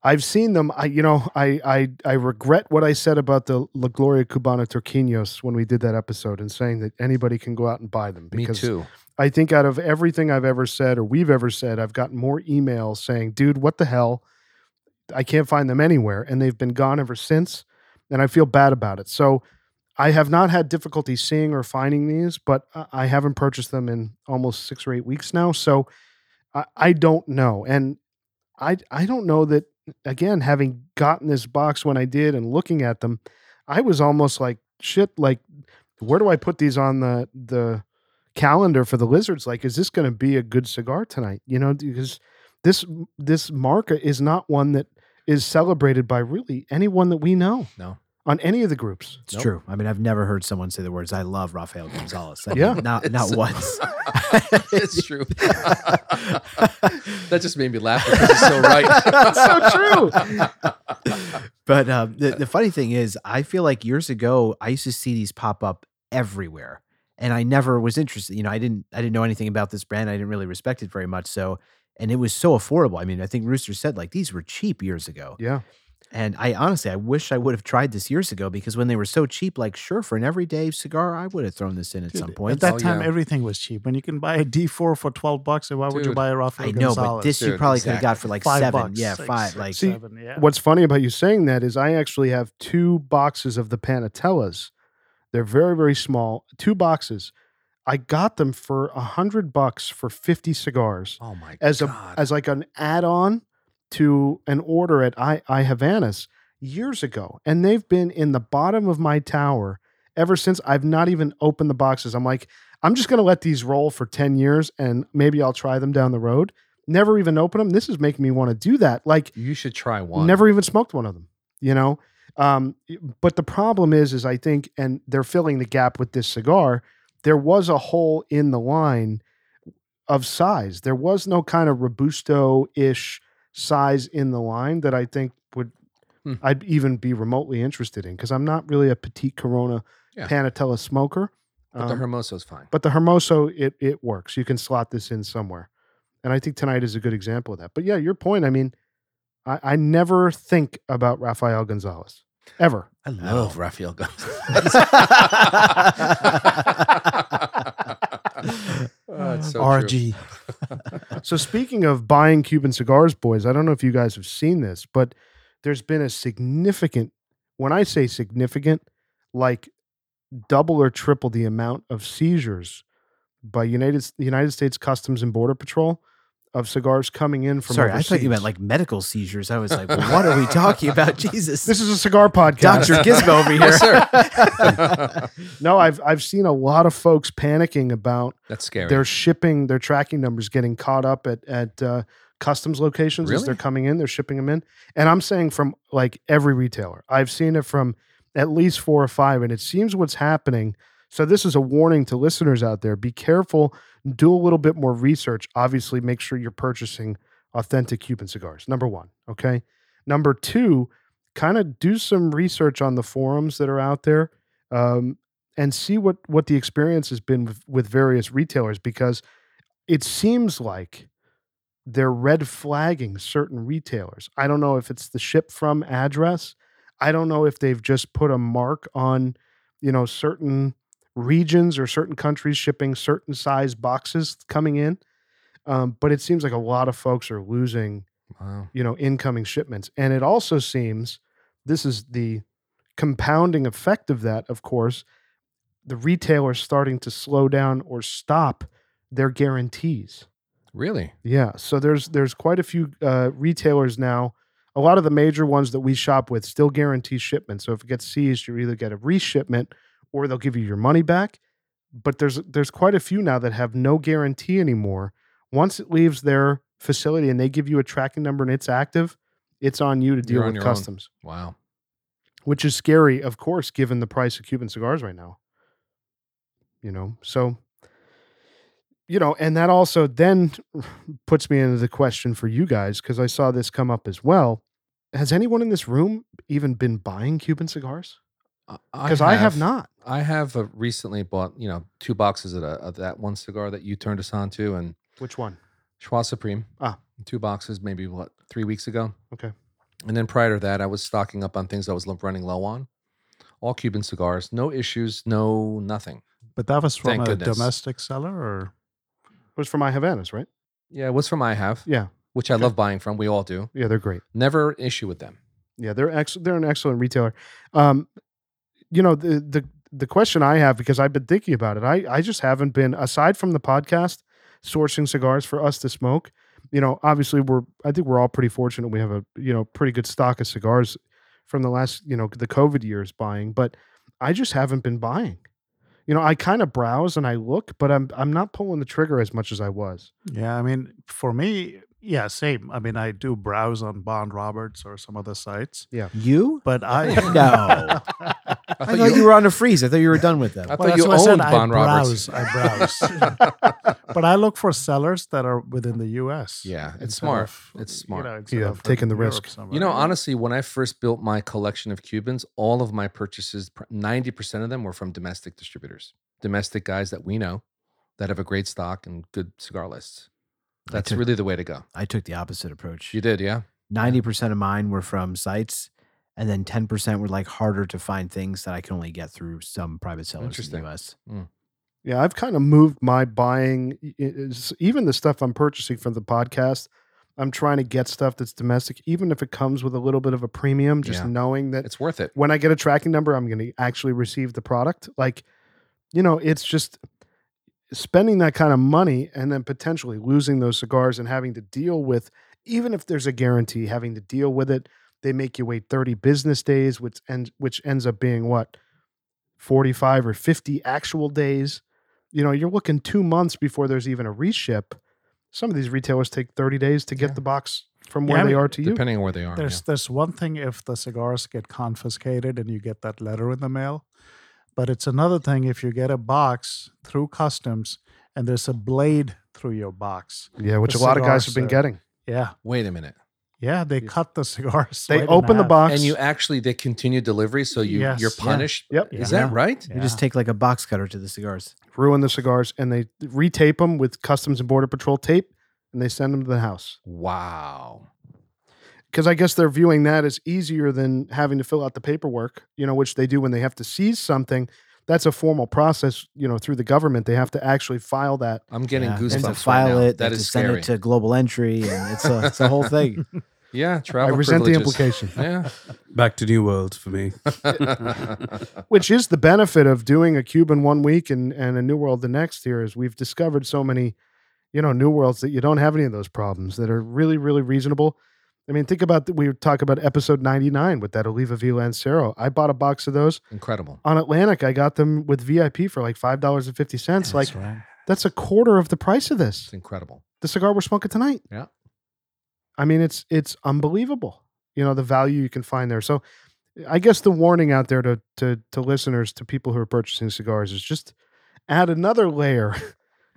[SPEAKER 1] I've seen them. I, you know, I, I, I regret what I said about the La Gloria Cubana Turquinos when we did that episode and saying that anybody can go out and buy them.
[SPEAKER 3] Me too.
[SPEAKER 1] I think out of everything I've ever said or we've ever said, I've gotten more emails saying, dude, what the hell? I can't find them anywhere. And they've been gone ever since. And I feel bad about it. So I have not had difficulty seeing or finding these, but I- I haven't purchased them in almost six or eight weeks now. So I, I don't know. And I, I don't know that, again, having gotten this box when I did and looking at them, I was almost like, shit, like, where do I put these on the, the, calendar for the lizards like is this going to be a good cigar tonight you know because this this marca is not one that is celebrated by really anyone that we know
[SPEAKER 3] No.
[SPEAKER 1] on any of the groups
[SPEAKER 4] It's
[SPEAKER 3] Nope.
[SPEAKER 4] true. I mean, I've never heard someone say the words "I love Rafael Gonzalez." I mean,
[SPEAKER 1] Yeah.
[SPEAKER 4] not Uh, not
[SPEAKER 3] It's-
[SPEAKER 4] once.
[SPEAKER 3] it's true. that just made me laugh because it's so right. so
[SPEAKER 4] but um, the, the funny thing is, I feel like years ago, I used to see these pop up everywhere, and I never was interested. You know, I didn't, I didn't know anything about this brand. I didn't really respect it very much. So, and it was so affordable. I mean, I think Rooster said like these were cheap years ago,
[SPEAKER 1] yeah
[SPEAKER 4] and I honestly, I wish I would have tried this years ago because when they were so cheap, like sure for an everyday cigar, I would have thrown this in at
[SPEAKER 2] Dude,
[SPEAKER 4] some point.
[SPEAKER 2] At that
[SPEAKER 3] Oh,
[SPEAKER 2] time,
[SPEAKER 3] yeah.
[SPEAKER 2] everything was cheap. When you can buy a D4 for 12 bucks, then why would you
[SPEAKER 3] Dude.
[SPEAKER 2] buy a Rafael
[SPEAKER 4] I know,
[SPEAKER 2] Gonzalez?
[SPEAKER 4] but this you
[SPEAKER 3] Dude,
[SPEAKER 4] probably could have got
[SPEAKER 3] exactly.
[SPEAKER 4] for like
[SPEAKER 2] Five
[SPEAKER 4] seven,
[SPEAKER 2] bucks,
[SPEAKER 4] yeah,
[SPEAKER 2] six,
[SPEAKER 4] five,
[SPEAKER 2] six,
[SPEAKER 4] like
[SPEAKER 1] See,
[SPEAKER 2] seven, yeah.
[SPEAKER 1] what's funny about you saying that is i actually have two boxes of the panatellas they're very very small two boxes i got them for a hundred bucks for 50 cigars
[SPEAKER 3] oh my
[SPEAKER 1] as
[SPEAKER 3] god.
[SPEAKER 1] a as like an add-on to an order at I, I Havanas years ago. And they've been in the bottom of my tower ever since I've not even opened the boxes. I'm like, I'm just gonna let these roll for 10 years and maybe I'll try them down the road. Never even open them. This is making me want to do that. Like
[SPEAKER 3] you should try one.
[SPEAKER 1] Never even smoked one of them, you know? Um, but the problem is, is I think, and they're filling the gap with this cigar, there was a hole in the line of size. There was no kind of Robusto ish size in the line that I think would.
[SPEAKER 3] Hmm.
[SPEAKER 1] I'd even be remotely interested in because I'm not really a petite Corona
[SPEAKER 3] Yeah.
[SPEAKER 1] Panatella smoker.
[SPEAKER 3] But the
[SPEAKER 1] Um,
[SPEAKER 3] Hermoso's fine.
[SPEAKER 1] but the Hermoso, it it works. You can slot this in somewhere, and I think tonight is a good example of that. But yeah, your point. I mean, I, I never think about Rafael Gonzalez ever.
[SPEAKER 3] I love Rafael Gonzalez. oh,
[SPEAKER 2] Uh,
[SPEAKER 3] it's so true.
[SPEAKER 2] RG.
[SPEAKER 1] so speaking of buying Cuban cigars, boys, I don't know if you guys have seen this, but there's been a significant. When I say significant, like double or triple the amount of seizures by United United States Customs and Border Patrol of cigars coming in from
[SPEAKER 4] Sorry, I thought you
[SPEAKER 1] overseas.
[SPEAKER 4] meant like medical seizures. I was like, well, what are we talking about? Jesus.
[SPEAKER 1] this is a cigar podcast.
[SPEAKER 4] Dr. Gizmo over here.
[SPEAKER 3] Yes, Oh, sir.
[SPEAKER 1] No, I've I've seen a lot of folks panicking about
[SPEAKER 3] That's scary.
[SPEAKER 1] their shipping, their tracking numbers getting caught up at at uh, customs locations as
[SPEAKER 3] Really?
[SPEAKER 1] they're coming in. They're shipping them in, and I'm saying from like every retailer, I've seen it from at least four or five, and it seems what's happening. So this is a warning to listeners out there: be careful, do a little bit more research. Obviously, make sure you're purchasing authentic Cuban cigars. Number one, okay. Number two, kind of do some research on the forums that are out there. Um, and see what what the experience has been with, with various retailers because it seems like they're red flagging certain retailers. I don't know if it's the ship from address. I don't know if they've just put a mark on, you know, certain regions or certain countries shipping certain size boxes coming in. Um, but it seems like a lot of folks are losing
[SPEAKER 3] wow.
[SPEAKER 1] you know incoming shipments and it also seems this is the compounding effect of that of course the retailers starting to slow down or stop their guarantees
[SPEAKER 3] Really?
[SPEAKER 1] yeah so there's there's quite a few uh, retailers now a lot of the major ones that we shop with still guarantee shipment so if it gets seized you either get a reshipment or they'll give you your money back but there's there's quite a few now that have no guarantee anymore once it leaves their facility and they give you a tracking number and it's active it's on you to deal
[SPEAKER 3] You're on
[SPEAKER 1] with
[SPEAKER 3] your own.
[SPEAKER 1] customs
[SPEAKER 3] Wow.
[SPEAKER 1] which is scary of course given the price of cuban cigars right now you know so you know and that also then puts me into the question for you guys because i saw this come up as well has anyone in this room even been buying cuban cigars because I, have not
[SPEAKER 3] I have uh, recently bought, you know, two boxes of, the- of that one cigar that you turned us on to and
[SPEAKER 1] which one
[SPEAKER 3] Schwa Supreme.
[SPEAKER 1] Ah.
[SPEAKER 3] Two boxes, maybe what, three weeks ago?
[SPEAKER 1] Okay.
[SPEAKER 3] And then prior to that, I was stocking up on things I was lo- running low on. All Cuban cigars, no issues, no nothing.
[SPEAKER 2] But that was from
[SPEAKER 3] Thank
[SPEAKER 2] a
[SPEAKER 3] goodness.
[SPEAKER 2] domestic seller, or
[SPEAKER 1] it was for my havanas right
[SPEAKER 3] Yeah, what's from I have,
[SPEAKER 1] yeah
[SPEAKER 3] which I love buying from. We all do.
[SPEAKER 1] yeah they're great
[SPEAKER 3] Never an issue with them.
[SPEAKER 1] Yeah, they're ex- they're an excellent retailer. Um, you know the the the question I have because I've been thinking about it. I I just haven't been aside from the podcast sourcing cigars for us to smoke. You know, obviously we're I think we're all pretty fortunate. We have a you know pretty good stock of cigars from the last you know the COVID years buying, but I just haven't been buying. You know, I kind of browse and I look, but I'm I'm not pulling the trigger as much as I was.
[SPEAKER 2] yeah, I mean, for me, yeah, same. I mean, I do browse on Bond Roberts or some other sites,
[SPEAKER 4] You?
[SPEAKER 2] but I
[SPEAKER 4] No.
[SPEAKER 3] I
[SPEAKER 4] I thought you were on a freeze. I thought you were done with them.
[SPEAKER 2] Well,
[SPEAKER 3] I thought
[SPEAKER 2] that's
[SPEAKER 3] you
[SPEAKER 2] what I said,
[SPEAKER 3] owned
[SPEAKER 2] I
[SPEAKER 3] Bon Roberts.
[SPEAKER 2] browse, I browse. but I look for sellers that are within the U.S.
[SPEAKER 3] Yeah, it's
[SPEAKER 2] instead
[SPEAKER 3] smart.
[SPEAKER 2] of,
[SPEAKER 3] It's
[SPEAKER 2] you
[SPEAKER 3] smart.
[SPEAKER 2] know, instead
[SPEAKER 1] Yeah,
[SPEAKER 2] of
[SPEAKER 1] taking the
[SPEAKER 2] Europe
[SPEAKER 1] risk.
[SPEAKER 2] somewhere.
[SPEAKER 3] You know, honestly, when I first built my collection of Cubans, all of my purchases, pr- 90% of them were from domestic distributors, domestic guys that we know that have a great stock and good cigar lists.
[SPEAKER 4] I
[SPEAKER 3] That's
[SPEAKER 4] took-
[SPEAKER 3] really the way to go.
[SPEAKER 4] I took the opposite approach.
[SPEAKER 3] You did, yeah?
[SPEAKER 4] 90% of mine were from sites, and then 10% were like harder to find things that I can only get through some private sellers in
[SPEAKER 3] Interesting.
[SPEAKER 4] the US.
[SPEAKER 1] Yeah, I've kind of moved my buying, e- e- is- even the stuff I'm purchasing for the podcast. I'm trying to get stuff that's domestic, even if it comes with a little bit of a premium, just
[SPEAKER 3] Yeah.
[SPEAKER 1] knowing that
[SPEAKER 3] It's worth it.
[SPEAKER 1] when I get a tracking number, I'm going to actually receive the product. Like, you know, it's just spending that kind of money and then potentially losing those cigars and having to deal with, even if there's a guarantee, having to deal with it. They make you wait 30 business days, which ends which ends up being what 45 or 50 actual days. You know, you're looking two months before there's even a reship. Some of these retailers take 30 days to get
[SPEAKER 3] Yeah.
[SPEAKER 1] the box from
[SPEAKER 2] Yeah,
[SPEAKER 1] where
[SPEAKER 2] I
[SPEAKER 1] they
[SPEAKER 2] mean,
[SPEAKER 1] are to you.
[SPEAKER 3] Depending on where they are.
[SPEAKER 2] There's there's one thing if the cigars get confiscated and you get that letter in the mail, but it's another thing if you get a box through customs and there's a blade through your box.
[SPEAKER 1] Yeah, which
[SPEAKER 2] The
[SPEAKER 1] a lot of guys
[SPEAKER 2] cigars uh,
[SPEAKER 1] have been
[SPEAKER 2] are-
[SPEAKER 1] getting.
[SPEAKER 2] Yeah,
[SPEAKER 3] yeah. Wait a minute.
[SPEAKER 2] yeah, they cut the cigars.
[SPEAKER 1] They open the box
[SPEAKER 3] And you actually, they continue delivery, so you, you're
[SPEAKER 2] Yes. Yeah.
[SPEAKER 3] punished.
[SPEAKER 1] Yep.
[SPEAKER 3] Is
[SPEAKER 2] Yeah.
[SPEAKER 3] that right?
[SPEAKER 4] You just take like a box cutter to the cigars.
[SPEAKER 1] ruin the cigars, and they retape them with Customs and Border Patrol tape, and they send them to the house.
[SPEAKER 3] Wow.
[SPEAKER 1] Because I guess they're viewing that as easier than having to fill out the paperwork, you know, which they do when they have to seize something. That's a formal process, you know, through the government. They have to actually file that.
[SPEAKER 3] I'm getting
[SPEAKER 4] Yeah. They
[SPEAKER 3] goosebumps.
[SPEAKER 4] have to
[SPEAKER 3] right now.
[SPEAKER 4] file it.
[SPEAKER 3] That
[SPEAKER 4] they have to
[SPEAKER 3] is
[SPEAKER 4] send
[SPEAKER 3] scary.
[SPEAKER 4] it to global entry, and it's a, it's a whole thing.
[SPEAKER 3] yeah,
[SPEAKER 1] I
[SPEAKER 3] travel.
[SPEAKER 1] resent the
[SPEAKER 3] privileges.
[SPEAKER 1] implication,
[SPEAKER 5] Back to New Worlds for me.
[SPEAKER 3] Yeah.
[SPEAKER 1] which is the benefit of doing a Cuban one week and, and a New World the next. Here is we've discovered so many you know, new worlds that you don't have any of those problems that are really, really reasonable. I mean, think about we talk about episode 99 with that Oliva V Lancero. I bought a box of those
[SPEAKER 3] Incredible.
[SPEAKER 1] on Atlantic. I got them with VIP for like five dollars and fifty cents. Like
[SPEAKER 4] right.
[SPEAKER 1] that's a quarter of the price of this.
[SPEAKER 3] It's incredible.
[SPEAKER 1] The cigar we're smoking tonight.
[SPEAKER 3] Yeah.
[SPEAKER 1] I mean, it's it's unbelievable. You know the value you can find there. So, I guess the warning out there to to to listeners, to people who are purchasing cigars, is just add another layer.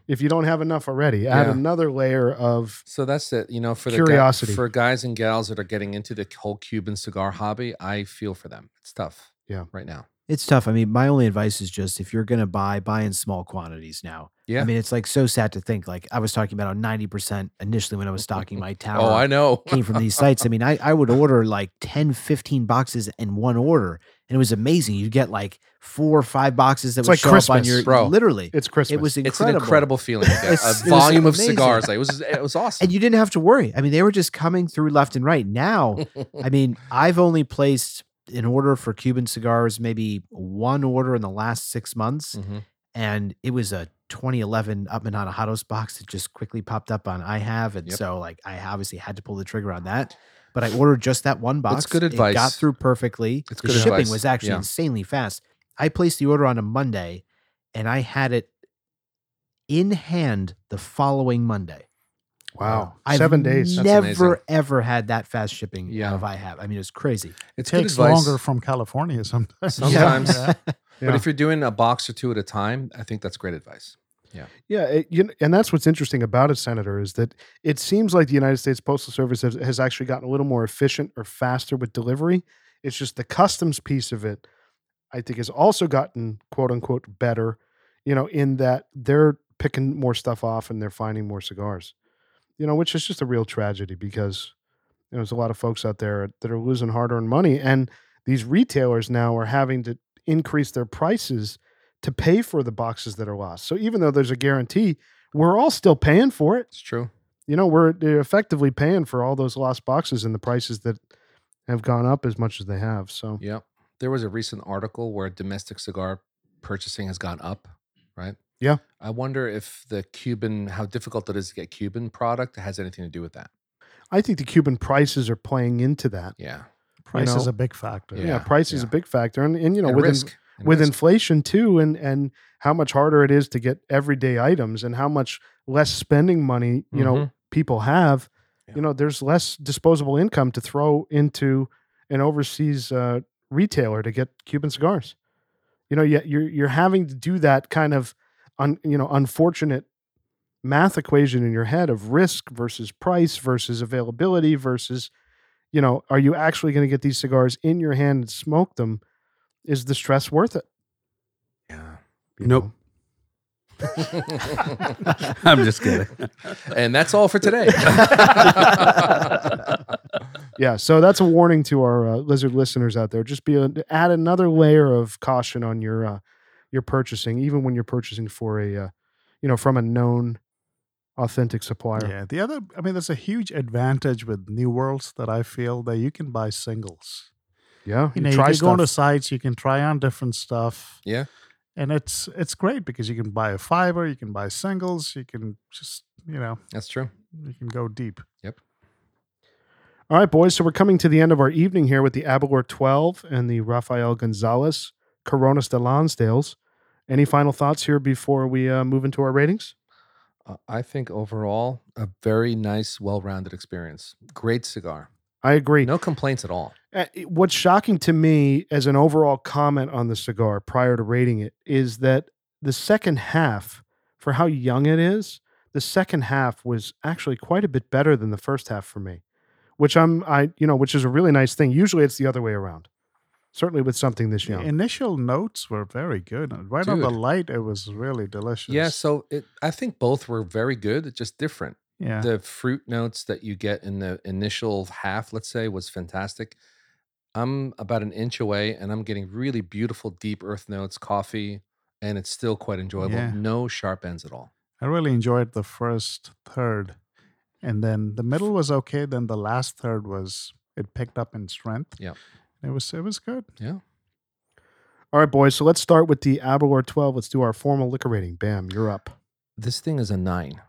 [SPEAKER 1] If you don't have enough already, add
[SPEAKER 3] Yeah.
[SPEAKER 1] another layer of
[SPEAKER 3] So that's it. You know, for the guy-
[SPEAKER 1] Curiosity.
[SPEAKER 3] for guys and gals that are getting into the whole Cuban cigar hobby, I feel for them. It's tough.
[SPEAKER 1] Yeah.
[SPEAKER 3] Right now.
[SPEAKER 4] It's tough. I mean, my only advice is just if you're going to buy, buy in small quantities now.
[SPEAKER 3] Yeah.
[SPEAKER 4] I mean, it's like so sad to think. Like I was talking about, how 90% initially when I was stocking my tower
[SPEAKER 3] oh, I know.
[SPEAKER 4] came from these sites. I mean, I, I would order like 10, 15 boxes in one order. And it was amazing. You'd get like four or five boxes that
[SPEAKER 1] It's
[SPEAKER 4] would
[SPEAKER 1] like
[SPEAKER 4] show up on
[SPEAKER 1] Christmas,
[SPEAKER 4] your
[SPEAKER 3] bro.
[SPEAKER 4] literally.
[SPEAKER 1] it's Christmas.
[SPEAKER 4] It was
[SPEAKER 3] It's
[SPEAKER 4] incredible.
[SPEAKER 3] an incredible feeling. to get
[SPEAKER 4] It's-
[SPEAKER 3] a
[SPEAKER 4] it was
[SPEAKER 3] volume of
[SPEAKER 4] amazing.
[SPEAKER 3] cigars. Like, it was it was awesome.
[SPEAKER 4] And you didn't have to worry. I mean, they were just coming through left and right. Now I mean, I've only placed an order for Cuban cigars, maybe one order in the last six months,
[SPEAKER 3] Mhm.
[SPEAKER 4] and it was a 2011 Up and Hados box that just quickly popped up on I have, and
[SPEAKER 3] Yep.
[SPEAKER 4] so like I obviously had to pull the trigger on that. But I ordered just that one box.
[SPEAKER 3] good
[SPEAKER 4] It got
[SPEAKER 3] advice.
[SPEAKER 4] through perfectly.
[SPEAKER 3] It's
[SPEAKER 4] the
[SPEAKER 3] good
[SPEAKER 4] shipping
[SPEAKER 3] advice.
[SPEAKER 4] was actually
[SPEAKER 3] Yeah.
[SPEAKER 4] insanely fast. I placed the order on a Monday, and I had it in hand the following Monday.
[SPEAKER 1] wow,
[SPEAKER 4] I've
[SPEAKER 1] 7 days.
[SPEAKER 3] That's amazing.
[SPEAKER 4] Never ever had that fast shipping.
[SPEAKER 3] Yeah.
[SPEAKER 4] Yeah, if I have, I mean, it's crazy.
[SPEAKER 3] It's good
[SPEAKER 2] takes
[SPEAKER 3] advice.
[SPEAKER 2] longer from California sometimes.
[SPEAKER 3] Sometimes.
[SPEAKER 2] Yeah.
[SPEAKER 1] Yeah.
[SPEAKER 3] But if you're doing a box or two at a time, I think that's great advice.
[SPEAKER 1] Yeah, it, you know, and that's what's interesting about it, Senator, is that it seems like the United States Postal Service has, has actually gotten a little more efficient or faster with delivery. It's just the customs piece of it, I think, has also gotten quote unquote better, you know, in that they're picking more stuff off and they're finding more cigars, you know, which is just a real tragedy because you know, there's a lot of folks out there that are losing hard earned money. And these retailers now are having to increase their prices to pay for the boxes that are lost. So even though there's a guarantee, we're all still paying for it.
[SPEAKER 3] It's true.
[SPEAKER 1] You know, we're they're effectively paying for all those lost boxes and the prices that have gone up as much as they have. So
[SPEAKER 3] Yeah. There was a recent article where domestic cigar purchasing has gone up, right?
[SPEAKER 1] Yeah.
[SPEAKER 3] I wonder if the Cuban, how difficult it is to get Cuban product has anything to do with that.
[SPEAKER 1] I think the Cuban prices are playing into that.
[SPEAKER 3] Yeah.
[SPEAKER 2] Price
[SPEAKER 1] You know?
[SPEAKER 2] is a big factor.
[SPEAKER 1] Yeah,
[SPEAKER 3] Yeah,
[SPEAKER 1] price is a
[SPEAKER 3] yeah.
[SPEAKER 1] big factor, and, and you know,
[SPEAKER 3] And
[SPEAKER 1] with in-
[SPEAKER 3] risk. and
[SPEAKER 1] with
[SPEAKER 3] risk.
[SPEAKER 1] inflation too, and and how much harder it is to get everyday items, and how much less spending money you know
[SPEAKER 3] Mhm.
[SPEAKER 1] people have,
[SPEAKER 3] Yeah.
[SPEAKER 1] you know, there's less disposable income to throw into an overseas uh, retailer to get Cuban cigars. You know, yet you're you're having to do that kind of, un, you know, unfortunate math equation in your head of risk versus price versus availability versus, you know, are you actually going to get these cigars in your hand and smoke them? Is the stress worth it?
[SPEAKER 3] Yeah.
[SPEAKER 1] You
[SPEAKER 5] Nope.
[SPEAKER 1] know?
[SPEAKER 5] I'm just kidding.
[SPEAKER 3] Mm-hmm. and that's all for today.
[SPEAKER 1] Yeah. So that's a warning to our uh, lizard listeners out there. Just be a, add another layer of caution on your uh, your purchasing, even when you're purchasing for a uh, you know from a known authentic supplier.
[SPEAKER 2] Yeah, the other, I mean, there's a huge advantage with New Worlds that I feel that you can buy singles.
[SPEAKER 1] Yeah,
[SPEAKER 2] You, know, you
[SPEAKER 1] try
[SPEAKER 2] can go
[SPEAKER 1] stuff.
[SPEAKER 2] onto sites, you can try on different stuff.
[SPEAKER 3] Yeah.
[SPEAKER 2] and it's it's great because you can buy a fiber, you can buy singles, you can just you know
[SPEAKER 3] that's true.
[SPEAKER 2] you can go deep.
[SPEAKER 1] All right, boys. So we're coming to the end of our evening here with the Abalor 12 and the Rafael Gonzalez Coronas de Lonsdales. Any final thoughts here before we uh, move into our ratings?
[SPEAKER 3] Uh, I think overall, a very nice, well rounded experience. Great cigar.
[SPEAKER 1] I agree.
[SPEAKER 3] No complaints at all.
[SPEAKER 1] Uh, it- What's shocking to me as an overall comment on the cigar prior to rating it is that the second half, for how young it is, the second half was actually quite a bit better than the first half for me, which I'm, I, you know, which is a really nice thing. Usually it's the other way around, certainly with something this
[SPEAKER 2] The
[SPEAKER 1] young.
[SPEAKER 2] initial notes were very good. And Right on the
[SPEAKER 3] Dude.
[SPEAKER 2] light, it was really delicious.
[SPEAKER 3] Yeah. So it, I think both were very good, it's just different.
[SPEAKER 2] yeah,
[SPEAKER 3] the fruit notes that you get in the initial half, let's say, was fantastic. I'm about an inch away and I'm getting really beautiful deep earth notes, coffee, and it's still quite enjoyable.
[SPEAKER 2] Yeah.
[SPEAKER 3] No sharp ends at all.
[SPEAKER 2] I really enjoyed the first third, and then the middle was okay. Then the last third was it picked up in strength.
[SPEAKER 3] Yeah.
[SPEAKER 2] it was it was good.
[SPEAKER 1] All right, boys. So let's start with the Abalor 12. Let's do our formal liquor rating. Bam, you're up.
[SPEAKER 3] This thing is a nine.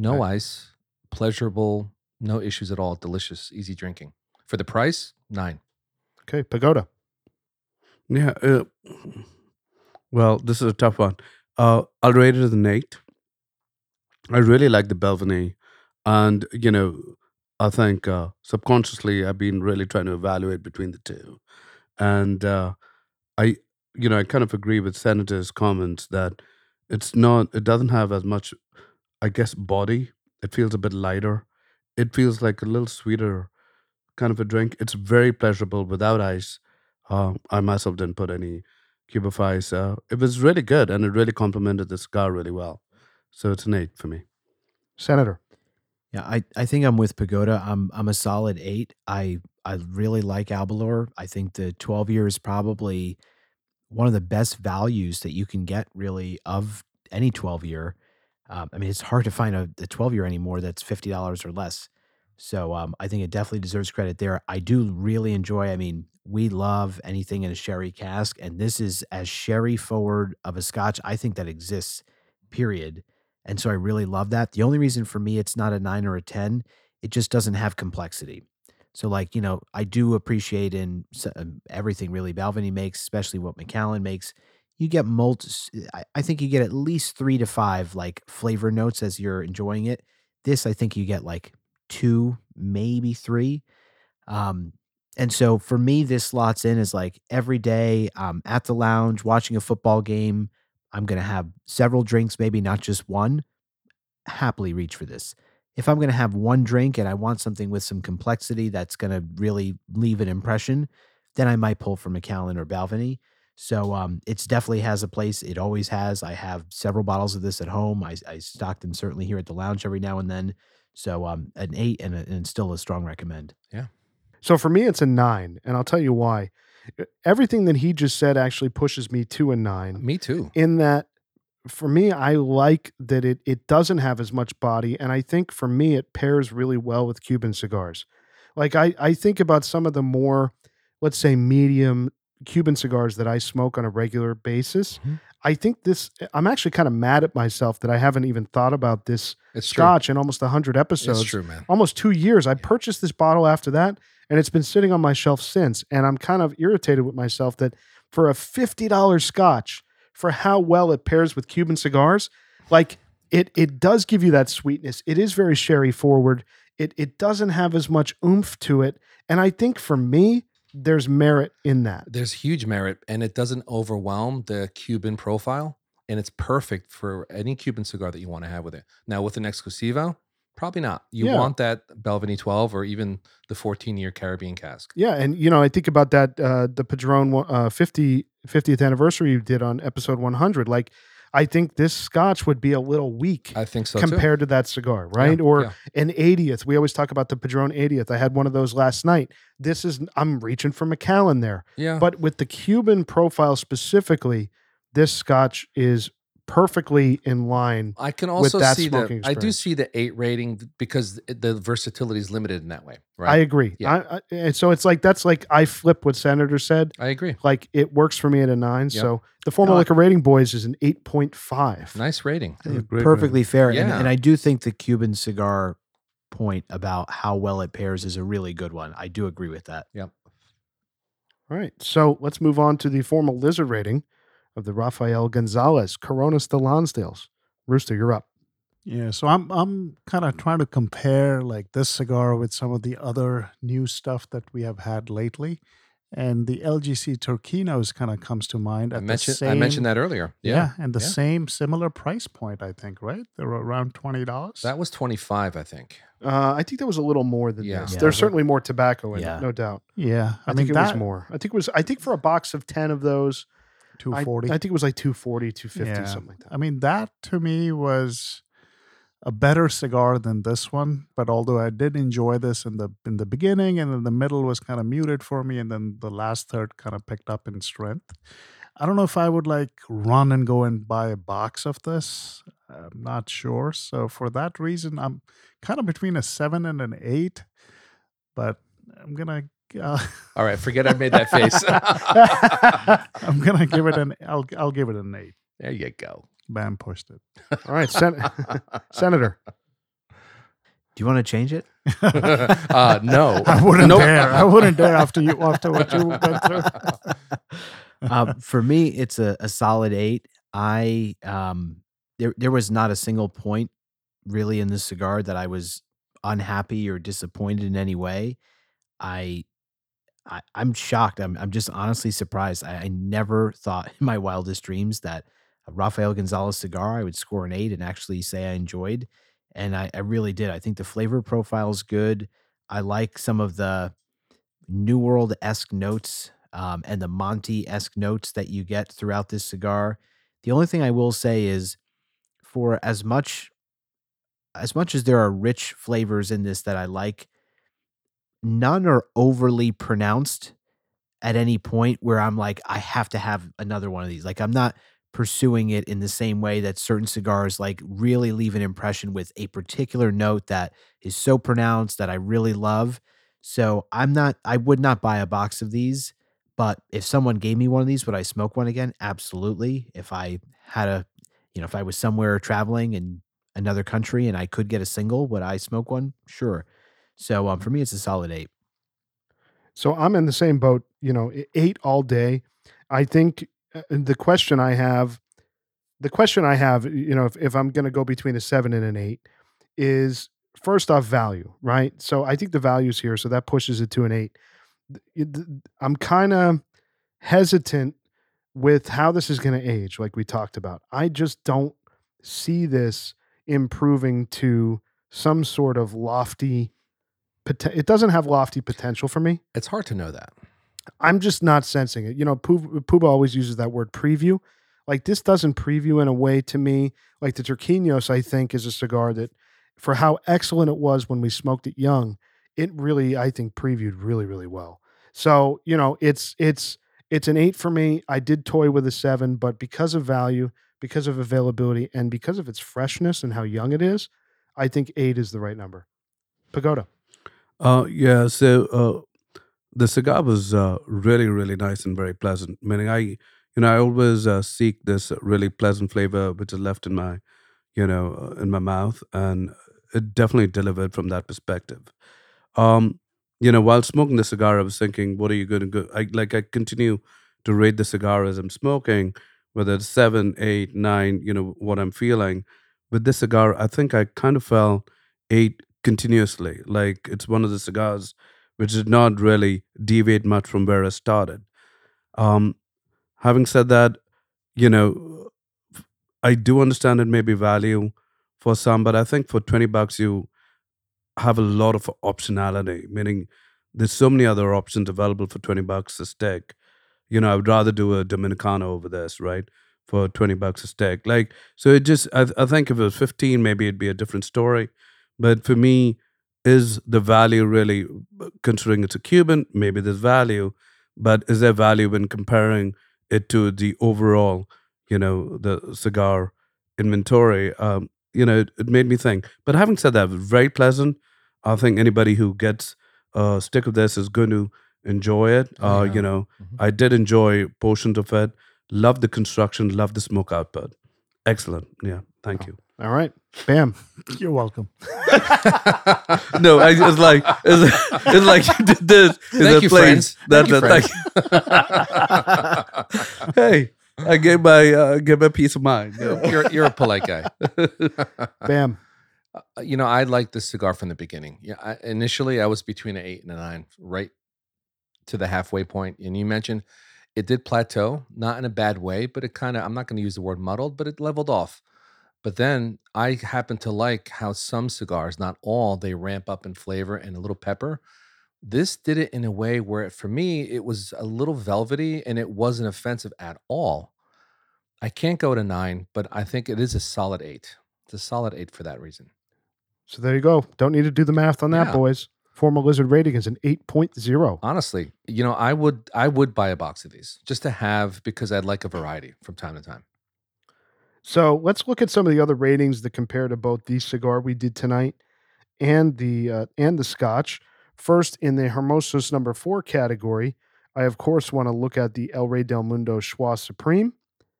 [SPEAKER 3] No ice, pleasurable, no issues at all, delicious, easy drinking. For the price, nine.
[SPEAKER 1] Okay, pagoda.
[SPEAKER 5] Yeah. Uh, well, this is a tough one. Uh, I'll rate it as an eight. I really like the Belvany. And, you know, I think uh, subconsciously I've been really trying to evaluate between the two. And uh, I, you know, I kind of agree with Senator's comments that it's not, it doesn't have as much, I guess, body. It feels a bit lighter. It feels like a little sweeter kind of a drink. It's very pleasurable without ice. Uh, I myself didn't put any cubifies. Uh, it was really good, and it really complemented the cigar really well. So it's an eight for me.
[SPEAKER 1] Senator.
[SPEAKER 4] Yeah, I, I think I'm with Pagoda. I'm I'm a solid eight. I I really like Albalor. I think the 12 year is probably one of the best values that you can get really of any 12 year. Um, I mean, it's hard to find a, a 12 year anymore that's fifty dollars or less. So um, I think it definitely deserves credit there. I do really enjoy. I mean, we love anything in a sherry cask, and this is as sherry forward of a Scotch I think that exists. Period. And so I really love that. The only reason for me it's not a nine or a 10, it just doesn't have complexity. So, like, you know, I do appreciate in s- um, everything really Balvenie makes, especially what McAllen makes. You get multi, I, I think you get at least three to five like flavor notes as you're enjoying it. This, I think you get like two, maybe three. Um, and so for me, this slots in as like every day I'm at the lounge watching a football game. I'm going to have several drinks, maybe not just one, happily reach for this. If I'm going to have one drink and I want something with some complexity that's going to really leave an impression, then I might pull for McAllen or Balvenie. So um, it's definitely has a place. It always has. I have several bottles of this at home. I, I stock them certainly here at the lounge every now and then. So um, an eight and, a, and still a strong recommend.
[SPEAKER 1] So for me, it's a nine, and I'll tell you why. E, Everything that he just said actually pushes me to a nine.
[SPEAKER 3] Me too.
[SPEAKER 1] in that for me I like that it it doesn't have as much body and I think for me it pairs really well with Cuban cigars. Like I I think about some of the more let's say medium Cuban cigars that I smoke on a regular basis.
[SPEAKER 3] Mhm.
[SPEAKER 1] I think this eh, I'm actually kind of mad at myself that I haven't even thought about this
[SPEAKER 3] It's true.
[SPEAKER 1] scotch in almost 100 episodes
[SPEAKER 3] It's true, man.
[SPEAKER 1] almost two years. I purchased this bottle after that, and it's been sitting on my shelf since. And I'm kind of irritated with myself that for a $50 scotch, for how well it pairs with Cuban cigars, like it it does give you that sweetness. It is very sherry forward. It it doesn't have as much oomph to it. And I think for me, there's merit in that.
[SPEAKER 3] There's huge merit, and it doesn't overwhelm the Cuban profile, and it's perfect for any Cuban cigar that you want to have with it. Now, with an exclusivo, probably not. You
[SPEAKER 1] Yeah.
[SPEAKER 3] want that Belvenie 12 or even the 14 year Caribbean cask.
[SPEAKER 1] Yeah, and you know, I think about that uh, the Padron uh, 50 50th anniversary you did on episode 100. Like, I think this Scotch would be a little weak
[SPEAKER 3] I think so too.
[SPEAKER 1] compared to that cigar, right?
[SPEAKER 3] Yeah,
[SPEAKER 1] or
[SPEAKER 3] yeah.
[SPEAKER 1] an 80th. We always talk about the Padron 80th. I had one of those last night. This is I'm reaching for Macallan there.
[SPEAKER 3] yeah.
[SPEAKER 1] But with the Cuban profile specifically, this scotch is perfectly in line.
[SPEAKER 3] I can
[SPEAKER 1] with
[SPEAKER 3] also
[SPEAKER 1] that
[SPEAKER 3] see the
[SPEAKER 1] smoking
[SPEAKER 3] I do
[SPEAKER 1] experience.
[SPEAKER 3] see the eight rating th- because th- the versatility is limited in that way,
[SPEAKER 1] I
[SPEAKER 3] right?
[SPEAKER 1] agree.
[SPEAKER 3] Yeah.
[SPEAKER 1] I, I, and so it's like that's like I flip what Senator said.
[SPEAKER 3] I, agree.
[SPEAKER 1] Like it works for me at a nine.
[SPEAKER 3] Yep.
[SPEAKER 1] So the formal
[SPEAKER 3] No, I-
[SPEAKER 1] liquor rating boys is an eight point five.
[SPEAKER 3] Nice rating.
[SPEAKER 5] That was a great
[SPEAKER 4] perfectly fair. And,
[SPEAKER 3] Yeah.
[SPEAKER 4] and I do think the Cuban cigar point about how well it pairs is a really good one. I do agree with that.
[SPEAKER 1] All right. So let's move on to the formal lizard rating of the Rafael Gonzalez Coronas de Lonsdales. Rooster, you're up.
[SPEAKER 2] Yeah, so I'm I'm kind of trying to compare like this cigar with some of the other new stuff that we have had lately, and the LGC Turquinos kind of comes to mind.
[SPEAKER 3] I
[SPEAKER 2] At
[SPEAKER 3] mentioned
[SPEAKER 2] the same,
[SPEAKER 3] I mentioned that earlier. Yeah.
[SPEAKER 2] Yeah, and the
[SPEAKER 3] yeah.
[SPEAKER 2] same similar price point, I think. Right, they're around twenty dollars.
[SPEAKER 3] That was 25, I think.
[SPEAKER 1] Uh, I think that was a little more than
[SPEAKER 3] Yeah.
[SPEAKER 1] this.
[SPEAKER 4] Yeah.
[SPEAKER 1] There's certainly more tobacco in
[SPEAKER 4] Yeah.
[SPEAKER 1] it, no doubt.
[SPEAKER 2] Yeah,
[SPEAKER 1] I,
[SPEAKER 2] I,
[SPEAKER 1] think
[SPEAKER 2] mean
[SPEAKER 1] it
[SPEAKER 2] that
[SPEAKER 1] was more. I think it was. I think for a box of ten of those,
[SPEAKER 2] two
[SPEAKER 1] I, I
[SPEAKER 2] forty.
[SPEAKER 1] think it was like 240, 250,
[SPEAKER 2] Yeah.
[SPEAKER 1] something like that.
[SPEAKER 2] I mean, that to me was a better cigar than this one. But although I did enjoy this in the in the beginning, and then the middle was kind of muted for me, and then the last third kind of picked up in strength. I don't know if I would like run and go and buy a box of this. I'm not sure. So for that reason, I'm kind of between a seven and an eight. But I'm gonna uh,
[SPEAKER 3] All right, forget I made that face.
[SPEAKER 2] I'm gonna give it an I'll I'll give it an eight.
[SPEAKER 3] there you go.
[SPEAKER 2] Bam pushed it.
[SPEAKER 1] All right, Sen- Senator.
[SPEAKER 4] Do you want to change it?
[SPEAKER 3] uh, no.
[SPEAKER 2] I wouldn't
[SPEAKER 5] Nope.
[SPEAKER 2] dare. I wouldn't dare after you after what you went through.
[SPEAKER 4] uh, for me, it's a, a solid eight. I um, there there was not a single point really in this cigar that I was unhappy or disappointed in any way. I, I I'm shocked. I'm I'm just honestly surprised. I, I never thought in my wildest dreams that a Rafael Gonzalez cigar I would score an eight and actually say I enjoyed, and I, I really did. I think the flavor profile is good. I like some of the New World esque notes um, and the Monty esque notes that you get throughout this cigar. The only thing I will say is, for as much as much as there are rich flavors in this that I like, none are overly pronounced at any point where I'm like, I have to have another one of these. Like I'm not pursuing it in the same way that certain cigars like really leave an impression with a particular note that is so pronounced that I really love. So I'm not I would not buy a box of these, but if someone gave me one of these, would I smoke one again? Absolutely. If I had a you know, if I was somewhere traveling in another country and I could get a single, would I smoke one? Sure. So um, for me, it's a solid eight.
[SPEAKER 1] So I'm in the same boat, you know, e- eight all day. I think uh, the question I have, the question I have, you know, if, if I'm going to go between a seven and an eight, is first off value, right? So I think the value's here. So that pushes it to an eight. Th- it- th- I'm kind of hesitant with how this is going to age, like we talked about. I just don't see this improving to some sort of lofty. poten- It doesn't have lofty potential for me.
[SPEAKER 3] It's hard to know that.
[SPEAKER 1] I'm just not sensing it. You know, Pooh Pooh Bah always uses that word preview. Like this doesn't preview in a way to me. Like the Turquinos, I think, is a cigar that, for how excellent it was when we smoked it young, it really, I think, previewed really, really well. So you know, it's it's it's an eight for me. I did toy with a seven, but because of value, because of availability, and because of its freshness and how young it is, I think eight is the right number. Pagoda.
[SPEAKER 5] Uh, yeah, so uh, the cigar was uh, really, really nice and very pleasant. Meaning, I, you know, I always uh, seek this really pleasant flavor which is left in my, you know, uh, in my mouth, and it definitely delivered from that perspective. Um, you know, while smoking the cigar, I was thinking, what are you going to go? I like, I continue to rate the cigar as I'm smoking, whether it's seven, eight, nine. You know what I'm feeling with this cigar. I think I kind of felt eight continuously. Like it's one of the cigars which did not really deviate much from where I started. Um, having said that, you know, I do understand it may be value for some, but I think for 20 bucks, you have a lot of optionality, meaning there's so many other options available for 20 bucks a stick. You know, I would rather do a Dominicana over this, right? For 20 bucks a stick. Like, so it just, I, I think if it was 15, maybe it'd be a different story. But for me, is the value really uh, considering it's a Cuban? Maybe there's value, but is there value when comparing it to the overall, you know, the cigar inventory? Um, you know, it, it made me think. But having said that, very pleasant. I think anybody who gets a stick of this is going to enjoy it.
[SPEAKER 3] Oh,
[SPEAKER 5] Uh,
[SPEAKER 3] yeah.
[SPEAKER 5] You know,
[SPEAKER 3] Mhm.
[SPEAKER 5] I did enjoy portions of it. Love the construction. Love the smoke output. Excellent. Yeah. Thank you.
[SPEAKER 1] All right, bam.
[SPEAKER 2] You're welcome.
[SPEAKER 5] No, I, it's like it's, it's like you did this. Is
[SPEAKER 3] Thank you, friends.
[SPEAKER 5] That,
[SPEAKER 3] Thank you,
[SPEAKER 5] that- like- hey, I gave my uh, gave my peace of mind.
[SPEAKER 3] You're, you're, you're a polite guy.
[SPEAKER 1] Bam.
[SPEAKER 3] Uh, You know, I liked this cigar from the beginning. Yeah, I, initially I was between an eight and a nine, right to the halfway point. And you mentioned it did plateau, not in a bad way, but it kind of, I'm not going to use the word muddled, but it leveled off. But then I happen to like how some cigars, not all, they ramp up in flavor and a little pepper. This did it in a way where, for me, it was a little velvety and it wasn't offensive at all. I can't go to nine, but I think it is a solid eight. It's a solid eight for that reason.
[SPEAKER 1] So there you go. Don't need to do the math on that,
[SPEAKER 3] Yeah. Uh.
[SPEAKER 1] boys. Formal Lizard rating is an 8.0.
[SPEAKER 3] honestly you know i would i would buy a box of these just to have because i'd like a variety from time to time
[SPEAKER 1] So let's look at some of the other ratings that compare to both the cigar we did tonight and the uh, and the Scotch. First, in the Hermosos number four category, I of course want to look at the El Rey del Mundo Schwa Supreme.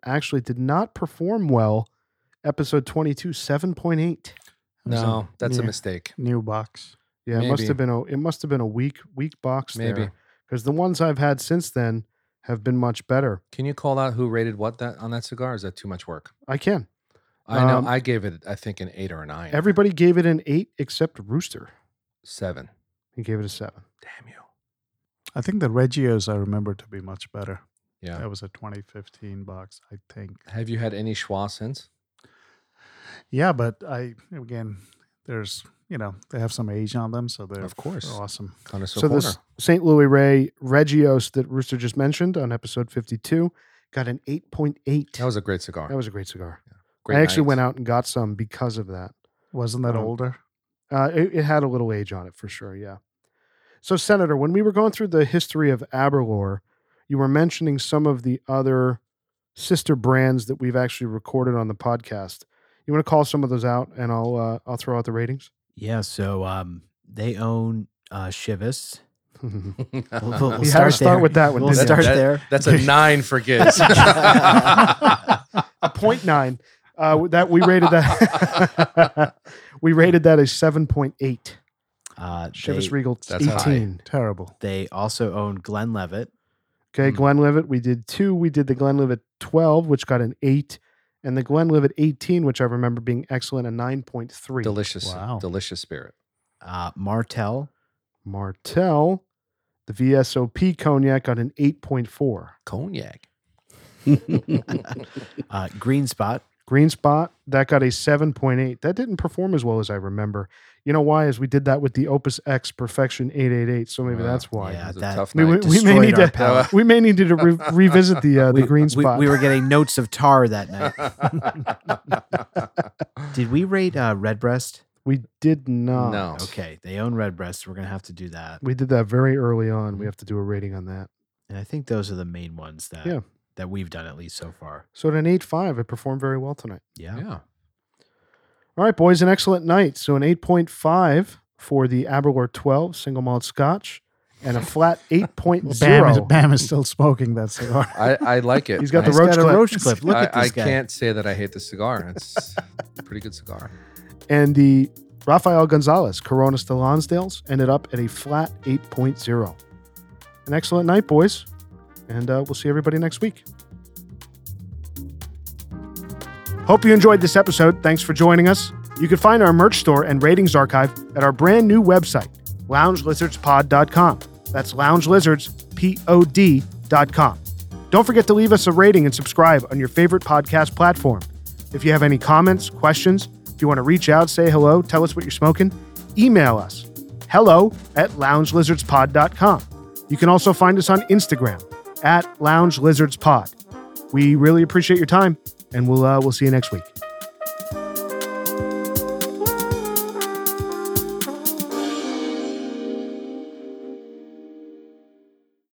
[SPEAKER 1] Actually, did not perform well. Episode 22, 7.8.
[SPEAKER 2] It was a
[SPEAKER 3] No, that's a
[SPEAKER 2] Yeah.
[SPEAKER 3] mistake.
[SPEAKER 2] new box.
[SPEAKER 1] Yeah, it must
[SPEAKER 3] Maybe.
[SPEAKER 1] have been a it must have been a weak weak box
[SPEAKER 3] Maybe.
[SPEAKER 1] because the ones I've had since then have been much better.
[SPEAKER 3] Can you call out who rated what that on that cigar? Is that too much work?
[SPEAKER 1] I can.
[SPEAKER 3] I know
[SPEAKER 1] Um,
[SPEAKER 3] I gave it, I think, an eight or a nine.
[SPEAKER 1] Everybody gave it an eight except Rooster.
[SPEAKER 3] seven.
[SPEAKER 1] He gave it a seven.
[SPEAKER 3] Damn you.
[SPEAKER 2] I think the Regios I remember to be much better.
[SPEAKER 3] Yeah.
[SPEAKER 2] That was a 2015 box, I think.
[SPEAKER 3] Have you had any schwa since?
[SPEAKER 2] Yeah, but I again, there's you know they have some age on them, so they're
[SPEAKER 3] Of course.
[SPEAKER 2] awesome.
[SPEAKER 3] Connoisseur
[SPEAKER 1] So
[SPEAKER 3] Corner.
[SPEAKER 1] this St. Louis Ray Regios that Rooster just mentioned on episode fifty-two got an eight point eight.
[SPEAKER 3] That was a great cigar.
[SPEAKER 1] that was a great cigar.
[SPEAKER 3] great
[SPEAKER 1] I actually
[SPEAKER 3] night.
[SPEAKER 1] went out and got some because of that.
[SPEAKER 2] Wasn't that
[SPEAKER 1] Um,
[SPEAKER 2] older?
[SPEAKER 1] Uh, it, it had a little age on it for sure, yeah. So, Senator, when we were going through the history of Aberlour, you were mentioning some of the other sister brands that we've actually recorded on the podcast. You want to call some of those out, and I'll uh, I'll throw out the ratings.
[SPEAKER 4] Yeah, so um, they own uh, Shivas. We'll, we'll-
[SPEAKER 1] You
[SPEAKER 4] we'll
[SPEAKER 1] had to
[SPEAKER 4] start,
[SPEAKER 1] start
[SPEAKER 4] there.
[SPEAKER 1] with that one,
[SPEAKER 4] We'll
[SPEAKER 1] didn't you?
[SPEAKER 4] start
[SPEAKER 3] That-
[SPEAKER 4] there.
[SPEAKER 3] That's a nine for Giz.
[SPEAKER 1] A point nine. Uh, that we rated that. we rated that a seven point eight.
[SPEAKER 4] Uh,
[SPEAKER 1] Chivas
[SPEAKER 4] they,
[SPEAKER 1] Regal
[SPEAKER 3] That's high.
[SPEAKER 1] eighteen.
[SPEAKER 2] Terrible.
[SPEAKER 4] they also own Glenn Levitt.
[SPEAKER 1] Okay,
[SPEAKER 3] Hmm.
[SPEAKER 1] Glenlivet. We did two. We did the Glenlivet 12, which got an eight, and the Glenlivet 18, which I remember being excellent, a 9.3.
[SPEAKER 3] delicious,
[SPEAKER 2] Wow.
[SPEAKER 3] delicious spirit.
[SPEAKER 4] Uh, Martel,
[SPEAKER 1] Martel, the VSOP cognac got an 8.4.
[SPEAKER 3] Cognac.
[SPEAKER 4] uh, Green Spot,
[SPEAKER 1] Green Spot, that got a 7.8. That didn't perform as well as I remember. You know why? Is we did that with the Opus X Perfection 888, so maybe
[SPEAKER 3] Wow.
[SPEAKER 1] that's why.
[SPEAKER 4] Yeah,
[SPEAKER 3] It was a
[SPEAKER 4] that-
[SPEAKER 3] tough
[SPEAKER 1] We, we,
[SPEAKER 3] night.
[SPEAKER 1] we may
[SPEAKER 4] Destroyed
[SPEAKER 1] need
[SPEAKER 4] our
[SPEAKER 1] to
[SPEAKER 4] palate.
[SPEAKER 1] we may need to re- revisit the uh, the green
[SPEAKER 4] we,
[SPEAKER 1] spot.
[SPEAKER 4] we were getting notes of tar that night. Did we rate uh, Redbreast?
[SPEAKER 1] we did not.
[SPEAKER 3] no.
[SPEAKER 4] Okay, they own Redbreast. We're gonna have to do that.
[SPEAKER 1] We did that very early on. We have to do a rating on that.
[SPEAKER 4] And I think those are the main ones that
[SPEAKER 1] Yeah.
[SPEAKER 4] that we've done at least so far.
[SPEAKER 1] So at an 8.5, it performed very well tonight.
[SPEAKER 4] Yeah.
[SPEAKER 3] Yeah.
[SPEAKER 1] All right, boys, an excellent night. So an 8.5 for the Aberlour 12 single malt scotch and a flat 8.0.
[SPEAKER 2] Bam is, Bam is still smoking that cigar.
[SPEAKER 3] I, I like it.
[SPEAKER 1] He's got the
[SPEAKER 4] He's
[SPEAKER 1] roach
[SPEAKER 4] got a
[SPEAKER 1] clip.
[SPEAKER 4] roach clip. Look
[SPEAKER 3] I,
[SPEAKER 4] at this
[SPEAKER 3] I
[SPEAKER 4] guy.
[SPEAKER 3] can't say that I hate the cigar. It's a pretty good cigar.
[SPEAKER 1] And the Rafael Gonzalez Coronas de Lonsdales ended up at a flat 8.0. An excellent night, boys. And uh, we'll see everybody next week. Hope you enjoyed this episode. Thanks for joining us. You can find our merch store and ratings archive at our brand new website, loungelizardspod.com. That's loungelizardspod.com. Don't forget to leave us a rating and subscribe on your favorite podcast platform. If you have any comments, questions, if you want to reach out, say hello, tell us what you're smoking, email us hello at loungelizardspod.com. You can also find us on Instagram at loungelizardspod. We really appreciate your time, and we'll, uh, we'll see you next week.